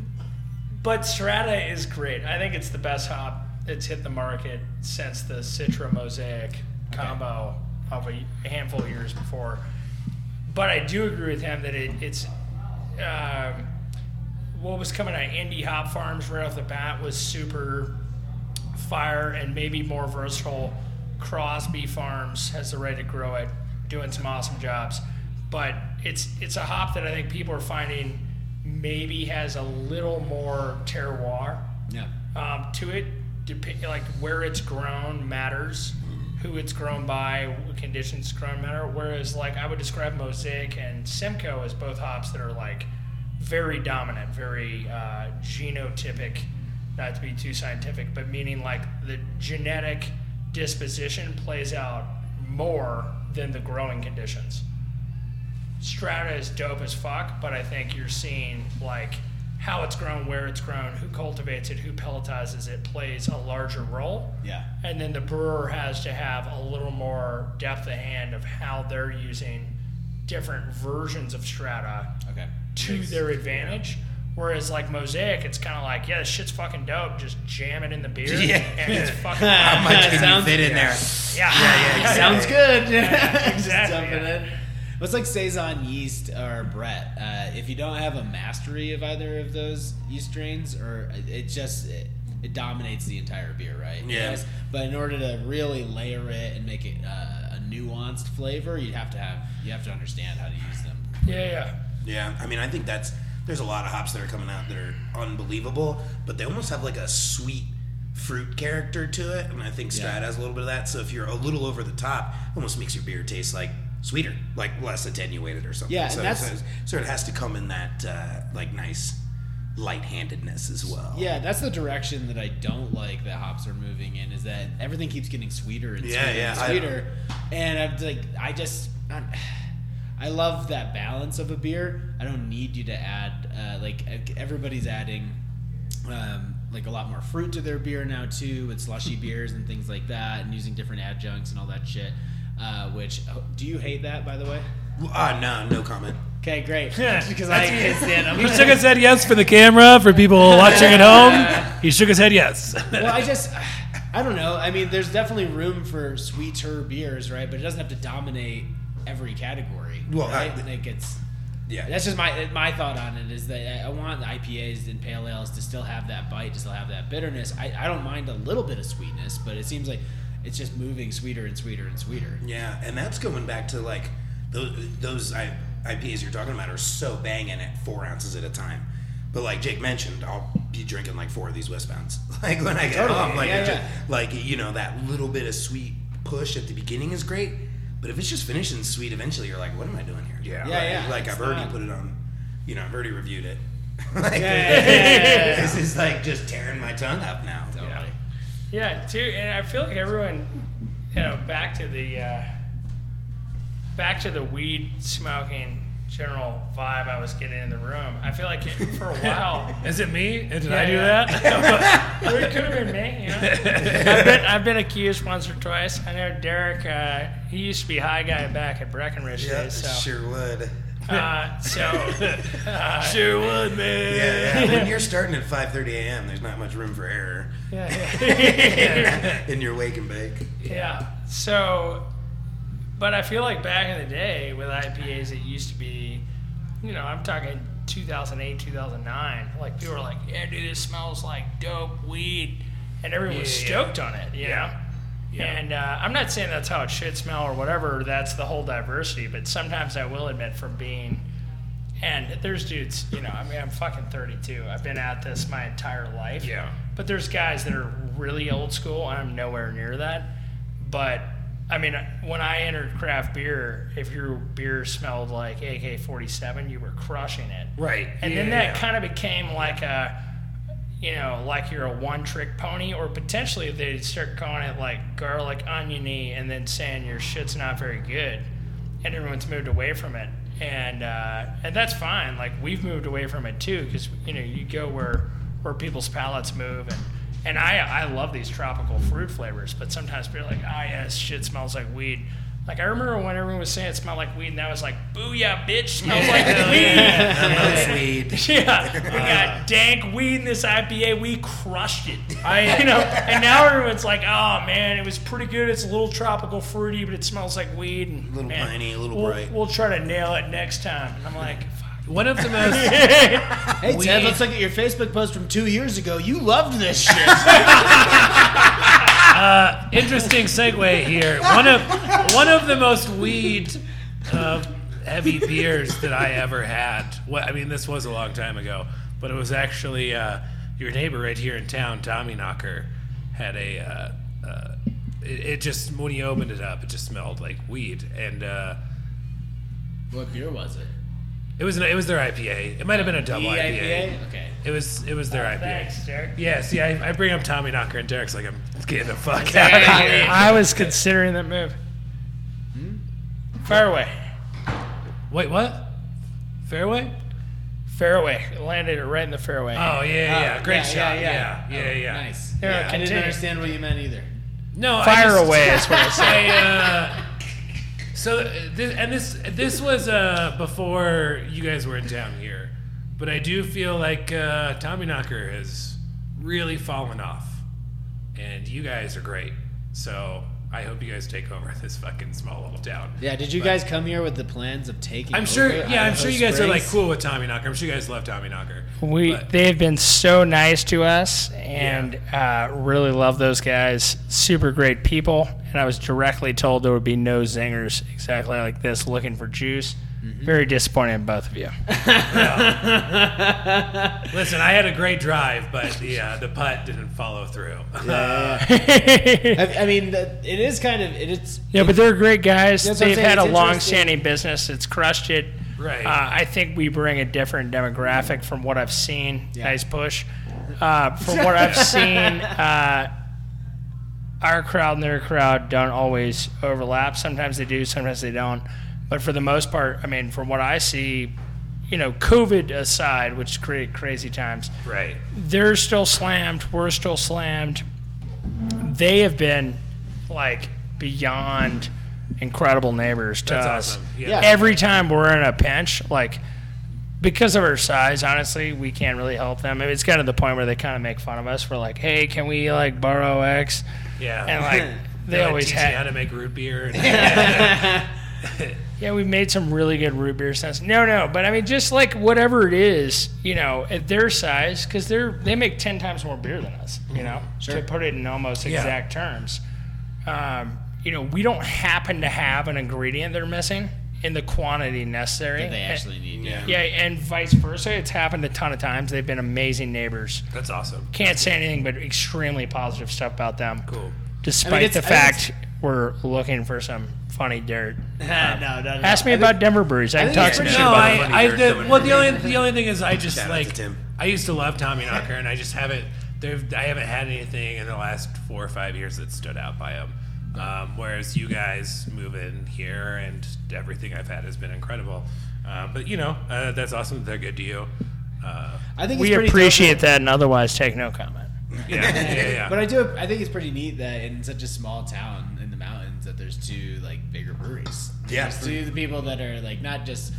S5: but Strata is great. I think it's the best hop that's hit the market since the Citra Mosaic combo of a, a handful of years before. But I do agree with him that it, it's. Um, what was coming out of Indie Hop Farms right off the bat was super fire and maybe more versatile. Crosby Farms has the right to grow it, doing some awesome jobs. But it's it's a hop that I think people are finding maybe has a little more terroir
S1: yeah.
S5: um, to it. Dep- like where it's grown matters, who it's grown by, what conditions it's grown matter. Whereas like I would describe Mosaic and Simcoe as both hops that are like very dominant, very uh, genotypic. Not to be too scientific, but meaning like the genetic disposition plays out more than the growing conditions. Strata is dope as fuck, but I think you're seeing like how it's grown, where it's grown, who cultivates it, who pelletizes it plays a larger role.
S1: Yeah.
S5: And then the brewer has to have a little more depth of hand of how they're using different versions of strata
S1: Okay.
S5: to their advantage. Whereas like mosaic, it's kind of like, yeah, this shit's fucking dope. Just jam it in the beer,
S7: Yeah.
S5: and it's fucking
S7: How much can
S1: Sounds-
S7: you fit in there?
S5: yeah, yeah, yeah.
S1: Sounds good. Just
S5: exactly,
S1: dumping
S5: yeah.
S1: it. Well, it's like saison yeast or Brett. Uh, if you don't have a mastery of either of those yeast strains, or it- it just it, it dominates the entire beer, right? You
S7: Yeah.
S1: guys- But in order to really layer it and make it uh, a nuanced flavor, you have to have you have to understand how to use them.
S5: yeah, yeah.
S7: Yeah, I mean, I think that's there's a lot of hops that are coming out that are unbelievable, but they almost have like a sweet fruit character to it, and I think Strat has a little bit of that. So if you're a little over the top, it almost makes your beer taste like sweeter, like less attenuated or something.
S1: Yeah, and
S7: so,
S1: that's-
S7: so, so it has to come in that uh, like nice light-handedness as well.
S1: Yeah, that's the direction that I don't like that hops are moving in. Is that everything keeps getting sweeter and
S7: Yeah,
S1: sweeter
S7: yeah,
S1: and
S7: I-
S1: sweeter, and I'm like, I just, I'm, I love that balance of a beer. I don't need you to add uh, like e- everybody's adding. Um, like a lot more fruit to their beer now too, with slushy beers and things like that, and using different adjuncts and all that shit. Uh, which oh, do you hate that, by the way?
S7: Ah, no, no comment.
S1: Okay, great. because I can't stand 'em.
S15: He shook his head yes for the camera for people watching at home. He shook his head yes.
S1: well, I just, I don't know. I mean, there's definitely room for sweeter beers, right? But it doesn't have to dominate every category.
S7: Well,
S1: right?
S7: I-
S1: like it's.
S7: Yeah.
S1: That's just my my thought on it is that I want IPAs and pale ales to still have that bite, to still have that bitterness. I, I don't mind a little bit of sweetness, but it seems like it's just moving sweeter and sweeter and sweeter.
S7: Yeah, and that's going back to like those those I, IPAs you're talking about are so banging at four ounces at a time. But like Jake mentioned, I'll be drinking like four of these westbounds. Like when I get home, like
S1: yeah,
S7: it's
S1: yeah.
S7: just- like you know that little bit of sweet push at the beginning is great. But if it's just finishing sweet, eventually you're like, what am I doing here? Yeah,
S1: Yeah, yeah,
S7: Like
S1: it's
S7: I've already
S1: not-
S7: put it on. You know, I've already reviewed it. like, this is like just tearing my tongue up now.
S1: Totally.
S5: Yeah, too, and I feel like everyone, you know, back to the uh, back to the weed smoking general vibe I was getting in the room. I feel like it, for a while.
S3: Is it me? Did
S5: Yeah,
S3: I do
S5: yeah.
S3: that?
S5: it could have been me. You know? I've been I've been accused once or twice. I know Derek. Uh, he used to be high guy back at Breckenridge
S7: Yeah,
S5: days. So,
S7: sure would.
S5: uh, so uh,
S3: sure would, man.
S7: Yeah, yeah. when you're starting at 5:30 a.m., there's not much room for error
S5: yeah, yeah.
S7: in your wake and bake.
S5: yeah. So, but I feel like back in the day with IPAs, it used to be, you know, I'm talking 2008, 2009. Like people were like, "Yeah, dude, this smells like dope weed," and everyone was stoked on it. You know. And uh, I'm not saying that's how it should smell or whatever. That's the whole diversity. But sometimes I will admit from being, and there's dudes. You know, I mean, I'm fucking 32. I've been at this my entire life.
S2: Yeah.
S5: But there's guys that are really old school. and I'm nowhere near that. But I mean, when I entered craft beer, if your beer smelled like AK-47, you were crushing it.
S3: Right.
S5: And
S3: yeah,
S5: then that
S3: yeah.
S5: kind of became like a, you know, like you're a one trick pony, or potentially they'd start calling it like garlic oniony and then saying your shit's not very good. And everyone's moved away from it. And, uh, and that's fine. Like we've moved away from it too, because, you know, you go where, where people's palates move. And, and I, I love these tropical fruit flavors, but sometimes people are like, ah, yeah, this shit smells like weed. Like I remember when everyone was saying it smelled like weed, and I was like, "Booyah, bitch! Smells like weed."
S7: That's weed.
S5: Yeah, Uh. we got dank weed in this IPA. We crushed it. I, you know, and now everyone's like, "Oh man, it was pretty good. It's a little tropical fruity, but it smells like weed." And,
S7: Little
S5: man,
S7: piney, a little
S5: we'll,
S7: bright."
S5: We'll try to nail it next time. And I'm like, "Fuck."
S3: One of the most.
S12: Hey, Ted, let's look at your Facebook post from two years ago. You loved this shit.
S3: interesting segue here. One of one of the most weed uh, heavy beers that I ever had. Well, I mean, this was a long time ago, but it was actually uh, your neighbor right here in town, Tommy Knocker, had a. Uh, uh, it, it just when he opened it up, it just smelled like weed, and uh,
S12: what beer was it?
S3: it was an, it was their IPA. It might have been a double IPA.
S12: IPA? Okay.
S3: It was it was their IPA.
S5: Thanks, Derek.
S3: Yeah, see, I, I bring up Tommy Knocker and Derek's like I'm getting the fuck out of here. Hmm?
S5: I was considering that move. Fairway,
S3: Wait, what? Fairway?
S5: fairway, landed it right in the fairway.
S3: Oh yeah, yeah, great
S12: yeah,
S3: shot.
S12: yeah,
S3: Yeah, yeah,
S1: Oh,
S3: yeah.
S12: Nice.
S5: Yeah,
S12: I didn't
S5: continue.
S12: understand what you meant either.
S3: No, I
S5: Fire
S3: just-
S5: away is what I said.
S3: I, uh, so uh, this, and this this was uh, before you guys were in town here, but I do feel like uh, Tommy Knocker has really fallen off, and you guys are great. So I hope you guys take over this fucking small little town.
S12: Yeah, did you guys come here with the plans of taking
S3: I'm sure. Yeah, I'm sure you guys are like cool with Tommy Knocker. I'm sure you guys love Tommy Knocker.
S5: We
S3: But-
S5: they've been so nice to us and uh, really love those guys. Super great people. And I was directly told there would be no zingers exactly like this looking for juice. Very disappointed in both of you.
S3: Listen, I had a great drive, but the uh, the putt didn't follow through.
S5: yeah,
S12: I, I mean, that- it is kind of it is.
S5: but they're great guys.
S12: That's what I'm
S5: They've
S12: saying,
S5: had a
S12: it's interesting.
S5: long-standing business. It's crushed it.
S3: Right.
S5: Uh, I think we bring a different demographic from what I've seen. Nice push. Uh, from what I've seen, uh, our crowd and their crowd don't always overlap. Sometimes they do, sometimes they don't. But for the most part, I mean, from what I see, you know, COVID aside, which create crazy times,
S3: right.
S5: they're still slammed. We're still slammed. They have been like beyond incredible neighbors to
S3: That's
S5: us.
S3: awesome. Yeah.
S5: Every time we're in a pinch, like because of our size, honestly, we can't really help them. It's kind of the point where they kind of make fun of us. We're like, hey, can we like borrow X?
S3: Yeah.
S5: And like they
S3: They'll
S5: always
S3: teach you how
S5: had.
S3: to make root beer. And,
S5: Yeah, we've made some really good root beer since. No, no, but I mean, just like whatever it is, you know, at their size, because they're they make ten times more beer than us. You know, to put it in almost exact terms, um, you know, we don't happen to have an ingredient they're missing in the quantity necessary.
S12: They
S5: And-
S12: actually need. Yeah.
S5: yeah, and vice versa. It's happened a ton of times. They've been amazing neighbors.
S3: that's awesome.
S5: Can't say anything but extremely positive stuff about them,
S3: Cool.
S5: despite
S12: it's-
S5: the
S12: I think it's-
S5: fact we're looking for some funny dirt. Um,
S12: no, no, no.
S5: Ask me about Denver breweries. I can talk
S12: it's
S5: some
S12: pretty-
S5: shit
S3: No,
S5: about
S3: I,
S5: them.
S3: I the, well the only the only thing is I just
S7: Shout out to
S3: like
S7: Tim.
S3: I used to love Tommy Knocker and I just haven't they've I haven't had anything in the last four or five years that stood out by him. Um, whereas you guys move in here and everything I've had has been incredible. Uh, but you know, uh, that's awesome. that They're good to you. Uh,
S16: I think
S17: We
S16: it's pretty dope
S17: appreciate that and otherwise take no comment.
S3: yeah, yeah, yeah.
S1: But I do. I think it's pretty neat that in such a small town in the mountains that there's two like bigger breweries.
S7: Yeah.
S1: There's two of the people that are like not just.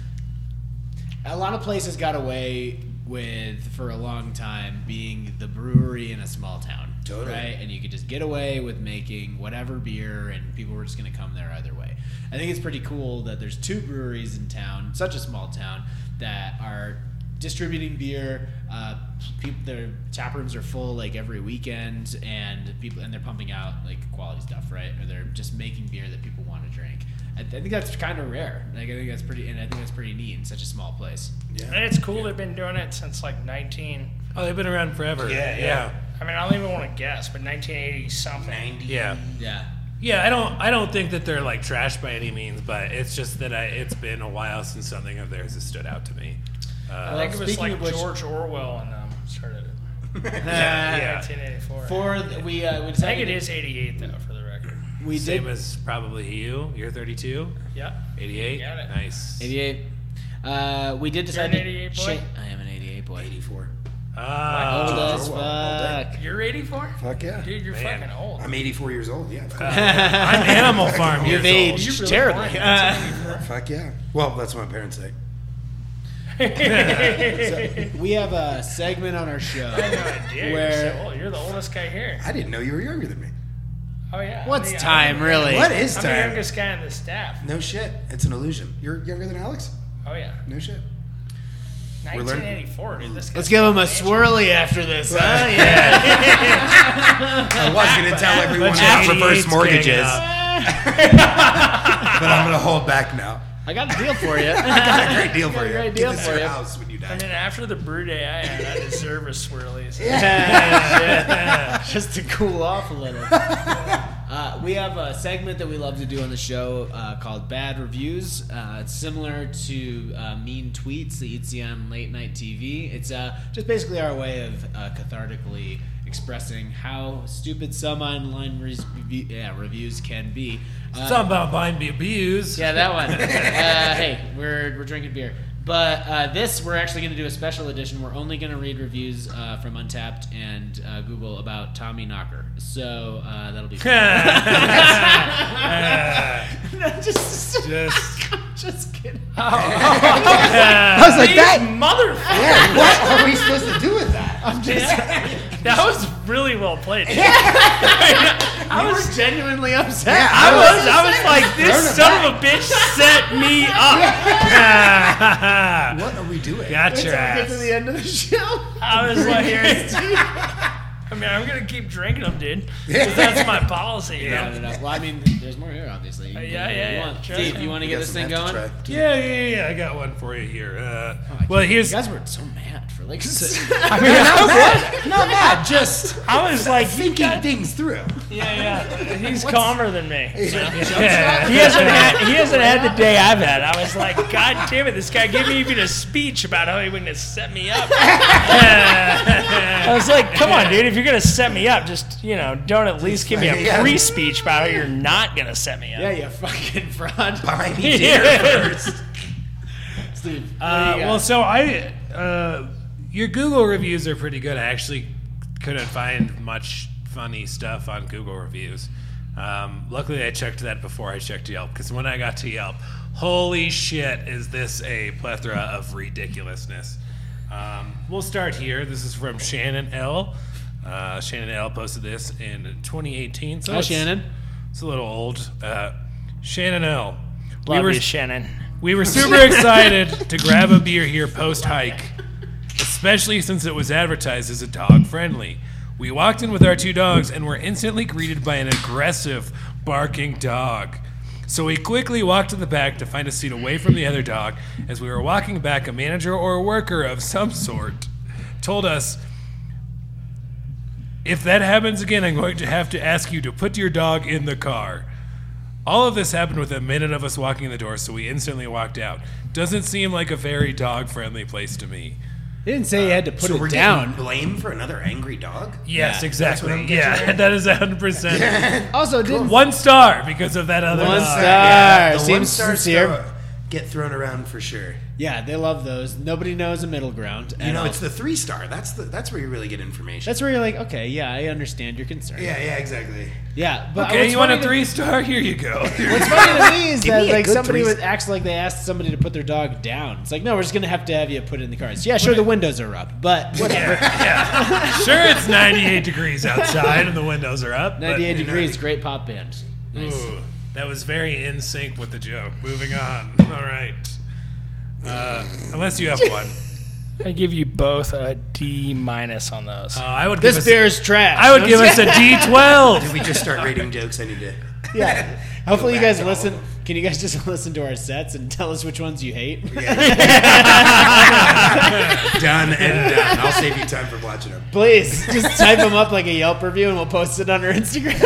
S1: A lot of places got away with for a long time being the brewery in a small town,
S7: Totally.
S1: right? And you could just get away with making whatever beer, and people were just going to come there either way. I think it's pretty cool that there's two breweries in town, such a small town, that are distributing beer. Uh, people, their tap rooms are full like every weekend, and people and they're pumping out like quality stuff, right? Or they're just making beer that people want to drink. I, I think that's kind of rare. Like I think that's pretty, and I think that's pretty neat in such a small place.
S5: And it's cool they've been doing it since like 19.
S3: Oh, they've been around forever.
S7: Yeah, yeah.
S5: I mean, I don't even want to guess, but 1980 something.
S3: yeah. yeah.
S1: Yeah,
S3: Yeah, I don't. I don't think that they're like trash by any means, but it's just that I, it's been a while since something of theirs has stood out to me. Uh,
S5: I think it was
S1: Speaking
S5: like
S1: of which-
S5: George Orwell and them started it.
S3: yeah.
S5: 1984.
S1: Uh, for th- we uh, we
S5: I think
S1: decided
S5: it is 88 though, for the record.
S1: we
S3: Same
S1: did
S3: as probably you. You're 32,
S5: Yeah.
S3: 88.
S5: Got it.
S3: Nice.
S1: eighty eight. Uh, we did decide
S5: an
S1: to
S5: 88 boy?
S1: cha- I am an eighty eight boy. Eighty four.
S3: Ah,
S1: Old
S7: George
S1: as
S7: Orwell, all day.
S1: fuck.
S5: You're 84?
S7: Fuck yeah.
S5: Dude, Uh-huh. you're
S3: Man.
S5: fucking old.
S7: I'm 84 years old. Yeah. Fuck,
S3: I'm Animal Farm.
S1: You've
S3: years
S1: aged
S5: really
S1: terribly.
S5: blind.
S1: Uh,
S7: fuck yeah. Well, that's what my parents say.
S1: we have a segment on our show
S5: I have no idea. You're, so
S1: where
S5: old. you're the oldest guy here.
S7: I didn't know you were younger than me.
S5: Oh, yeah.
S1: what's
S5: Yeah.
S1: time really?
S7: What is
S5: I'm the
S7: time?
S5: youngest guy on the staff.
S7: No shit. It's an illusion. You're younger than Alex?
S5: Oh, yeah.
S7: No shit.
S5: 1984, dude. This
S1: Let's
S5: guy's
S1: give him a swirly after this, huh? Yeah.
S7: I was going to tell everyone about reverse mortgages. but I'm going to hold back now.
S1: I got a deal for you.
S7: Got a great deal for you.
S1: great
S7: Get
S1: deal
S7: this
S1: for
S7: your
S1: you.
S7: house when you die.
S5: And then after the brew day I had, I deserve a swirly. So
S1: Just to cool off a little. Uh, we have a segment that we love to do on the show uh, called Bad Reviews. Uh, it's similar to uh, mean tweets that you'd see on late night TV. It's uh, just basically our way of uh, cathartically expressing how stupid some online res- rev- yeah, reviews can be. Uh,
S3: Something about buying be abused.
S1: Yeah, that one. uh, hey, we're, we're drinking beer. But uh, this, we're actually going to do a special edition. We're only going to read reviews uh, from Untapped and uh, Google about Tommy Knocker. So uh, that'll be fun. No, just,
S3: Just
S1: just kidding.
S7: I was like, that.
S5: Motherfucker!
S7: Yeah, what are we supposed to do with that?
S5: That was really well played.
S1: I was genuinely upset.
S7: Yeah,
S5: I was, I was like, this
S7: it
S5: son of a bitch set me up.
S7: What are we doing?
S3: got your
S1: Get to
S3: ass.
S1: the end of the show.
S5: I was like, I mean, I'm gonna keep drinking them, dude. 'Cause that's my policy, you
S1: No,
S5: know.
S1: no, no. Well, I mean, there's more here, obviously. You can
S5: yeah,
S1: do whatever
S5: yeah,
S1: you
S5: yeah.
S1: want.
S5: Sure.
S1: Steve, you want to get this thing going?
S3: Yeah, yeah, yeah. I got one for you here. Uh, well, here's
S1: You guys were so mad for like.
S7: Not bad, just
S5: I was like, you
S7: thinking
S5: got-
S7: things through.
S5: yeah, yeah. He's calmer than me. you know?
S3: yeah.
S5: He hasn't had he hasn't had the day I've had. I was like, God damn it, this guy gave me even a speech about how he was gonna set me up. I was like, come on, dude, if you're gonna set me up, just you know, don't at least give me a
S7: Yeah.
S5: free speech about how you're not gonna set me
S1: yeah,
S5: up.
S1: you fucking fraud,
S7: Behind me,
S5: Yeah.
S1: Steve. what do you
S3: Uh,
S1: got?
S3: well, so I uh, your Google reviews are pretty good. I actually couldn't find much funny stuff on Google reviews. Um, luckily, I checked that before I checked Yelp because when I got to Yelp, holy shit, is this a plethora of ridiculousness? Um, we'll start here. This is from Shannon L. Uh, Shannon L. posted this in 2018. So
S1: Hi,
S3: it's-
S1: Shannon.
S3: It's a little old. Uh, Shannon L.
S5: Love
S3: we were
S5: you, Shannon.
S3: we were super excited to grab a beer here post hike, especially since it was advertised as a dog friendly. We walked in with our two dogs and were instantly greeted by an aggressive, barking dog. So we quickly walked to the back to find a seat away from the other dog. As we were walking back, a manager or a worker of some sort told us, If that happens again, I'm going to have to ask you to put your dog in the car. All of this happened within a minute of us walking in the door, so we instantly walked out. Doesn't seem like a very dog friendly place to me.
S1: They didn't say you had to put
S7: So we're
S1: it down.
S7: getting blame for another angry dog.
S3: Yes,
S1: Yeah,
S3: exactly. Yeah, that is 100%.
S1: Also, didn't
S3: One star because of that other
S1: One
S3: dog.
S1: star.
S7: the
S1: Seems
S7: one-star
S1: sincere.
S7: star- get thrown around for sure.
S1: Yeah, they love those. Nobody knows a middle ground.
S7: You know, it's the three star. That's the that's where you really get information.
S1: that's where you're like, okay, yeah, I understand your concern.
S7: yeah, yeah, exactly.
S1: yeah. But
S3: Okay,
S1: what's
S3: you want a
S1: funny to-
S3: three star? Here you go.
S1: What's funny to me is
S7: Give
S1: that
S7: me a
S1: like
S7: good
S1: somebody
S7: three-
S1: was, acts like they asked somebody to put their dog down. It's like, no, we're just gonna have to have you put it in the cars. Yeah, sure, the windows are up, but whatever.
S3: sure, it's 98 degrees outside and the windows are up. but-
S1: 98 degrees, great pop band. Nice.
S3: Ooh, that was very in sync with the joke. Moving on. All right. Uh, unless you have one,
S18: I give you both a D minus on those.
S3: uh, I would. Give
S1: This
S3: us,
S1: beer is trash.
S3: I would give us a D12.
S7: We just start rating jokes. I need to.
S1: Yeah. Hopefully, you
S7: back
S1: guys
S7: to all of
S1: listen. Can you guys just listen to our sets and tell us which ones you hate?
S7: Done and done. I'll save you time from watching them.
S1: Please just type them up like a Yelp review, and we'll post it on our Instagram.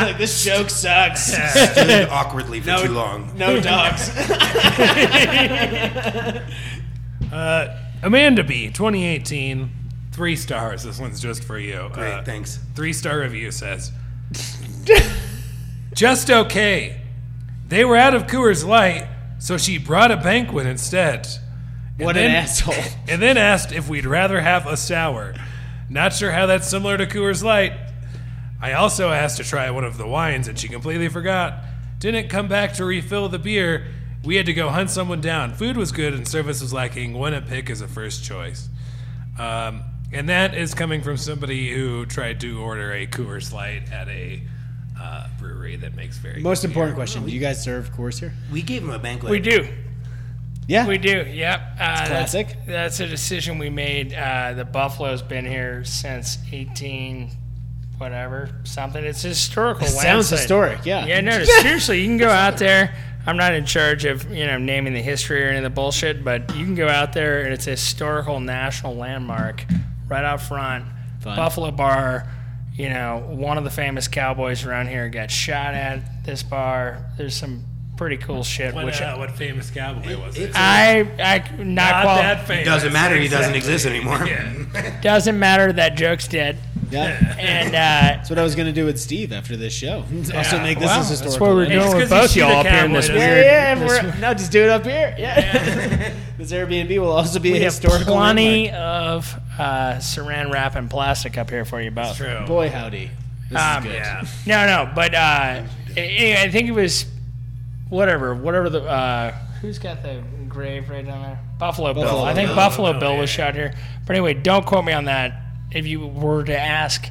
S1: like this joke sucks.
S7: Stood awkwardly for too long.
S1: No dogs.
S3: Uh, Amanda B, 2018, three stars. This one's just for you.
S7: Great,
S3: Uh,
S7: thanks.
S3: Three star review says, just okay. They were out of Coors Light, so she brought a banquet instead. And
S1: What an
S3: then-
S1: asshole.
S3: And then asked if we'd rather have a sour. Not sure how that's similar to Coors Light. I also asked to try one of the wines, and she completely forgot. Didn't come back to refill the beer. We had to go hunt someone down. Food was good, and service was lacking. Wouldn't pick as a first choice. Um, and that is coming from somebody who tried to order a Coors Light at a uh, brewery that makes very good
S1: Most important question: Do you guys serve course here?
S7: We gave him a banquet.
S5: We do.
S1: Yeah.
S5: We do. Yep. Uh, that's-
S1: classic.
S5: That's, a decision we made. Uh, the Buffalo's been here since 18, whatever something. It's a historical.
S1: Sounds
S5: landslide.
S1: historic. Yeah.
S5: Yeah, no, seriously, you can go out there. I'm not in charge of you know naming the history or any of the bullshit, but you can go out there and it's a historical national landmark right out front. Buffalo Bar, you know, one of the famous cowboys around here got shot at this bar. There's some pretty cool shit,
S3: What,
S5: which
S3: uh, what famous cowboy was it?
S7: It's
S5: I I not,
S3: Not
S5: qual-
S3: that famous.
S7: doesn't matter. He doesn't exist anymore.
S5: doesn't matter that joke's dead.
S1: Yeah.
S5: And uh,
S1: That's what I was gonna do with Steve after this show. Also make this
S5: well,
S1: as
S5: that's
S1: historical.
S5: what we're
S1: landmark.
S5: doing with
S3: 'cause you
S5: both
S3: see the
S5: y'all up here in this
S3: cowboy,
S1: Yeah,
S5: weird.
S1: yeah, yeah. We're, no, just do it up here. Yeah. this Airbnb will also be a
S5: We have
S1: historical
S5: plenty
S1: landmark.
S5: of uh, saran wrap and plastic up here for you both.
S3: True.
S1: Boy, howdy. This
S5: Um,
S1: is good.
S3: Yeah.
S5: No, no, but uh, anyway, I think it was whatever, whatever the uh, who's got the grave right down there? Buffalo, Bill.
S1: Buffalo
S5: I think
S1: Bill. Oh,
S5: Buffalo
S3: Bill,
S5: Bill, was
S3: yeah.
S5: shot here. But anyway, don't quote me on that. If you were to ask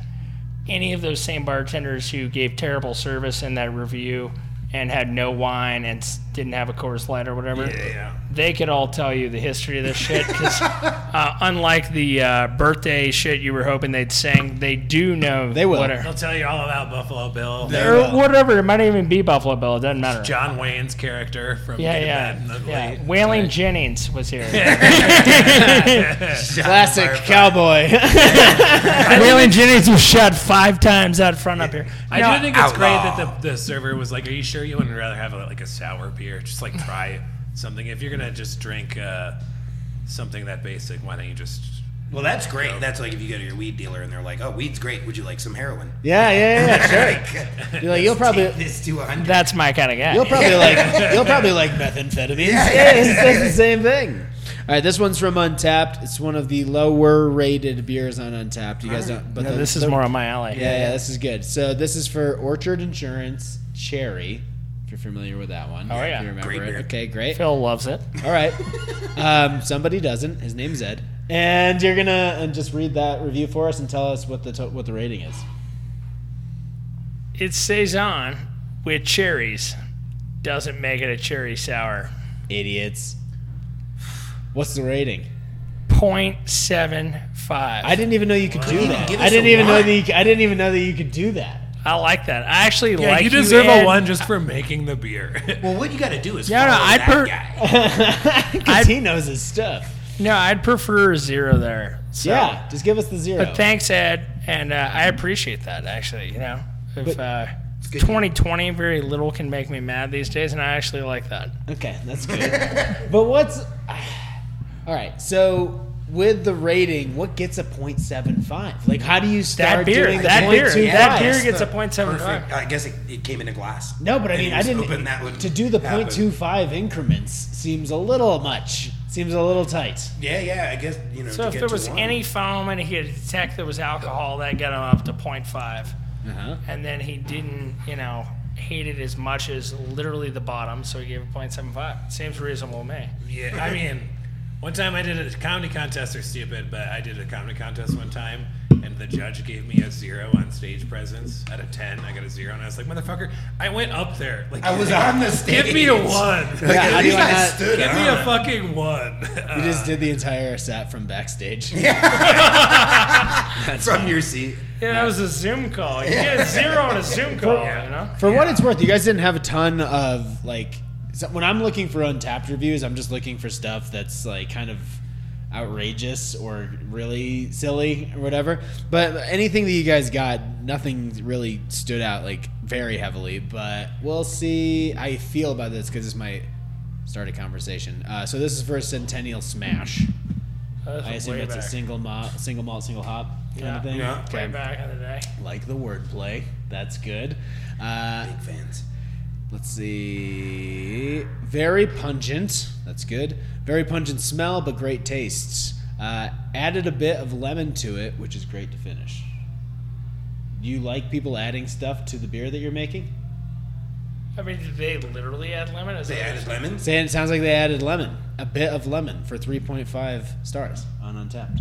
S5: any of those same bartenders who gave terrible service in that review and had no wine and s- didn't have a Coors Light or whatever,
S3: Yeah.
S5: they could all tell you the history of this shit. 'cause, uh, unlike the uh, birthday shit you were hoping they'd sing, they do know
S1: They will.
S5: what are-
S3: They'll tell you all about Buffalo Bill.
S5: or whatever. It might even be Buffalo Bill. It doesn't matter.
S3: John Wayne's character from
S5: yeah,
S3: Good, Bad,
S5: yeah,
S3: and Ugly.
S5: yeah. Waylon Jennings was here.
S1: Classic cowboy.
S5: Waylon Jennings was shot five times out front up here.
S3: I
S5: No,
S3: do think it's
S7: outlaw.
S3: great that the, the server was like, "Are you sure you wouldn't rather have a, like a sour beer? Just like try something. If you're gonna just drink uh, something that basic, why don't you just?"
S7: Well, that's great. That's like if you go to your weed dealer and they're like, "Oh, weed's great. Would you like some heroin?"
S1: yeah, yeah, yeah. Sure.
S7: Like,
S1: You're like, you'll probably,
S7: take this to a hundred.
S5: that's my kind of guy.
S1: you'll probably like, you'll probably like methamphetamines. Yeah, it's, it's the same thing. All right, this one's from Untapped. It's one of the lower-rated beers on Untapped. You guys don't, but
S5: No,
S1: the-
S5: this is
S1: the-
S5: more on my alley.
S1: Yeah, yeah, this is good. So this is for Orchard Insurance Cherry. If you're familiar with that one.
S5: Oh, yeah.
S1: If you remember
S7: Great
S1: it.
S7: beer.
S1: Okay, great.
S5: Phil loves it.
S1: All right. Um, somebody doesn't. His name's Ed. And you're gonna and just read that review for us and tell us what the to- what the rating is.
S5: It stays on with cherries. Doesn't make it a cherry sour.
S1: Idiots. What's the rating?
S5: 0.75.
S1: I
S5: I,
S1: didn't even know you could do
S7: even
S1: that.
S7: give
S1: I
S7: us
S1: didn't
S7: a
S1: even know
S7: one.
S1: that. You, c- I didn't even know that you could do that.
S5: like that. I actually
S3: Yeah,
S5: like
S3: you deserve a
S5: Ed.
S3: one just for making the beer.
S7: Well, what you got to do is
S5: Yeah,
S7: yeah,
S5: no,
S7: follow
S5: I
S7: that
S5: per-
S7: guy.
S1: Because he knows his stuff.
S5: No, I'd prefer a zero there. So.
S1: yeah, just give us the zero.
S5: But thanks, Ed, and uh, I appreciate that. Actually, you know, if
S1: But-
S5: uh, 2020, very little can make me mad these days, and I actually like that.
S1: Okay, that's good. but what's all right? So
S19: with the rating, what gets a 0.75? Like, how do you
S5: That
S19: start
S5: beer,
S19: doing the
S5: that beer,
S19: 0.25?
S5: that beer gets a point seven five.
S7: Perfect. I guess it, it came in a glass.
S19: No, but I
S7: And
S19: mean,
S7: he
S19: I
S7: was
S19: didn't.
S7: hoping that would
S19: to do the
S7: happen.
S19: 0.25 increments seems a little much. Seems a little tight.
S7: Yeah, yeah. I guess you know.
S5: So
S7: to
S5: if
S7: get
S5: there
S7: to
S5: was
S7: one.
S5: any foam and he could detect there was alcohol, that got him up to 0.5.
S19: Uh-huh.
S5: and then he didn't, you know, hate it as much as literally the bottom, so he gave it 0.75. Seems reasonable to me.
S3: Yeah, I mean, one time I did a comedy contest. Are stupid, but I did a comedy contest one time, and the judge gave me a zero on stage presence out of ten. I got a zero, and I was like, "Motherfucker, I went up there. Like,
S7: I was on the stage.
S3: give me a one.
S7: Like,
S19: how
S7: at
S19: do you
S7: least I
S19: not-
S7: stood
S3: give me
S7: on
S3: a
S7: it.
S3: fucking one." Uh,
S1: You just did the entire set from backstage.
S7: from your seat.
S5: Yeah, that was a Zoom call. You get zero on a Zoom call, you know?
S1: For what it's worth, you guys didn't have a ton of like. So when I'm looking for untapped reviews, I'm just looking for stuff that's like kind of outrageous or really silly or whatever. But anything that you guys got, nothing really stood out like very heavily. But we'll see. I feel about this because this might start a conversation. Uh, so this is for a Centennial Smash.
S5: That was
S1: I assume
S5: way
S1: it's
S5: back.
S1: a single malt, single malt, single hop kind
S5: Yeah.
S1: of thing.
S7: Yeah.
S5: Way
S1: Okay.
S5: back in the day.
S1: Like the wordplay. That's good. Uh,
S7: Big fans.
S1: Let's see. Very pungent. That's good. Very pungent smell, but great tastes. Uh, added a bit of lemon to it, which is great to finish. You like people adding stuff to the beer that you're making?
S5: I mean, did they literally add lemon? Is
S7: They
S5: that-
S7: added lemons.
S1: Saying it sounds like they added lemon. A bit of lemon for 3.5 stars on Untapped.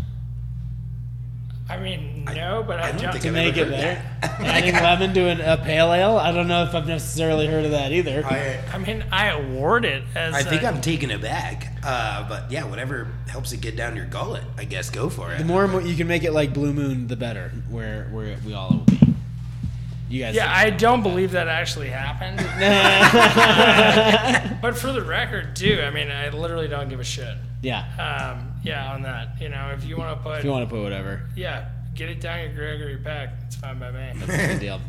S5: I mean, no, but I,
S7: I don't
S5: don't
S7: think
S1: To
S7: I've
S1: make
S7: never
S1: it
S7: heard
S1: better.
S7: that.
S1: Adding
S7: Like,
S1: lemon to an, a pale ale? I don't know if I've necessarily heard of that either.
S7: I,
S5: I mean, I award it as
S7: I think
S5: a-
S7: I'm taking it back. Uh, but yeah, whatever helps it get down your gullet, I guess go for
S1: The
S7: it.
S1: more and more you can make it like Blue Moon, the better, where, where we all will be. You guys
S5: Yeah, I don't believe that actually happened. but for the record, too, I mean, I literally don't give a shit.
S1: Yeah.
S5: Um, yeah, on that. You know, if you want to put.
S1: If you want to put whatever,
S5: Yeah, get it down your Gregory Peck. It's fine by me.
S1: good deal.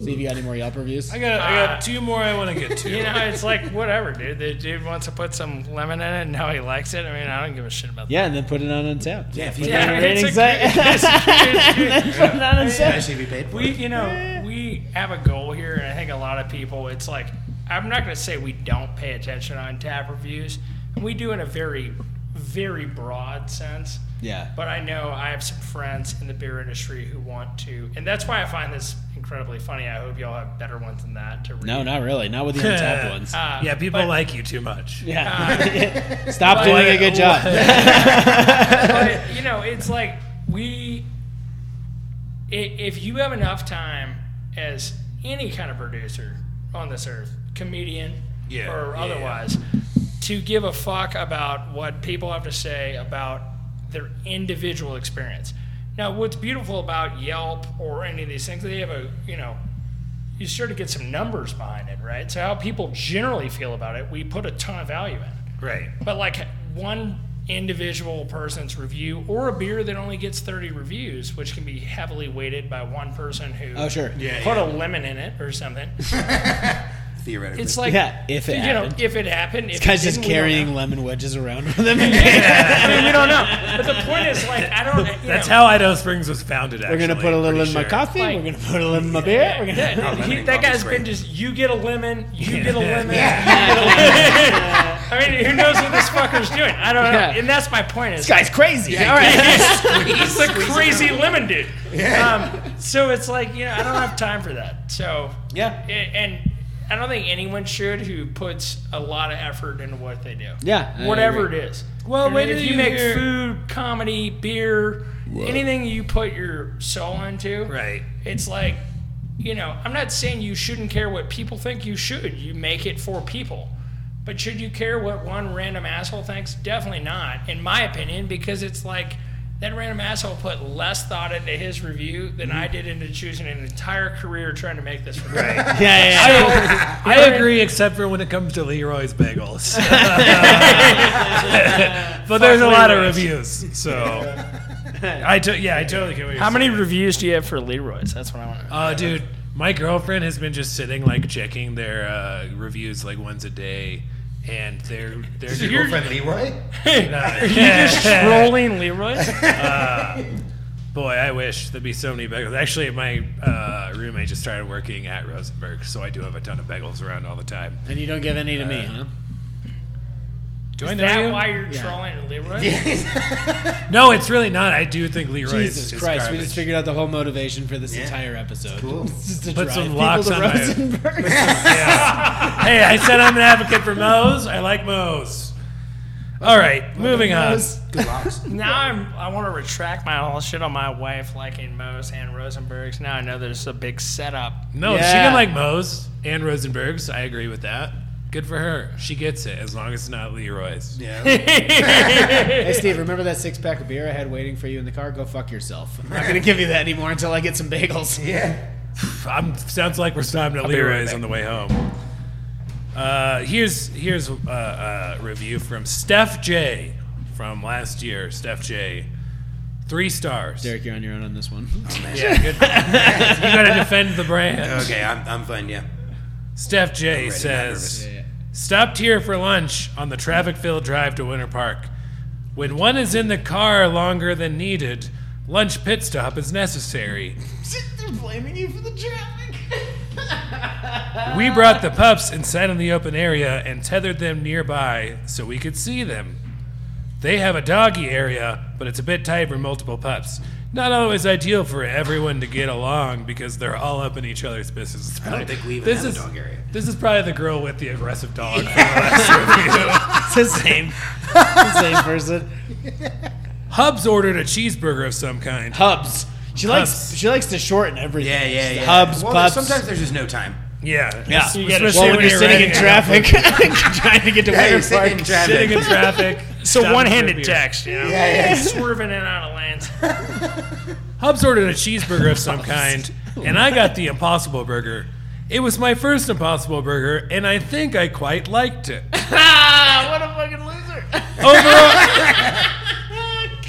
S1: See if you got any more Yelp reviews.
S3: I got, I got two more. I want to get two.
S5: You know, it's like whatever, dude. The dude wants to put some lemon in it, and now he likes it. I mean, I don't give a shit about
S1: Yeah, and then put it on Untapped.
S7: Yeah, if you
S5: that. Yeah, I mean, it's
S1: Rating
S5: a
S1: site.
S5: good- it's a good- good-
S1: Put it on Untappd.
S7: actually be paid for.
S5: we,
S7: it.
S5: you know, we have a goal here, and I think a lot of people. It's like I'm not going to say we don't pay attention on tap reviews, and we do in a very, very broad sense.
S1: Yeah.
S5: But I know I have some friends in the beer industry who want to, and that's why I find this incredibly funny. I hope y'all have better ones than that to read.
S1: No, not really. Not with the Untapped ones.
S5: Uh,
S3: yeah, people
S5: but-
S3: like you too much.
S1: Yeah.
S5: Ah.
S1: Stop doing a good job.
S5: but you know, it's like we, i- if you have enough time as any kind of producer on this earth, comedian
S3: Yeah,
S5: or
S3: yeah.
S5: otherwise, to give a fuck about what people have to say about their individual experience. Now, what's beautiful about Yelp or any of these things, they have a you know you start to get some numbers behind it, right? So how people generally feel about it, we put a ton of value in.
S3: Right.
S5: But like one individual person's review or a beer that only gets 30 reviews, which can be heavily weighted by one person who
S1: Oh, sure. Yeah.
S5: put a lemon in it or something.
S7: Theoretically,
S5: It's like,
S1: if
S5: you
S1: it
S5: know,
S1: happened.
S5: if it happened, if
S1: Guys
S5: it
S1: just
S5: didn't, we don't
S1: carrying
S5: know.
S1: lemon wedges around with them.
S5: I mean, you don't know. But the point is, like, I don't. You
S3: That's
S5: know,
S3: how Idaho Springs was founded. Actually,
S1: We're gonna put a little in
S3: pretty
S1: my
S3: sure.
S1: coffee.
S5: Like-
S1: we're gonna put a little in my beer. We're gonna.
S5: Yeah,
S7: lemon
S5: he-
S7: and
S5: that
S7: coffee's
S5: guy's been
S7: great.
S5: just you get a lemon, you get a lemon, you get a lemon. I mean, who knows what this fucker's doing? I don't know.
S1: Yeah.
S5: And that's my point. Is
S1: Guy's crazy. All right.
S5: he's the crazy lemon dude. Um, so it's like you know, I don't have time for that. So
S1: Yeah.
S5: a- and I don't think anyone should who puts a lot of effort into what they do.
S1: Yeah. I
S5: whatever it
S1: agree.
S5: is. Well,
S3: wait
S5: if
S3: till
S5: you
S3: you
S5: make
S3: hear-
S5: food, comedy, beer, anything you put your soul into,
S3: Right.
S5: it's like, you know, I'm not saying you shouldn't care what people think you should. You make it for people. But should you care what one random asshole thinks? Definitely not, in my opinion, because it's like that random asshole put less thought into his review than I did into choosing an entire career trying to make this review. Right.
S1: Yeah, yeah, yeah.
S3: I agree, except for when it comes to Leroy's bagels. but there's a lot of reviews, so I to- yeah, I totally get what you're
S5: How many
S3: saying.
S5: reviews do you have for Leroy's? That's what I want to know.
S3: Uh, dude, my girlfriend has been just sitting like checking their uh, reviews like once a day, and they're they're
S7: Is your girlfriend Leroy?
S3: Nah.
S5: Uh,
S20: Rolling Leroy.
S3: Boy, I wish there'd be so many bagels. Actually, my uh, roommate just started working at Rosenberg, so I do have a ton of bagels around all the time.
S1: And you don't give any to me, huh?
S5: Uh-huh.
S3: Do I
S5: Is
S3: know
S5: that
S3: you?
S5: why you're
S1: Yeah.
S5: trolling Leroy?
S3: No, it's really not. I do think Leroy's
S1: Jesus
S3: is
S1: Christ, we
S3: garbage.
S1: just figured out the whole motivation for this
S7: Yeah.
S1: entire episode.
S7: Cool.
S1: Just to
S3: Put
S1: drive
S3: some
S1: people
S3: locks
S1: to
S3: on my-
S1: Rosenberg.
S3: hey, I said I'm an advocate for Moe's. I like Moe's. All right, moving on.
S7: Good locks.
S5: Now I'm. I want to retract my whole shit on my wife liking Moe's and Rosenberg's. Now I know there's a big setup.
S3: No, she
S1: Yeah.
S3: can like Moe's and Rosenberg's. I agree with that. Good for her. She gets it as long as it's not Leroy's.
S7: Yeah.
S1: Hey, Steve, remember that six pack of beer I had waiting for you in the car? Go fuck yourself. I'm not going to give you that anymore until I get some bagels.
S7: yeah.
S3: I'm, sounds like we're stopping at
S21: be right
S3: Leroy's
S21: back.
S3: on the way home. Uh, here's here's a, a review from Steph J from last year. Steph J, three stars.
S1: Derek, you're on your own on this one.
S3: Yeah, good. you gotta defend the brand.
S7: Okay, I'm, I'm fine, yeah.
S3: Steph J
S7: I'm
S3: says,
S1: nervous. Yeah, yeah.
S3: "Stopped here for lunch on the traffic-filled drive to Winter Park. When one is in the car longer than needed, lunch pit stop is necessary.
S1: They're blaming you for the traffic.
S3: We brought the pups and sat in the open area and tethered them nearby so we could see them. They have a doggy area, but it's a bit tight for multiple pups." Not always ideal for everyone to get along because they're all up in each other's business.
S7: I don't think we even
S3: This
S7: have
S3: is-
S7: a dog area.
S3: This is probably the girl with the aggressive dog.
S1: it's the same. It's the same person.
S3: Hubs ordered a cheeseburger of some kind.
S1: Hubs. She likes
S3: Hubs.
S1: she likes to shorten everything.
S7: Yeah, yeah, yeah.
S1: Hubs,
S7: well,
S1: pubs.
S7: Sometimes there's just no time.
S3: Yeah.
S1: Yeah.
S3: Especially
S1: well, when, you're sitting in
S3: riding-
S1: traffic, trying to get to
S7: Hey,
S1: Winter
S7: sitting
S1: Park.
S7: in traffic.
S3: Sitting in traffic.
S20: So
S3: stopping for a
S20: one-handed
S3: beer.
S20: text, you know.
S7: yeah, yeah.
S5: Swerving in on a lens.
S3: Hubs ordered a cheeseburger of some kind, and I got the Impossible Burger. It was my first Impossible Burger, and I think I quite liked it.
S5: ah, what a fucking loser.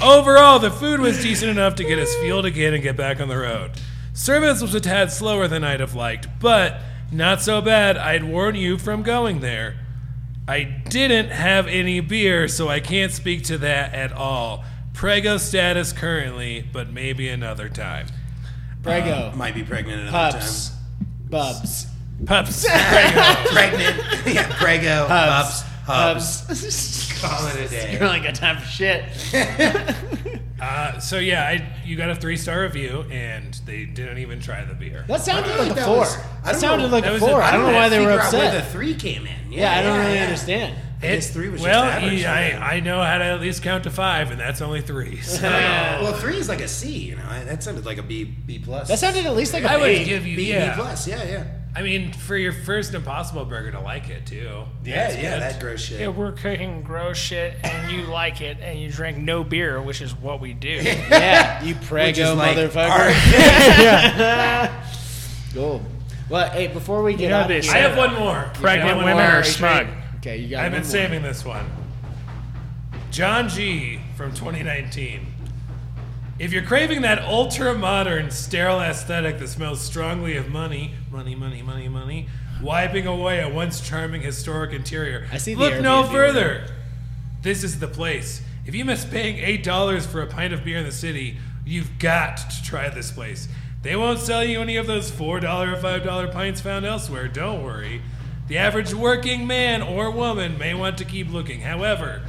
S3: Overall, overall, the food was decent enough to get us fueled again and get back on the road. Service was a tad slower than I'd have liked, but not so bad. I'd warn you from going there. I didn't have any beer, so I can't speak to that at all. Prego status currently, but maybe another time.
S1: Prego.
S7: Might be pregnant another
S1: Hubs. Bubs.
S3: Pups.
S7: time. Oh, Pregnant. yeah, prego. Hubs. Hubs. Call it a
S1: I
S7: day.
S1: only got time for shit.
S3: Uh, so yeah, I, you got a three-star review, and they didn't even try the beer.
S1: That sounded like a
S7: that
S1: four.
S7: was- I
S1: that
S7: don't
S1: sounded
S7: know.
S1: like
S3: That
S1: a
S3: was a-
S1: four. I I don't know why they were
S7: Figure out Where
S1: upset.
S7: the three came in. Yeah,
S1: Yeah, I don't really
S7: yeah.
S1: understand.
S7: guess three was
S3: well,
S7: just average
S3: e-
S7: for them.
S3: I, I know how to at least count to five, and that's only three. So
S7: Well, three is like a C. You know, I, that sounded like a B, B plus.
S1: That sounded at least like a
S3: I would
S1: B.
S3: give you,
S7: B, B
S3: yeah.
S7: plus. Yeah, yeah,
S3: I mean, for your first Impossible Burger to like it too.
S7: yeah,
S3: That's
S7: yeah.
S3: good.
S7: That gross shit.
S5: Yeah, we're cooking gross shit, and you like it, and you drink no beer, which is what we do.
S1: Yeah, you
S7: Which is
S1: prego
S7: like
S1: motherfucker.
S7: our-
S1: Cool. Well, hey, before we get
S5: know
S1: out
S5: they
S1: of here,
S3: I have one more.
S5: Pregnant
S3: One
S5: women
S3: more.
S5: are smug.
S1: okay, you got
S3: I've
S1: one
S3: been
S1: more.
S3: saving this one. John G from 2019. If you're craving that ultra modern, sterile aesthetic that smells strongly of money, money, money, money, money, wiping away a once charming historic interior,
S1: I see the
S3: look no
S1: Airbnb
S3: further. This is the place. If you miss paying $8 for a pint of beer in the city, you've got to try this place. They won't sell you any of those $4 or $5 pints found elsewhere, don't worry. The average working man or woman may want to keep looking. However,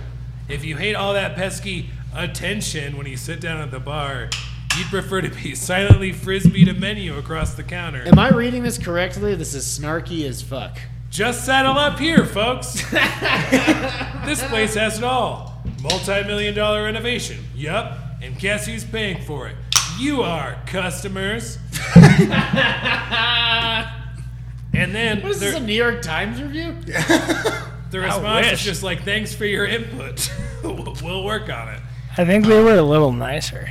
S3: if you hate all that pesky attention when you sit down at the bar, you'd prefer to be silently frisbeed a menu across the counter.
S1: Am I reading this correctly? This is snarky as fuck.
S3: Just saddle up here, folks. this place has it all. Multi-million dollar renovation. Yup. And guess who's paying for it? You are, customers. and then
S1: What is this, a
S3: the,
S1: New York Times review?
S3: the response is
S5: wish.
S3: just like, thanks for your input. we'll we'll work on it.
S5: I think they were a little nicer.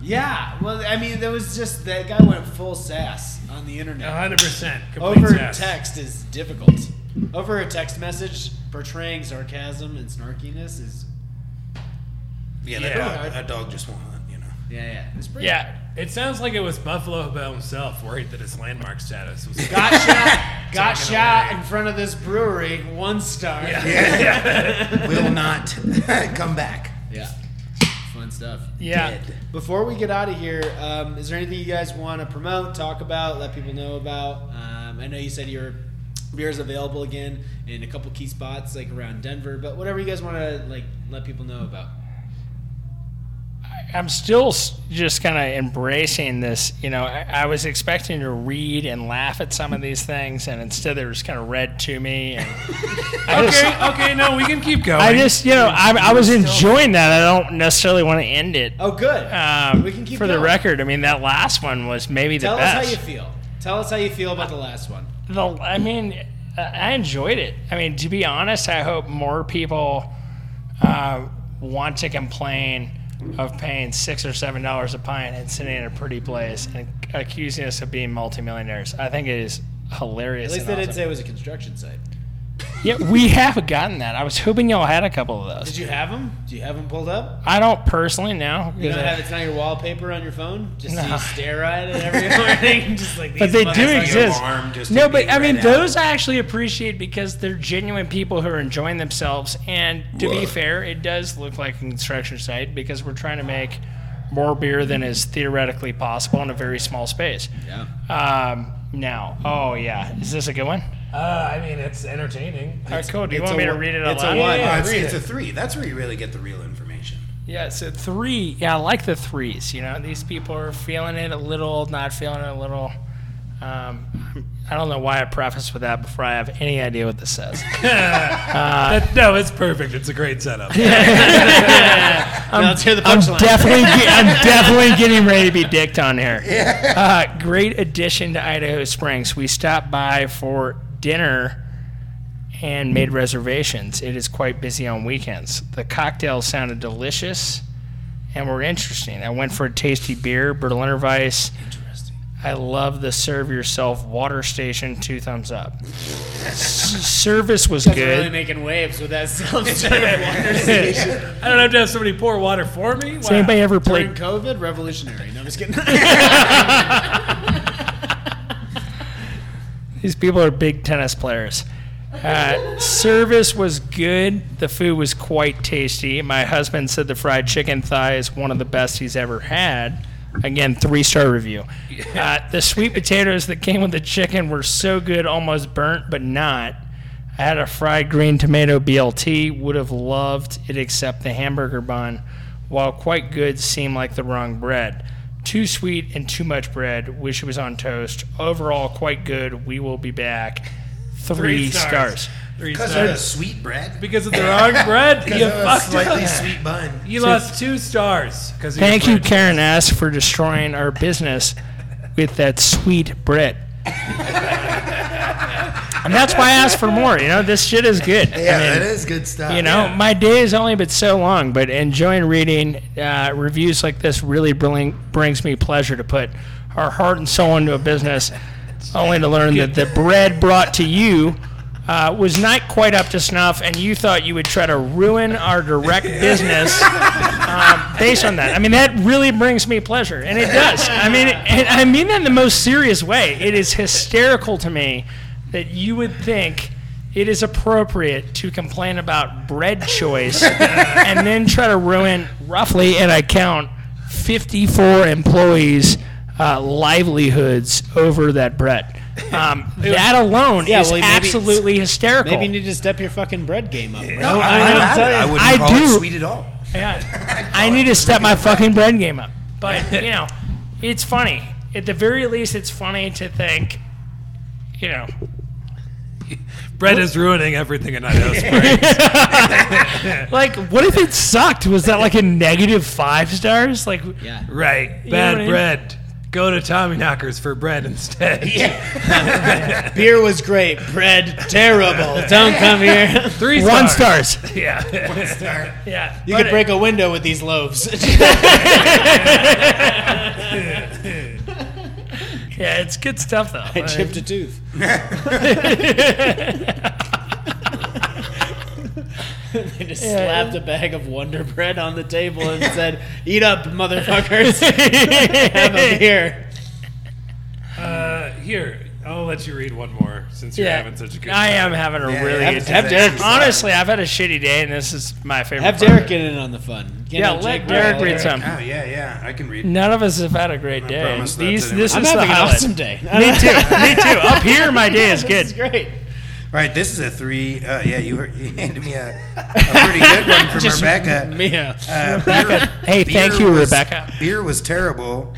S1: Yeah, well, I mean, that was just that guy went full sass on the internet.
S3: 100%. Complete
S1: Over
S3: Uh-huh. sass.
S1: text is difficult. Over a text message, portraying sarcasm and snarkiness is
S7: yeah, that
S3: Yeah.
S7: dog, that dog just won't. You know.
S1: yeah, yeah. It's pretty
S5: Yeah.
S3: It sounds like it was Buffalo Bill himself worried that his landmark status was.
S1: Got shot, got shot in front of this brewery. One star. Yeah.
S7: Will not come back.
S1: Fun stuff.
S5: Yeah.
S7: Dead.
S1: Before we get out of here, um, is there anything you guys want to promote, talk about, let people know about? Um, I know you said your beer is available again in a couple key spots like around Denver, but whatever you guys want to like let people know about.
S5: I'm still s- just kind of embracing this. You know, I, I was expecting to read and laugh at some of these things, and instead they were just kind of read to me. And I just,
S3: okay, okay, no, we can keep going.
S5: I just, you know, I, I was enjoying that. I don't necessarily want to end it.
S1: Oh, good.
S5: Um,
S1: we can keep
S5: for the
S1: going.
S5: record, I mean that last one was maybe the
S1: Tell us
S5: best.
S1: how you feel. Tell us how you feel about the last one.
S5: the, I mean, I I enjoyed it. I mean, to be honest, I hope more people uh, want to complain of paying six or seven dollars a pint and sitting in a pretty place and accusing us of being multimillionaires. I think it is hilarious.
S1: At least they
S5: and
S1: didn't say
S5: awesome.
S1: it was a construction site.
S5: yeah, we have gotten that. I was hoping y'all had a couple of
S1: Did
S5: those.
S1: you have them? Do you have them pulled up?
S5: I don't personally know.
S1: You don't have it's not your wallpaper on your phone. Just so
S5: No.
S1: you stare at it every morning. Just like
S5: But
S1: these
S5: they
S1: mother-
S5: do exist.
S7: alarm just
S5: No,
S7: to
S5: but
S7: be
S5: I mean,
S7: read out.
S5: those I actually appreciate because they're genuine people who are enjoying themselves. And to be fair, it does look like a construction site because we're trying to make more beer than is theoretically possible in a very small space.
S1: Yeah.
S5: Um, now, oh yeah, is this a good one?
S3: Uh, I mean, it's entertaining.
S5: All right, cool. Do you
S1: it's
S5: want
S1: a
S5: me to
S1: one-
S5: read it
S1: it's
S5: out
S1: a
S5: loud?
S1: one.
S7: Oh,
S3: Yeah,
S7: it's,
S3: read
S7: it's
S3: it.
S7: a three. That's where you really get the real information.
S5: Yeah, so three. Yeah, I like the threes. You know, these people are feeling it a little, not feeling it a little. Um, I don't know why I prefaced with that before I have any idea what this says.
S3: That- no, it's perfect. It's a great setup.
S1: Now let's hear the
S5: I'm
S1: punchline.
S5: definitely, ge- I'm definitely getting ready to be dicked on here. Uh, great addition to Idaho Springs. We stopped by for dinner and made reservations. It is quite busy on weekends. The cocktails sounded delicious and were interesting. I went for a tasty beer, Berliner Weiss. I love the serve yourself water station. Two thumbs up. S- service was good.
S1: really making waves with that self-serve water.
S3: I don't have to have somebody pour water for me.
S5: Has anybody ever
S1: During
S5: played
S1: COVID, revolutionary. No, I'm just kidding.
S5: These people are big tennis players. Uh, service was good. The food was quite tasty. My husband said the fried chicken thigh is one of the best he's ever had. Again, three star review. Uh, the sweet potatoes that came with the chicken were so good, almost burnt, but not. I had a fried green tomato BLT, would have loved it, except the hamburger bun, while quite good, seemed like the wrong bread. Too sweet and too much bread. Wish it was on toast. Overall, quite good. We will be back. Three,
S3: Three
S5: stars.
S3: stars. Three
S7: Because of
S3: stars.
S7: the sweet bread.
S3: Because of the wrong bread, you
S7: Because of a
S3: fucked
S7: slightly
S3: up.
S7: sweet bun.
S3: You lost two stars. 'cause of your
S5: Thank you,
S3: bread.
S5: Karen S., for destroying our business with that sweet bread. and that's why I asked for more. You know, this shit is good.
S7: Yeah,
S5: I mean,
S7: that is good stuff.
S5: You know, my day has only been so long, but enjoying reading uh, reviews like this really bring, brings me pleasure to put our heart and soul into a business, only to learn that the bread brought to you uh, was not quite up to snuff, and you thought you would try to ruin our direct business um, based on that. I mean, that really brings me pleasure, and it does. I mean, and I mean that in the most serious way. It is hysterical to me that you would think it is appropriate to complain about bread choice and then try to ruin roughly, and I count, 54 employees' uh, livelihoods over that bread. Um, that alone
S1: Yeah,
S5: is
S1: well, maybe-
S5: absolutely hysterical.
S1: Maybe you need to step your fucking bread game up. Bro.
S7: No, I,
S5: know.
S7: I, I, wouldn't
S5: I
S7: call
S5: do.
S7: it sweet at all.
S5: Yeah. I need to step my fucking bread game up. But, you know, it's funny. At the very least, it's funny to think, you know,
S3: Bread is ruining everything in Idaho Springs.
S5: like, what if it sucked? Was that like a negative five stars? Like,
S1: Yeah.
S3: right.
S5: know what I
S3: Bad
S5: mean?
S3: bread. Go to Tommyknockers for bread instead.
S1: Beer was great. Bread terrible. Don't come here.
S3: Three stars.
S5: one stars.
S3: Yeah.
S5: Yeah.
S1: You could break a window with these loaves.
S5: Yeah, it's good stuff, though.
S1: I chipped a tooth.
S5: I
S1: They just slapped a bag of Wonder Bread on the table and said, "Eat up, motherfuckers! Have a beer."
S3: Uh, here, I'll let you read one more since you're having such a good.
S22: I am
S3: time.
S22: having a
S7: Yeah,
S22: really
S7: yeah,
S22: good
S7: have- have Derek-
S22: Honestly, I've had a shitty day, and this is my favorite.
S1: Have
S22: part.
S1: Derek get in on the fun. Get
S22: Yeah,
S1: on
S22: let
S1: Jake
S22: Derek
S1: Roll.
S22: read some.
S7: Oh yeah, yeah, I can read.
S22: None of us have had a great day.
S7: promise that
S22: These,
S7: to
S22: this
S1: I'm
S22: is the
S1: having an
S22: highlight.
S1: awesome day.
S22: Me too. Me too. Up here, my day is
S1: It's
S22: good.
S1: great.
S7: All right, this is a three. Uh, yeah, you, heard, you handed me a, a pretty good one from
S1: Just
S7: Rebecca.
S1: Mia.
S7: Uh, beer,
S22: Hey,
S7: beer
S22: thank you,
S7: was-
S22: Rebecca.
S7: Beer was terrible.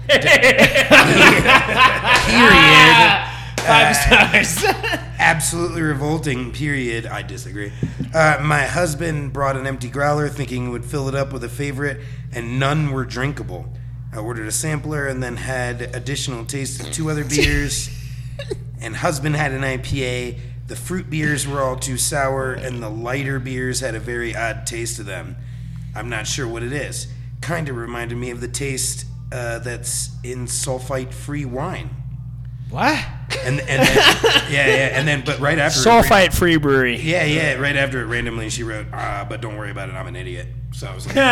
S7: period. Uh,
S1: Five stars.
S7: Absolutely revolting. Period. I disagree. Uh, my husband brought an empty growler, thinking would fill it up with a favorite, and none were drinkable. I ordered a sampler and then had additional taste of two other beers. and husband had an IPA. The fruit beers were all too sour, and the lighter beers had a very odd taste to them. I'm not sure what it is. Kind of reminded me of the taste uh, that's in sulfite-free wine.
S1: what?
S7: And and then, yeah, yeah, and then but right after it ran-
S22: Sulfite Free Brewery.
S7: yeah, yeah.
S1: Uh,
S7: Right after it, randomly she wrote, "Ah, but don't worry about it. I'm an idiot." So I was like,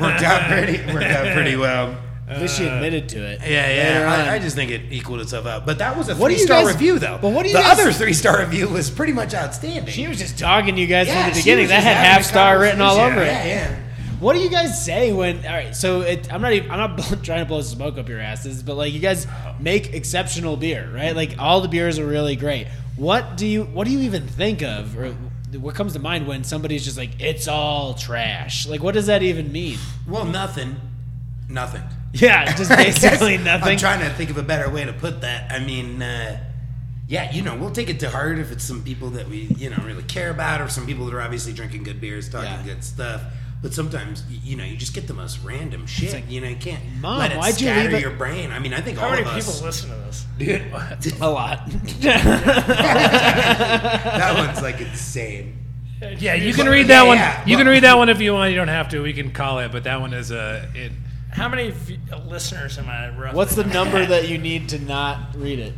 S7: "Worked out pretty. Worked out pretty well."
S1: At least she
S22: Uh,
S1: admitted to it.
S7: Yeah,
S1: Later
S7: yeah.
S1: on.
S7: I, I just think it equaled itself out. But that was a
S1: What do
S7: three
S1: you
S7: star
S1: guys-
S7: review, though.
S1: but what do you
S7: The
S1: guys-
S7: other three star review was pretty much outstanding.
S1: She was just dogging you guys
S7: Yeah,
S1: from the
S7: she
S1: beginning.
S7: was
S1: That
S7: just
S1: had
S7: having a
S1: half star written all
S7: conversation.
S1: over it.
S7: Yeah, yeah.
S1: What do you guys say when? All right, so it, I'm not even, I'm not blow- trying to blow smoke up your asses, but like you guys make exceptional beer, right? Like all the beers are really great. What do you what do you even think of, or what comes to mind when somebody's just like it's all trash? Like what does that even mean?
S7: Well, nothing. Nothing.
S1: Yeah, just
S7: I guess
S1: basically nothing.
S7: I'm trying to think of a better way to put that. I mean, uh, yeah, you know, we'll take it to heart if it's some people that we, you know, really care about or some people that are obviously drinking good bears, talking
S1: Yeah.
S7: good stuff. But sometimes, y- you know, you just get the most random shit. you know, you can't
S1: "Mom,
S7: let it
S1: why'd you
S7: scatter
S1: leave it-"
S7: your brain. I mean, I think
S5: How
S7: all
S5: many
S7: of
S5: people
S7: us.
S5: listen to this?
S1: a lot.
S7: that one's like insane.
S3: Yeah, you can read that
S7: Yeah,
S3: one.
S7: yeah,
S3: you
S7: well-
S3: can read that one if you want. You don't have to. We can call it, but that one is a. It,
S5: How many v- listeners am I? Roughly?
S1: What's the number that you need to not read it?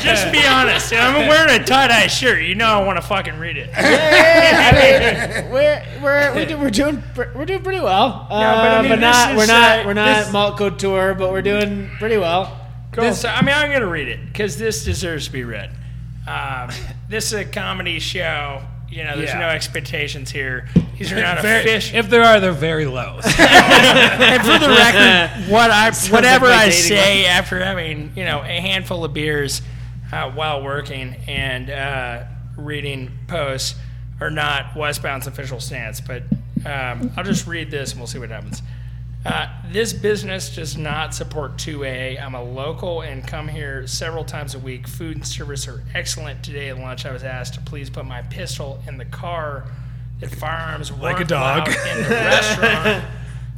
S22: Just be honest. I'm wearing a tie dye shirt. You know I want to fucking read it.
S1: we're we're we do, we're doing pr- we're doing pretty well. Uh,
S5: Yeah, but I mean,
S1: but not
S5: this
S1: we're
S5: is,
S1: not
S5: uh,
S1: we're not
S5: this-
S1: malt couture, but we're doing pretty well.
S5: This, I mean, I'm going to read it because this deserves to be read. Um, this is a comedy show. You know, there's
S3: Yeah.
S5: no expectations here. These are not
S3: very-
S5: a fish.
S3: If there are, they're very low.
S5: and for the record, what I whatever
S1: like my
S5: I
S1: dating
S5: say after having you know a handful of beers uh, while working and uh, reading posts are not Westbound's official stance, but um, I'll just read this and we'll see what happens. Uh, this business does not support 2A. I'm a local and come here several times a week. Food and service are excellent. Today at lunch, I was asked to please put my pistol in the car. That firearms like
S3: a dog.
S5: in the restaurant.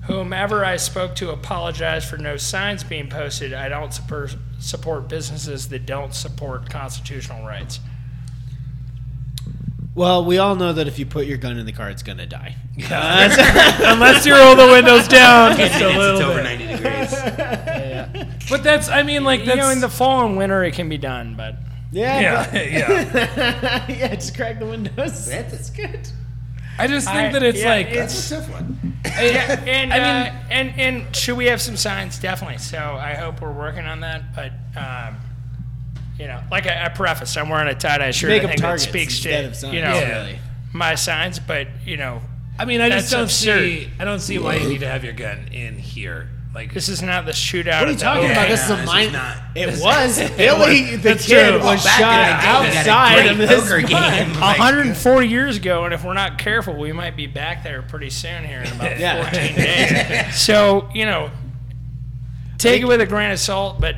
S5: Whomever I spoke to apologized for no signs being posted. I don't support, support businesses that don't support constitutional rights.
S1: Well, we all know that if you put your gun in the car, it's gonna die.
S3: Unless you roll the windows down just a
S7: It's,
S3: little
S7: it's over
S3: bit.
S7: 90 degrees.
S3: But that's. I mean, like
S5: You
S3: that's.
S5: know, in the fall and winter, it can be done, but
S1: Yeah,
S3: yeah, yeah.
S1: yeah. just crack the windows. That's good.
S3: I just think
S5: I-
S3: that it's
S5: yeah,
S3: like
S5: it's-
S7: It's a tough one.
S5: yeah, and,
S3: I
S5: I
S3: mean-
S5: mean, and and should we have some signs? Definitely. So I hope we're working on that. But um, you know, like I, I prefaced, I'm wearing a tie dye shirt.
S1: Make
S5: I
S1: them
S5: think that
S1: targets
S5: speaks
S1: instead
S5: to
S1: of signs,
S5: you know
S3: Yeah.
S1: really.
S5: my signs, but you know,
S3: I mean, I just
S5: That's
S3: don't
S5: absurd.
S3: see. I don't see why you need to have your gun in here. Like
S5: this is not the shootout.
S1: What are you
S5: of the
S1: talking
S5: open.
S1: about? This is
S7: no,
S1: a
S7: this is
S1: mine.
S7: not-
S1: It was Billy. The
S3: That's
S1: kid
S3: true.
S1: was
S3: Well,
S7: back in
S1: shot
S7: the day, we had a
S1: outside of
S7: great
S1: this
S7: poker game.
S1: mine.
S7: Like,
S5: 140 years ago, and if we're not careful, we might be back there pretty soon here in about
S1: Yeah.
S5: 14 days. So, you know, take it with a grain of salt, but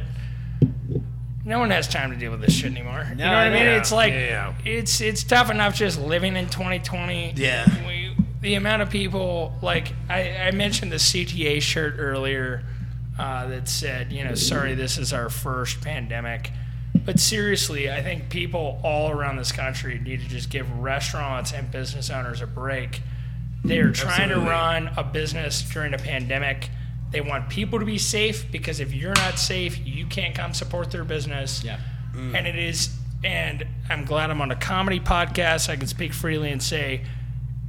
S5: no one has time to deal with this shit anymore. you
S1: No,
S5: know what I mean?
S1: yeah,
S5: It's like,
S3: yeah.
S5: it's it's tough enough just living in 2020.
S7: Yeah.
S5: We, the amount of people, like, I, I mentioned the CTA shirt earlier uh, that said, you know, sorry, this is our first pandemic. But seriously, I think people all around this country need to just give restaurants and business owners a break. They're trying to run a business during a pandemic. They want people to be safe because if you're not safe, you can't come support their business.
S1: Yeah.
S5: And it is and I'm glad I'm on a comedy podcast. I can speak freely and say,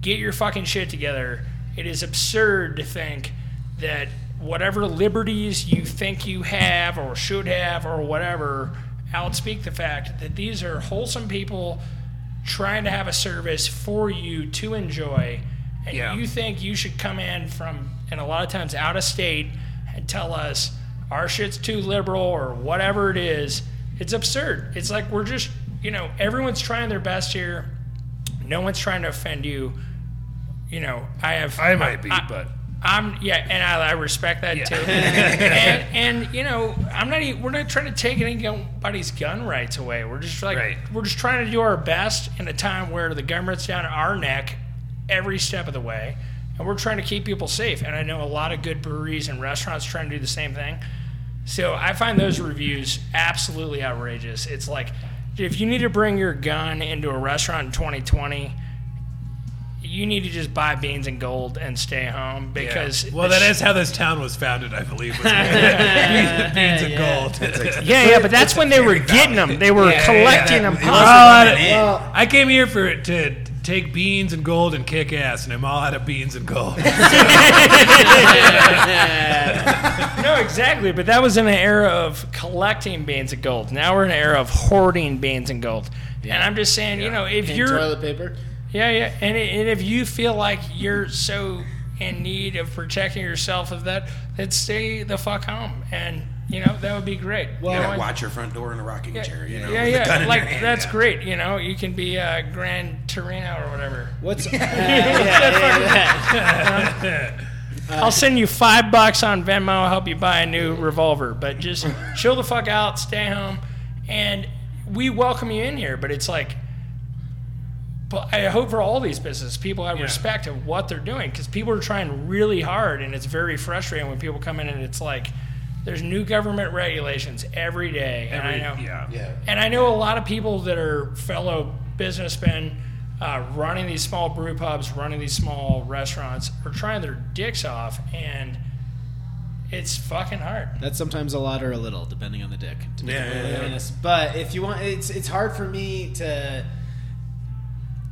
S5: get your fucking shit together. It is absurd to think that whatever liberties you think you have or should have or whatever outspeak the fact that these are wholesome people trying to have a service for you to enjoy. And
S2: Yeah.
S5: you think you should come in from, and a lot of times out of state, and tell us our shit's too liberal or whatever it is. It's absurd. It's like we're just, you know, everyone's trying their best here. No one's trying to offend you. You know, I have.
S2: I might be,
S5: I-
S2: but
S5: I'm yeah, and I, I respect that too. and, and you know, I'm not. e- We're not trying to take anybody's gun rights away. We're just like
S2: Right.
S5: we're just trying to do our best in a time where the government's down our neck every step of the way, and we're trying to keep people safe. And I know a lot of good breweries and restaurants trying to do the same thing. So I find those reviews absolutely outrageous. It's like if you need to bring your gun into a restaurant in 2020 you need to just buy beans and gold and stay home because
S3: Well, that is how this town was founded, I believe. Was beans of gold.
S5: yeah yeah but that's when they were getting them they were collecting them
S7: It wasn't
S3: Well, I-
S7: an end.
S3: I came here for it to take beans and gold and kick ass, and I'm all out of beans and gold.
S5: no exactly but that was in an era of collecting beans and gold now we're in an era of hoarding beans and gold and i'm just saying you know if
S12: And
S5: you're
S12: toilet paper.
S5: Yeah, yeah. And, i- and if you feel like you're so in need of protecting yourself of that, then stay the fuck home. And, you know, that would be great. Well,
S7: You gotta watch your front door in a rocking chair, you know.
S5: yeah,
S7: with a gun
S5: yeah.
S7: in
S5: Like,
S7: your hand.
S5: that's great. You know, you can be uh, Grand Torino or whatever.
S12: What's
S5: I'll send you five bucks on Venmo. I'll help you buy a new revolver. But just chill the fuck out, stay home, and we welcome you in here. But it's like, but I hope for all these businesses, people have respect of what they're doing because people are trying really hard, and it's very frustrating when people come in and it's like, there's new government regulations every day. and I know,
S2: yeah.
S5: and I know a lot of people that are fellow businessmen uh, running these small brew pubs, running these small restaurants, are trying their dicks off, and it's fucking hard.
S12: That's sometimes a lot or a little, depending on the dick. To be
S7: Yeah,
S12: completely
S7: yeah, yeah.
S12: honest. But if you want, it's it's hard for me to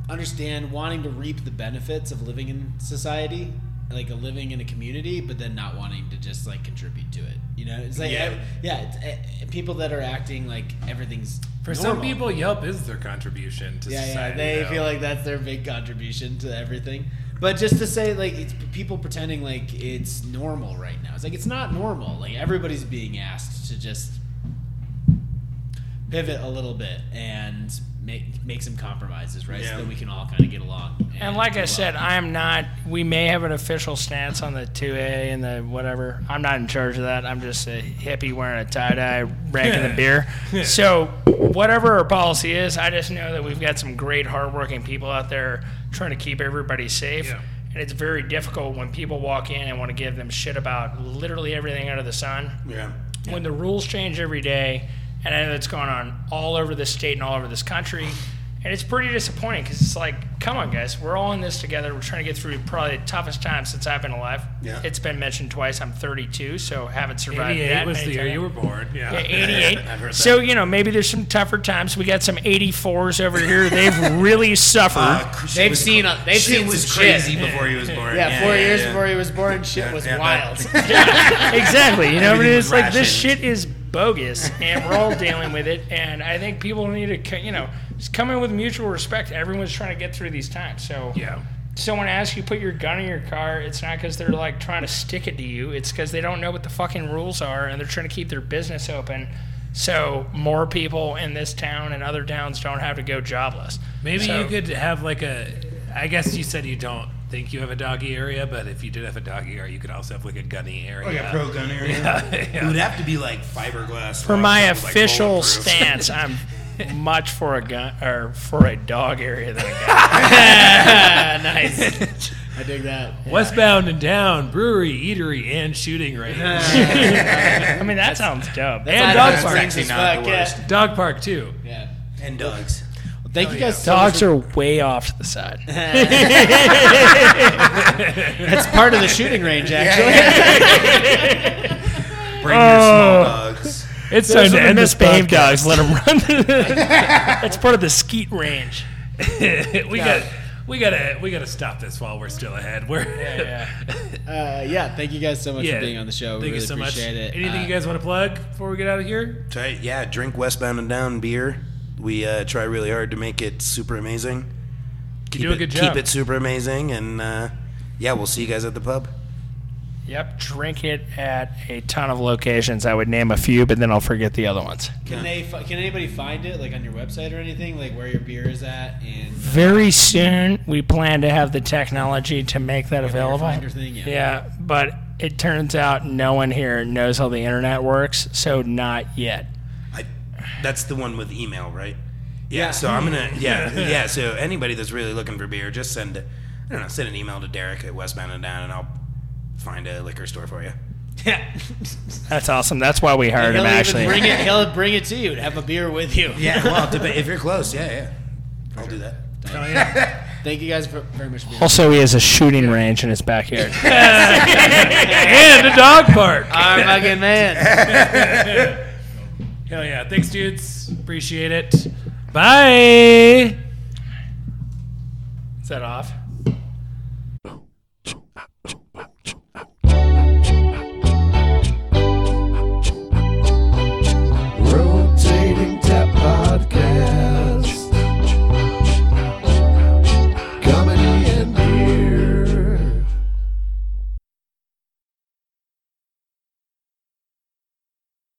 S12: understand wanting to reap the benefits of living in society, like a living in a community, but then not wanting to just like contribute to it. You know, it's like yeah, yeah it's, eh, people that are acting like everything's
S3: for some
S12: normal.
S3: people, Yelp is their contribution to
S12: Yeah, yeah,
S3: society.
S12: they
S3: though.
S12: feel like that's their big contribution to everything. But just to say, like, it's people pretending like it's normal right now. It's like it's not normal. Like everybody's being asked to just pivot a little bit and make make some compromises, right? So that we can all kind of get along.
S5: And like
S12: do
S5: I
S12: well.
S5: said, I am not. We may have an official stance on the two A and the whatever. I'm not in charge of that. I'm just a hippie wearing a tie dye, ranking the beer. So whatever our policy is, I just know that we've got some great, hardworking people out there trying to keep everybody safe. And it's very difficult when people walk in and want to give them shit about literally everything under the sun
S7: Yeah.
S5: when the rules change every day, and I know that's going on all over this state and all over this country, and it's pretty disappointing because it's like, come on, guys, we're all in this together. We're trying to get through probably the toughest time since I've been alive.
S7: Yeah.
S5: It's been mentioned twice. I'm 32, so haven't survived
S3: 88
S5: that
S3: was
S5: many
S3: the year
S5: times.
S3: you were born. Yeah.
S5: Yeah, 88. So, you know, maybe there's some tougher times. We got some 84s over here. They've really suffered.
S7: Uh, she
S12: they've
S7: was-
S12: seen a, they've
S7: She
S12: seen
S7: was
S12: some shit.
S7: crazy before he was born.
S12: Yeah, four years
S7: yeah.
S12: before he was born, shit was
S7: yeah, that-
S12: wild.
S5: exactly. You know, but
S7: Everything
S5: it's
S7: was
S5: like this
S7: rationed.
S5: shit is bogus, and we're all dealing with it. And I think people need to, co- you know, just come in with mutual respect. Everyone's trying to get through these times. So,
S2: Yeah.
S5: someone asks you put your gun in your car, it's not because they're like trying to stick it to you. It's because they don't know what the fucking rules are, and they're trying to keep their business open. So more people in this town and other towns don't have to go jobless.
S3: Maybe
S5: So-
S3: you could have like a. I guess you said you don't think you have a doggy area, but if you did have a doggy area, you could also have like a gunny area.
S7: Like a pro gun area. It would have to be like fiberglass.
S5: For
S7: walls,
S5: my
S7: like
S5: official
S7: bulletproof.
S5: stance, I'm much for a gun or for a dog area than a gun.
S12: nice. I dig that.
S3: Westbound and down, brewery, eatery, and shooting range,
S5: I mean, that sounds
S3: and
S5: dope.
S12: That
S3: dog park.
S12: brings
S7: actually
S12: us
S7: not
S12: back,
S7: the
S12: yeah.
S7: worst.
S3: Dog park too.
S12: Yeah.
S7: And dogs.
S12: Thank
S7: Oh,
S12: you guys. so much
S5: Dogs
S12: for-
S5: are way off to the side.
S12: That's part of the shooting range, actually. Oh.
S7: Bring your small dogs.
S5: It's
S3: Those
S5: time
S3: are
S5: to
S3: the
S5: end this
S3: misbehaved
S5: misbehaved dogs. Let them run. That's part of the skeet range.
S3: we got we gotta we gotta stop this while we're still ahead. We're
S1: Uh, yeah, thank you guys so much
S3: Yeah.
S1: for being on the show. We
S3: Thank
S1: really
S3: you so much.
S1: appreciate it.
S3: Anything
S1: Uh,
S3: you guys want to plug before we get out of here?
S7: Try, yeah, drink Westbound and Down beer. We uh, try really hard to make it super amazing. Keep
S3: do a
S7: it,
S3: good job.
S7: Keep it super amazing, and uh, yeah, we'll see you guys at the pub.
S5: Yep, drink it at a ton of locations. I would name a few, but then I'll forget the other ones.
S1: Can they? fi- Can anybody find it like on your website or anything? Like where your beer is at and
S5: Very soon, we plan to have the technology to make that
S1: your
S5: available.
S1: finder thing. Yeah.
S5: Yeah, but it turns out no one here knows how the internet works, so not yet.
S7: I, that's the one with email, right? Yeah. So I'm gonna yeah yeah. So anybody that's really looking for beer, just send I don't know, send an email to Derek at Westbound and Down, and I'll find a liquor store for you.
S5: That's awesome. That's why we hired him,
S1: He'll even
S5: actually.
S1: bring it. He'll bring it to you to have a beer with you.
S7: Yeah. Well, it dep- if you're close, yeah, yeah, I'll do that.
S1: Thank you guys for, very much. For being on.
S5: Also, he has a shooting range in his backyard.
S3: And a dog park.
S1: Our fucking man.
S3: Hell yeah! Thanks, dudes. Appreciate it. Bye.
S5: Is that off?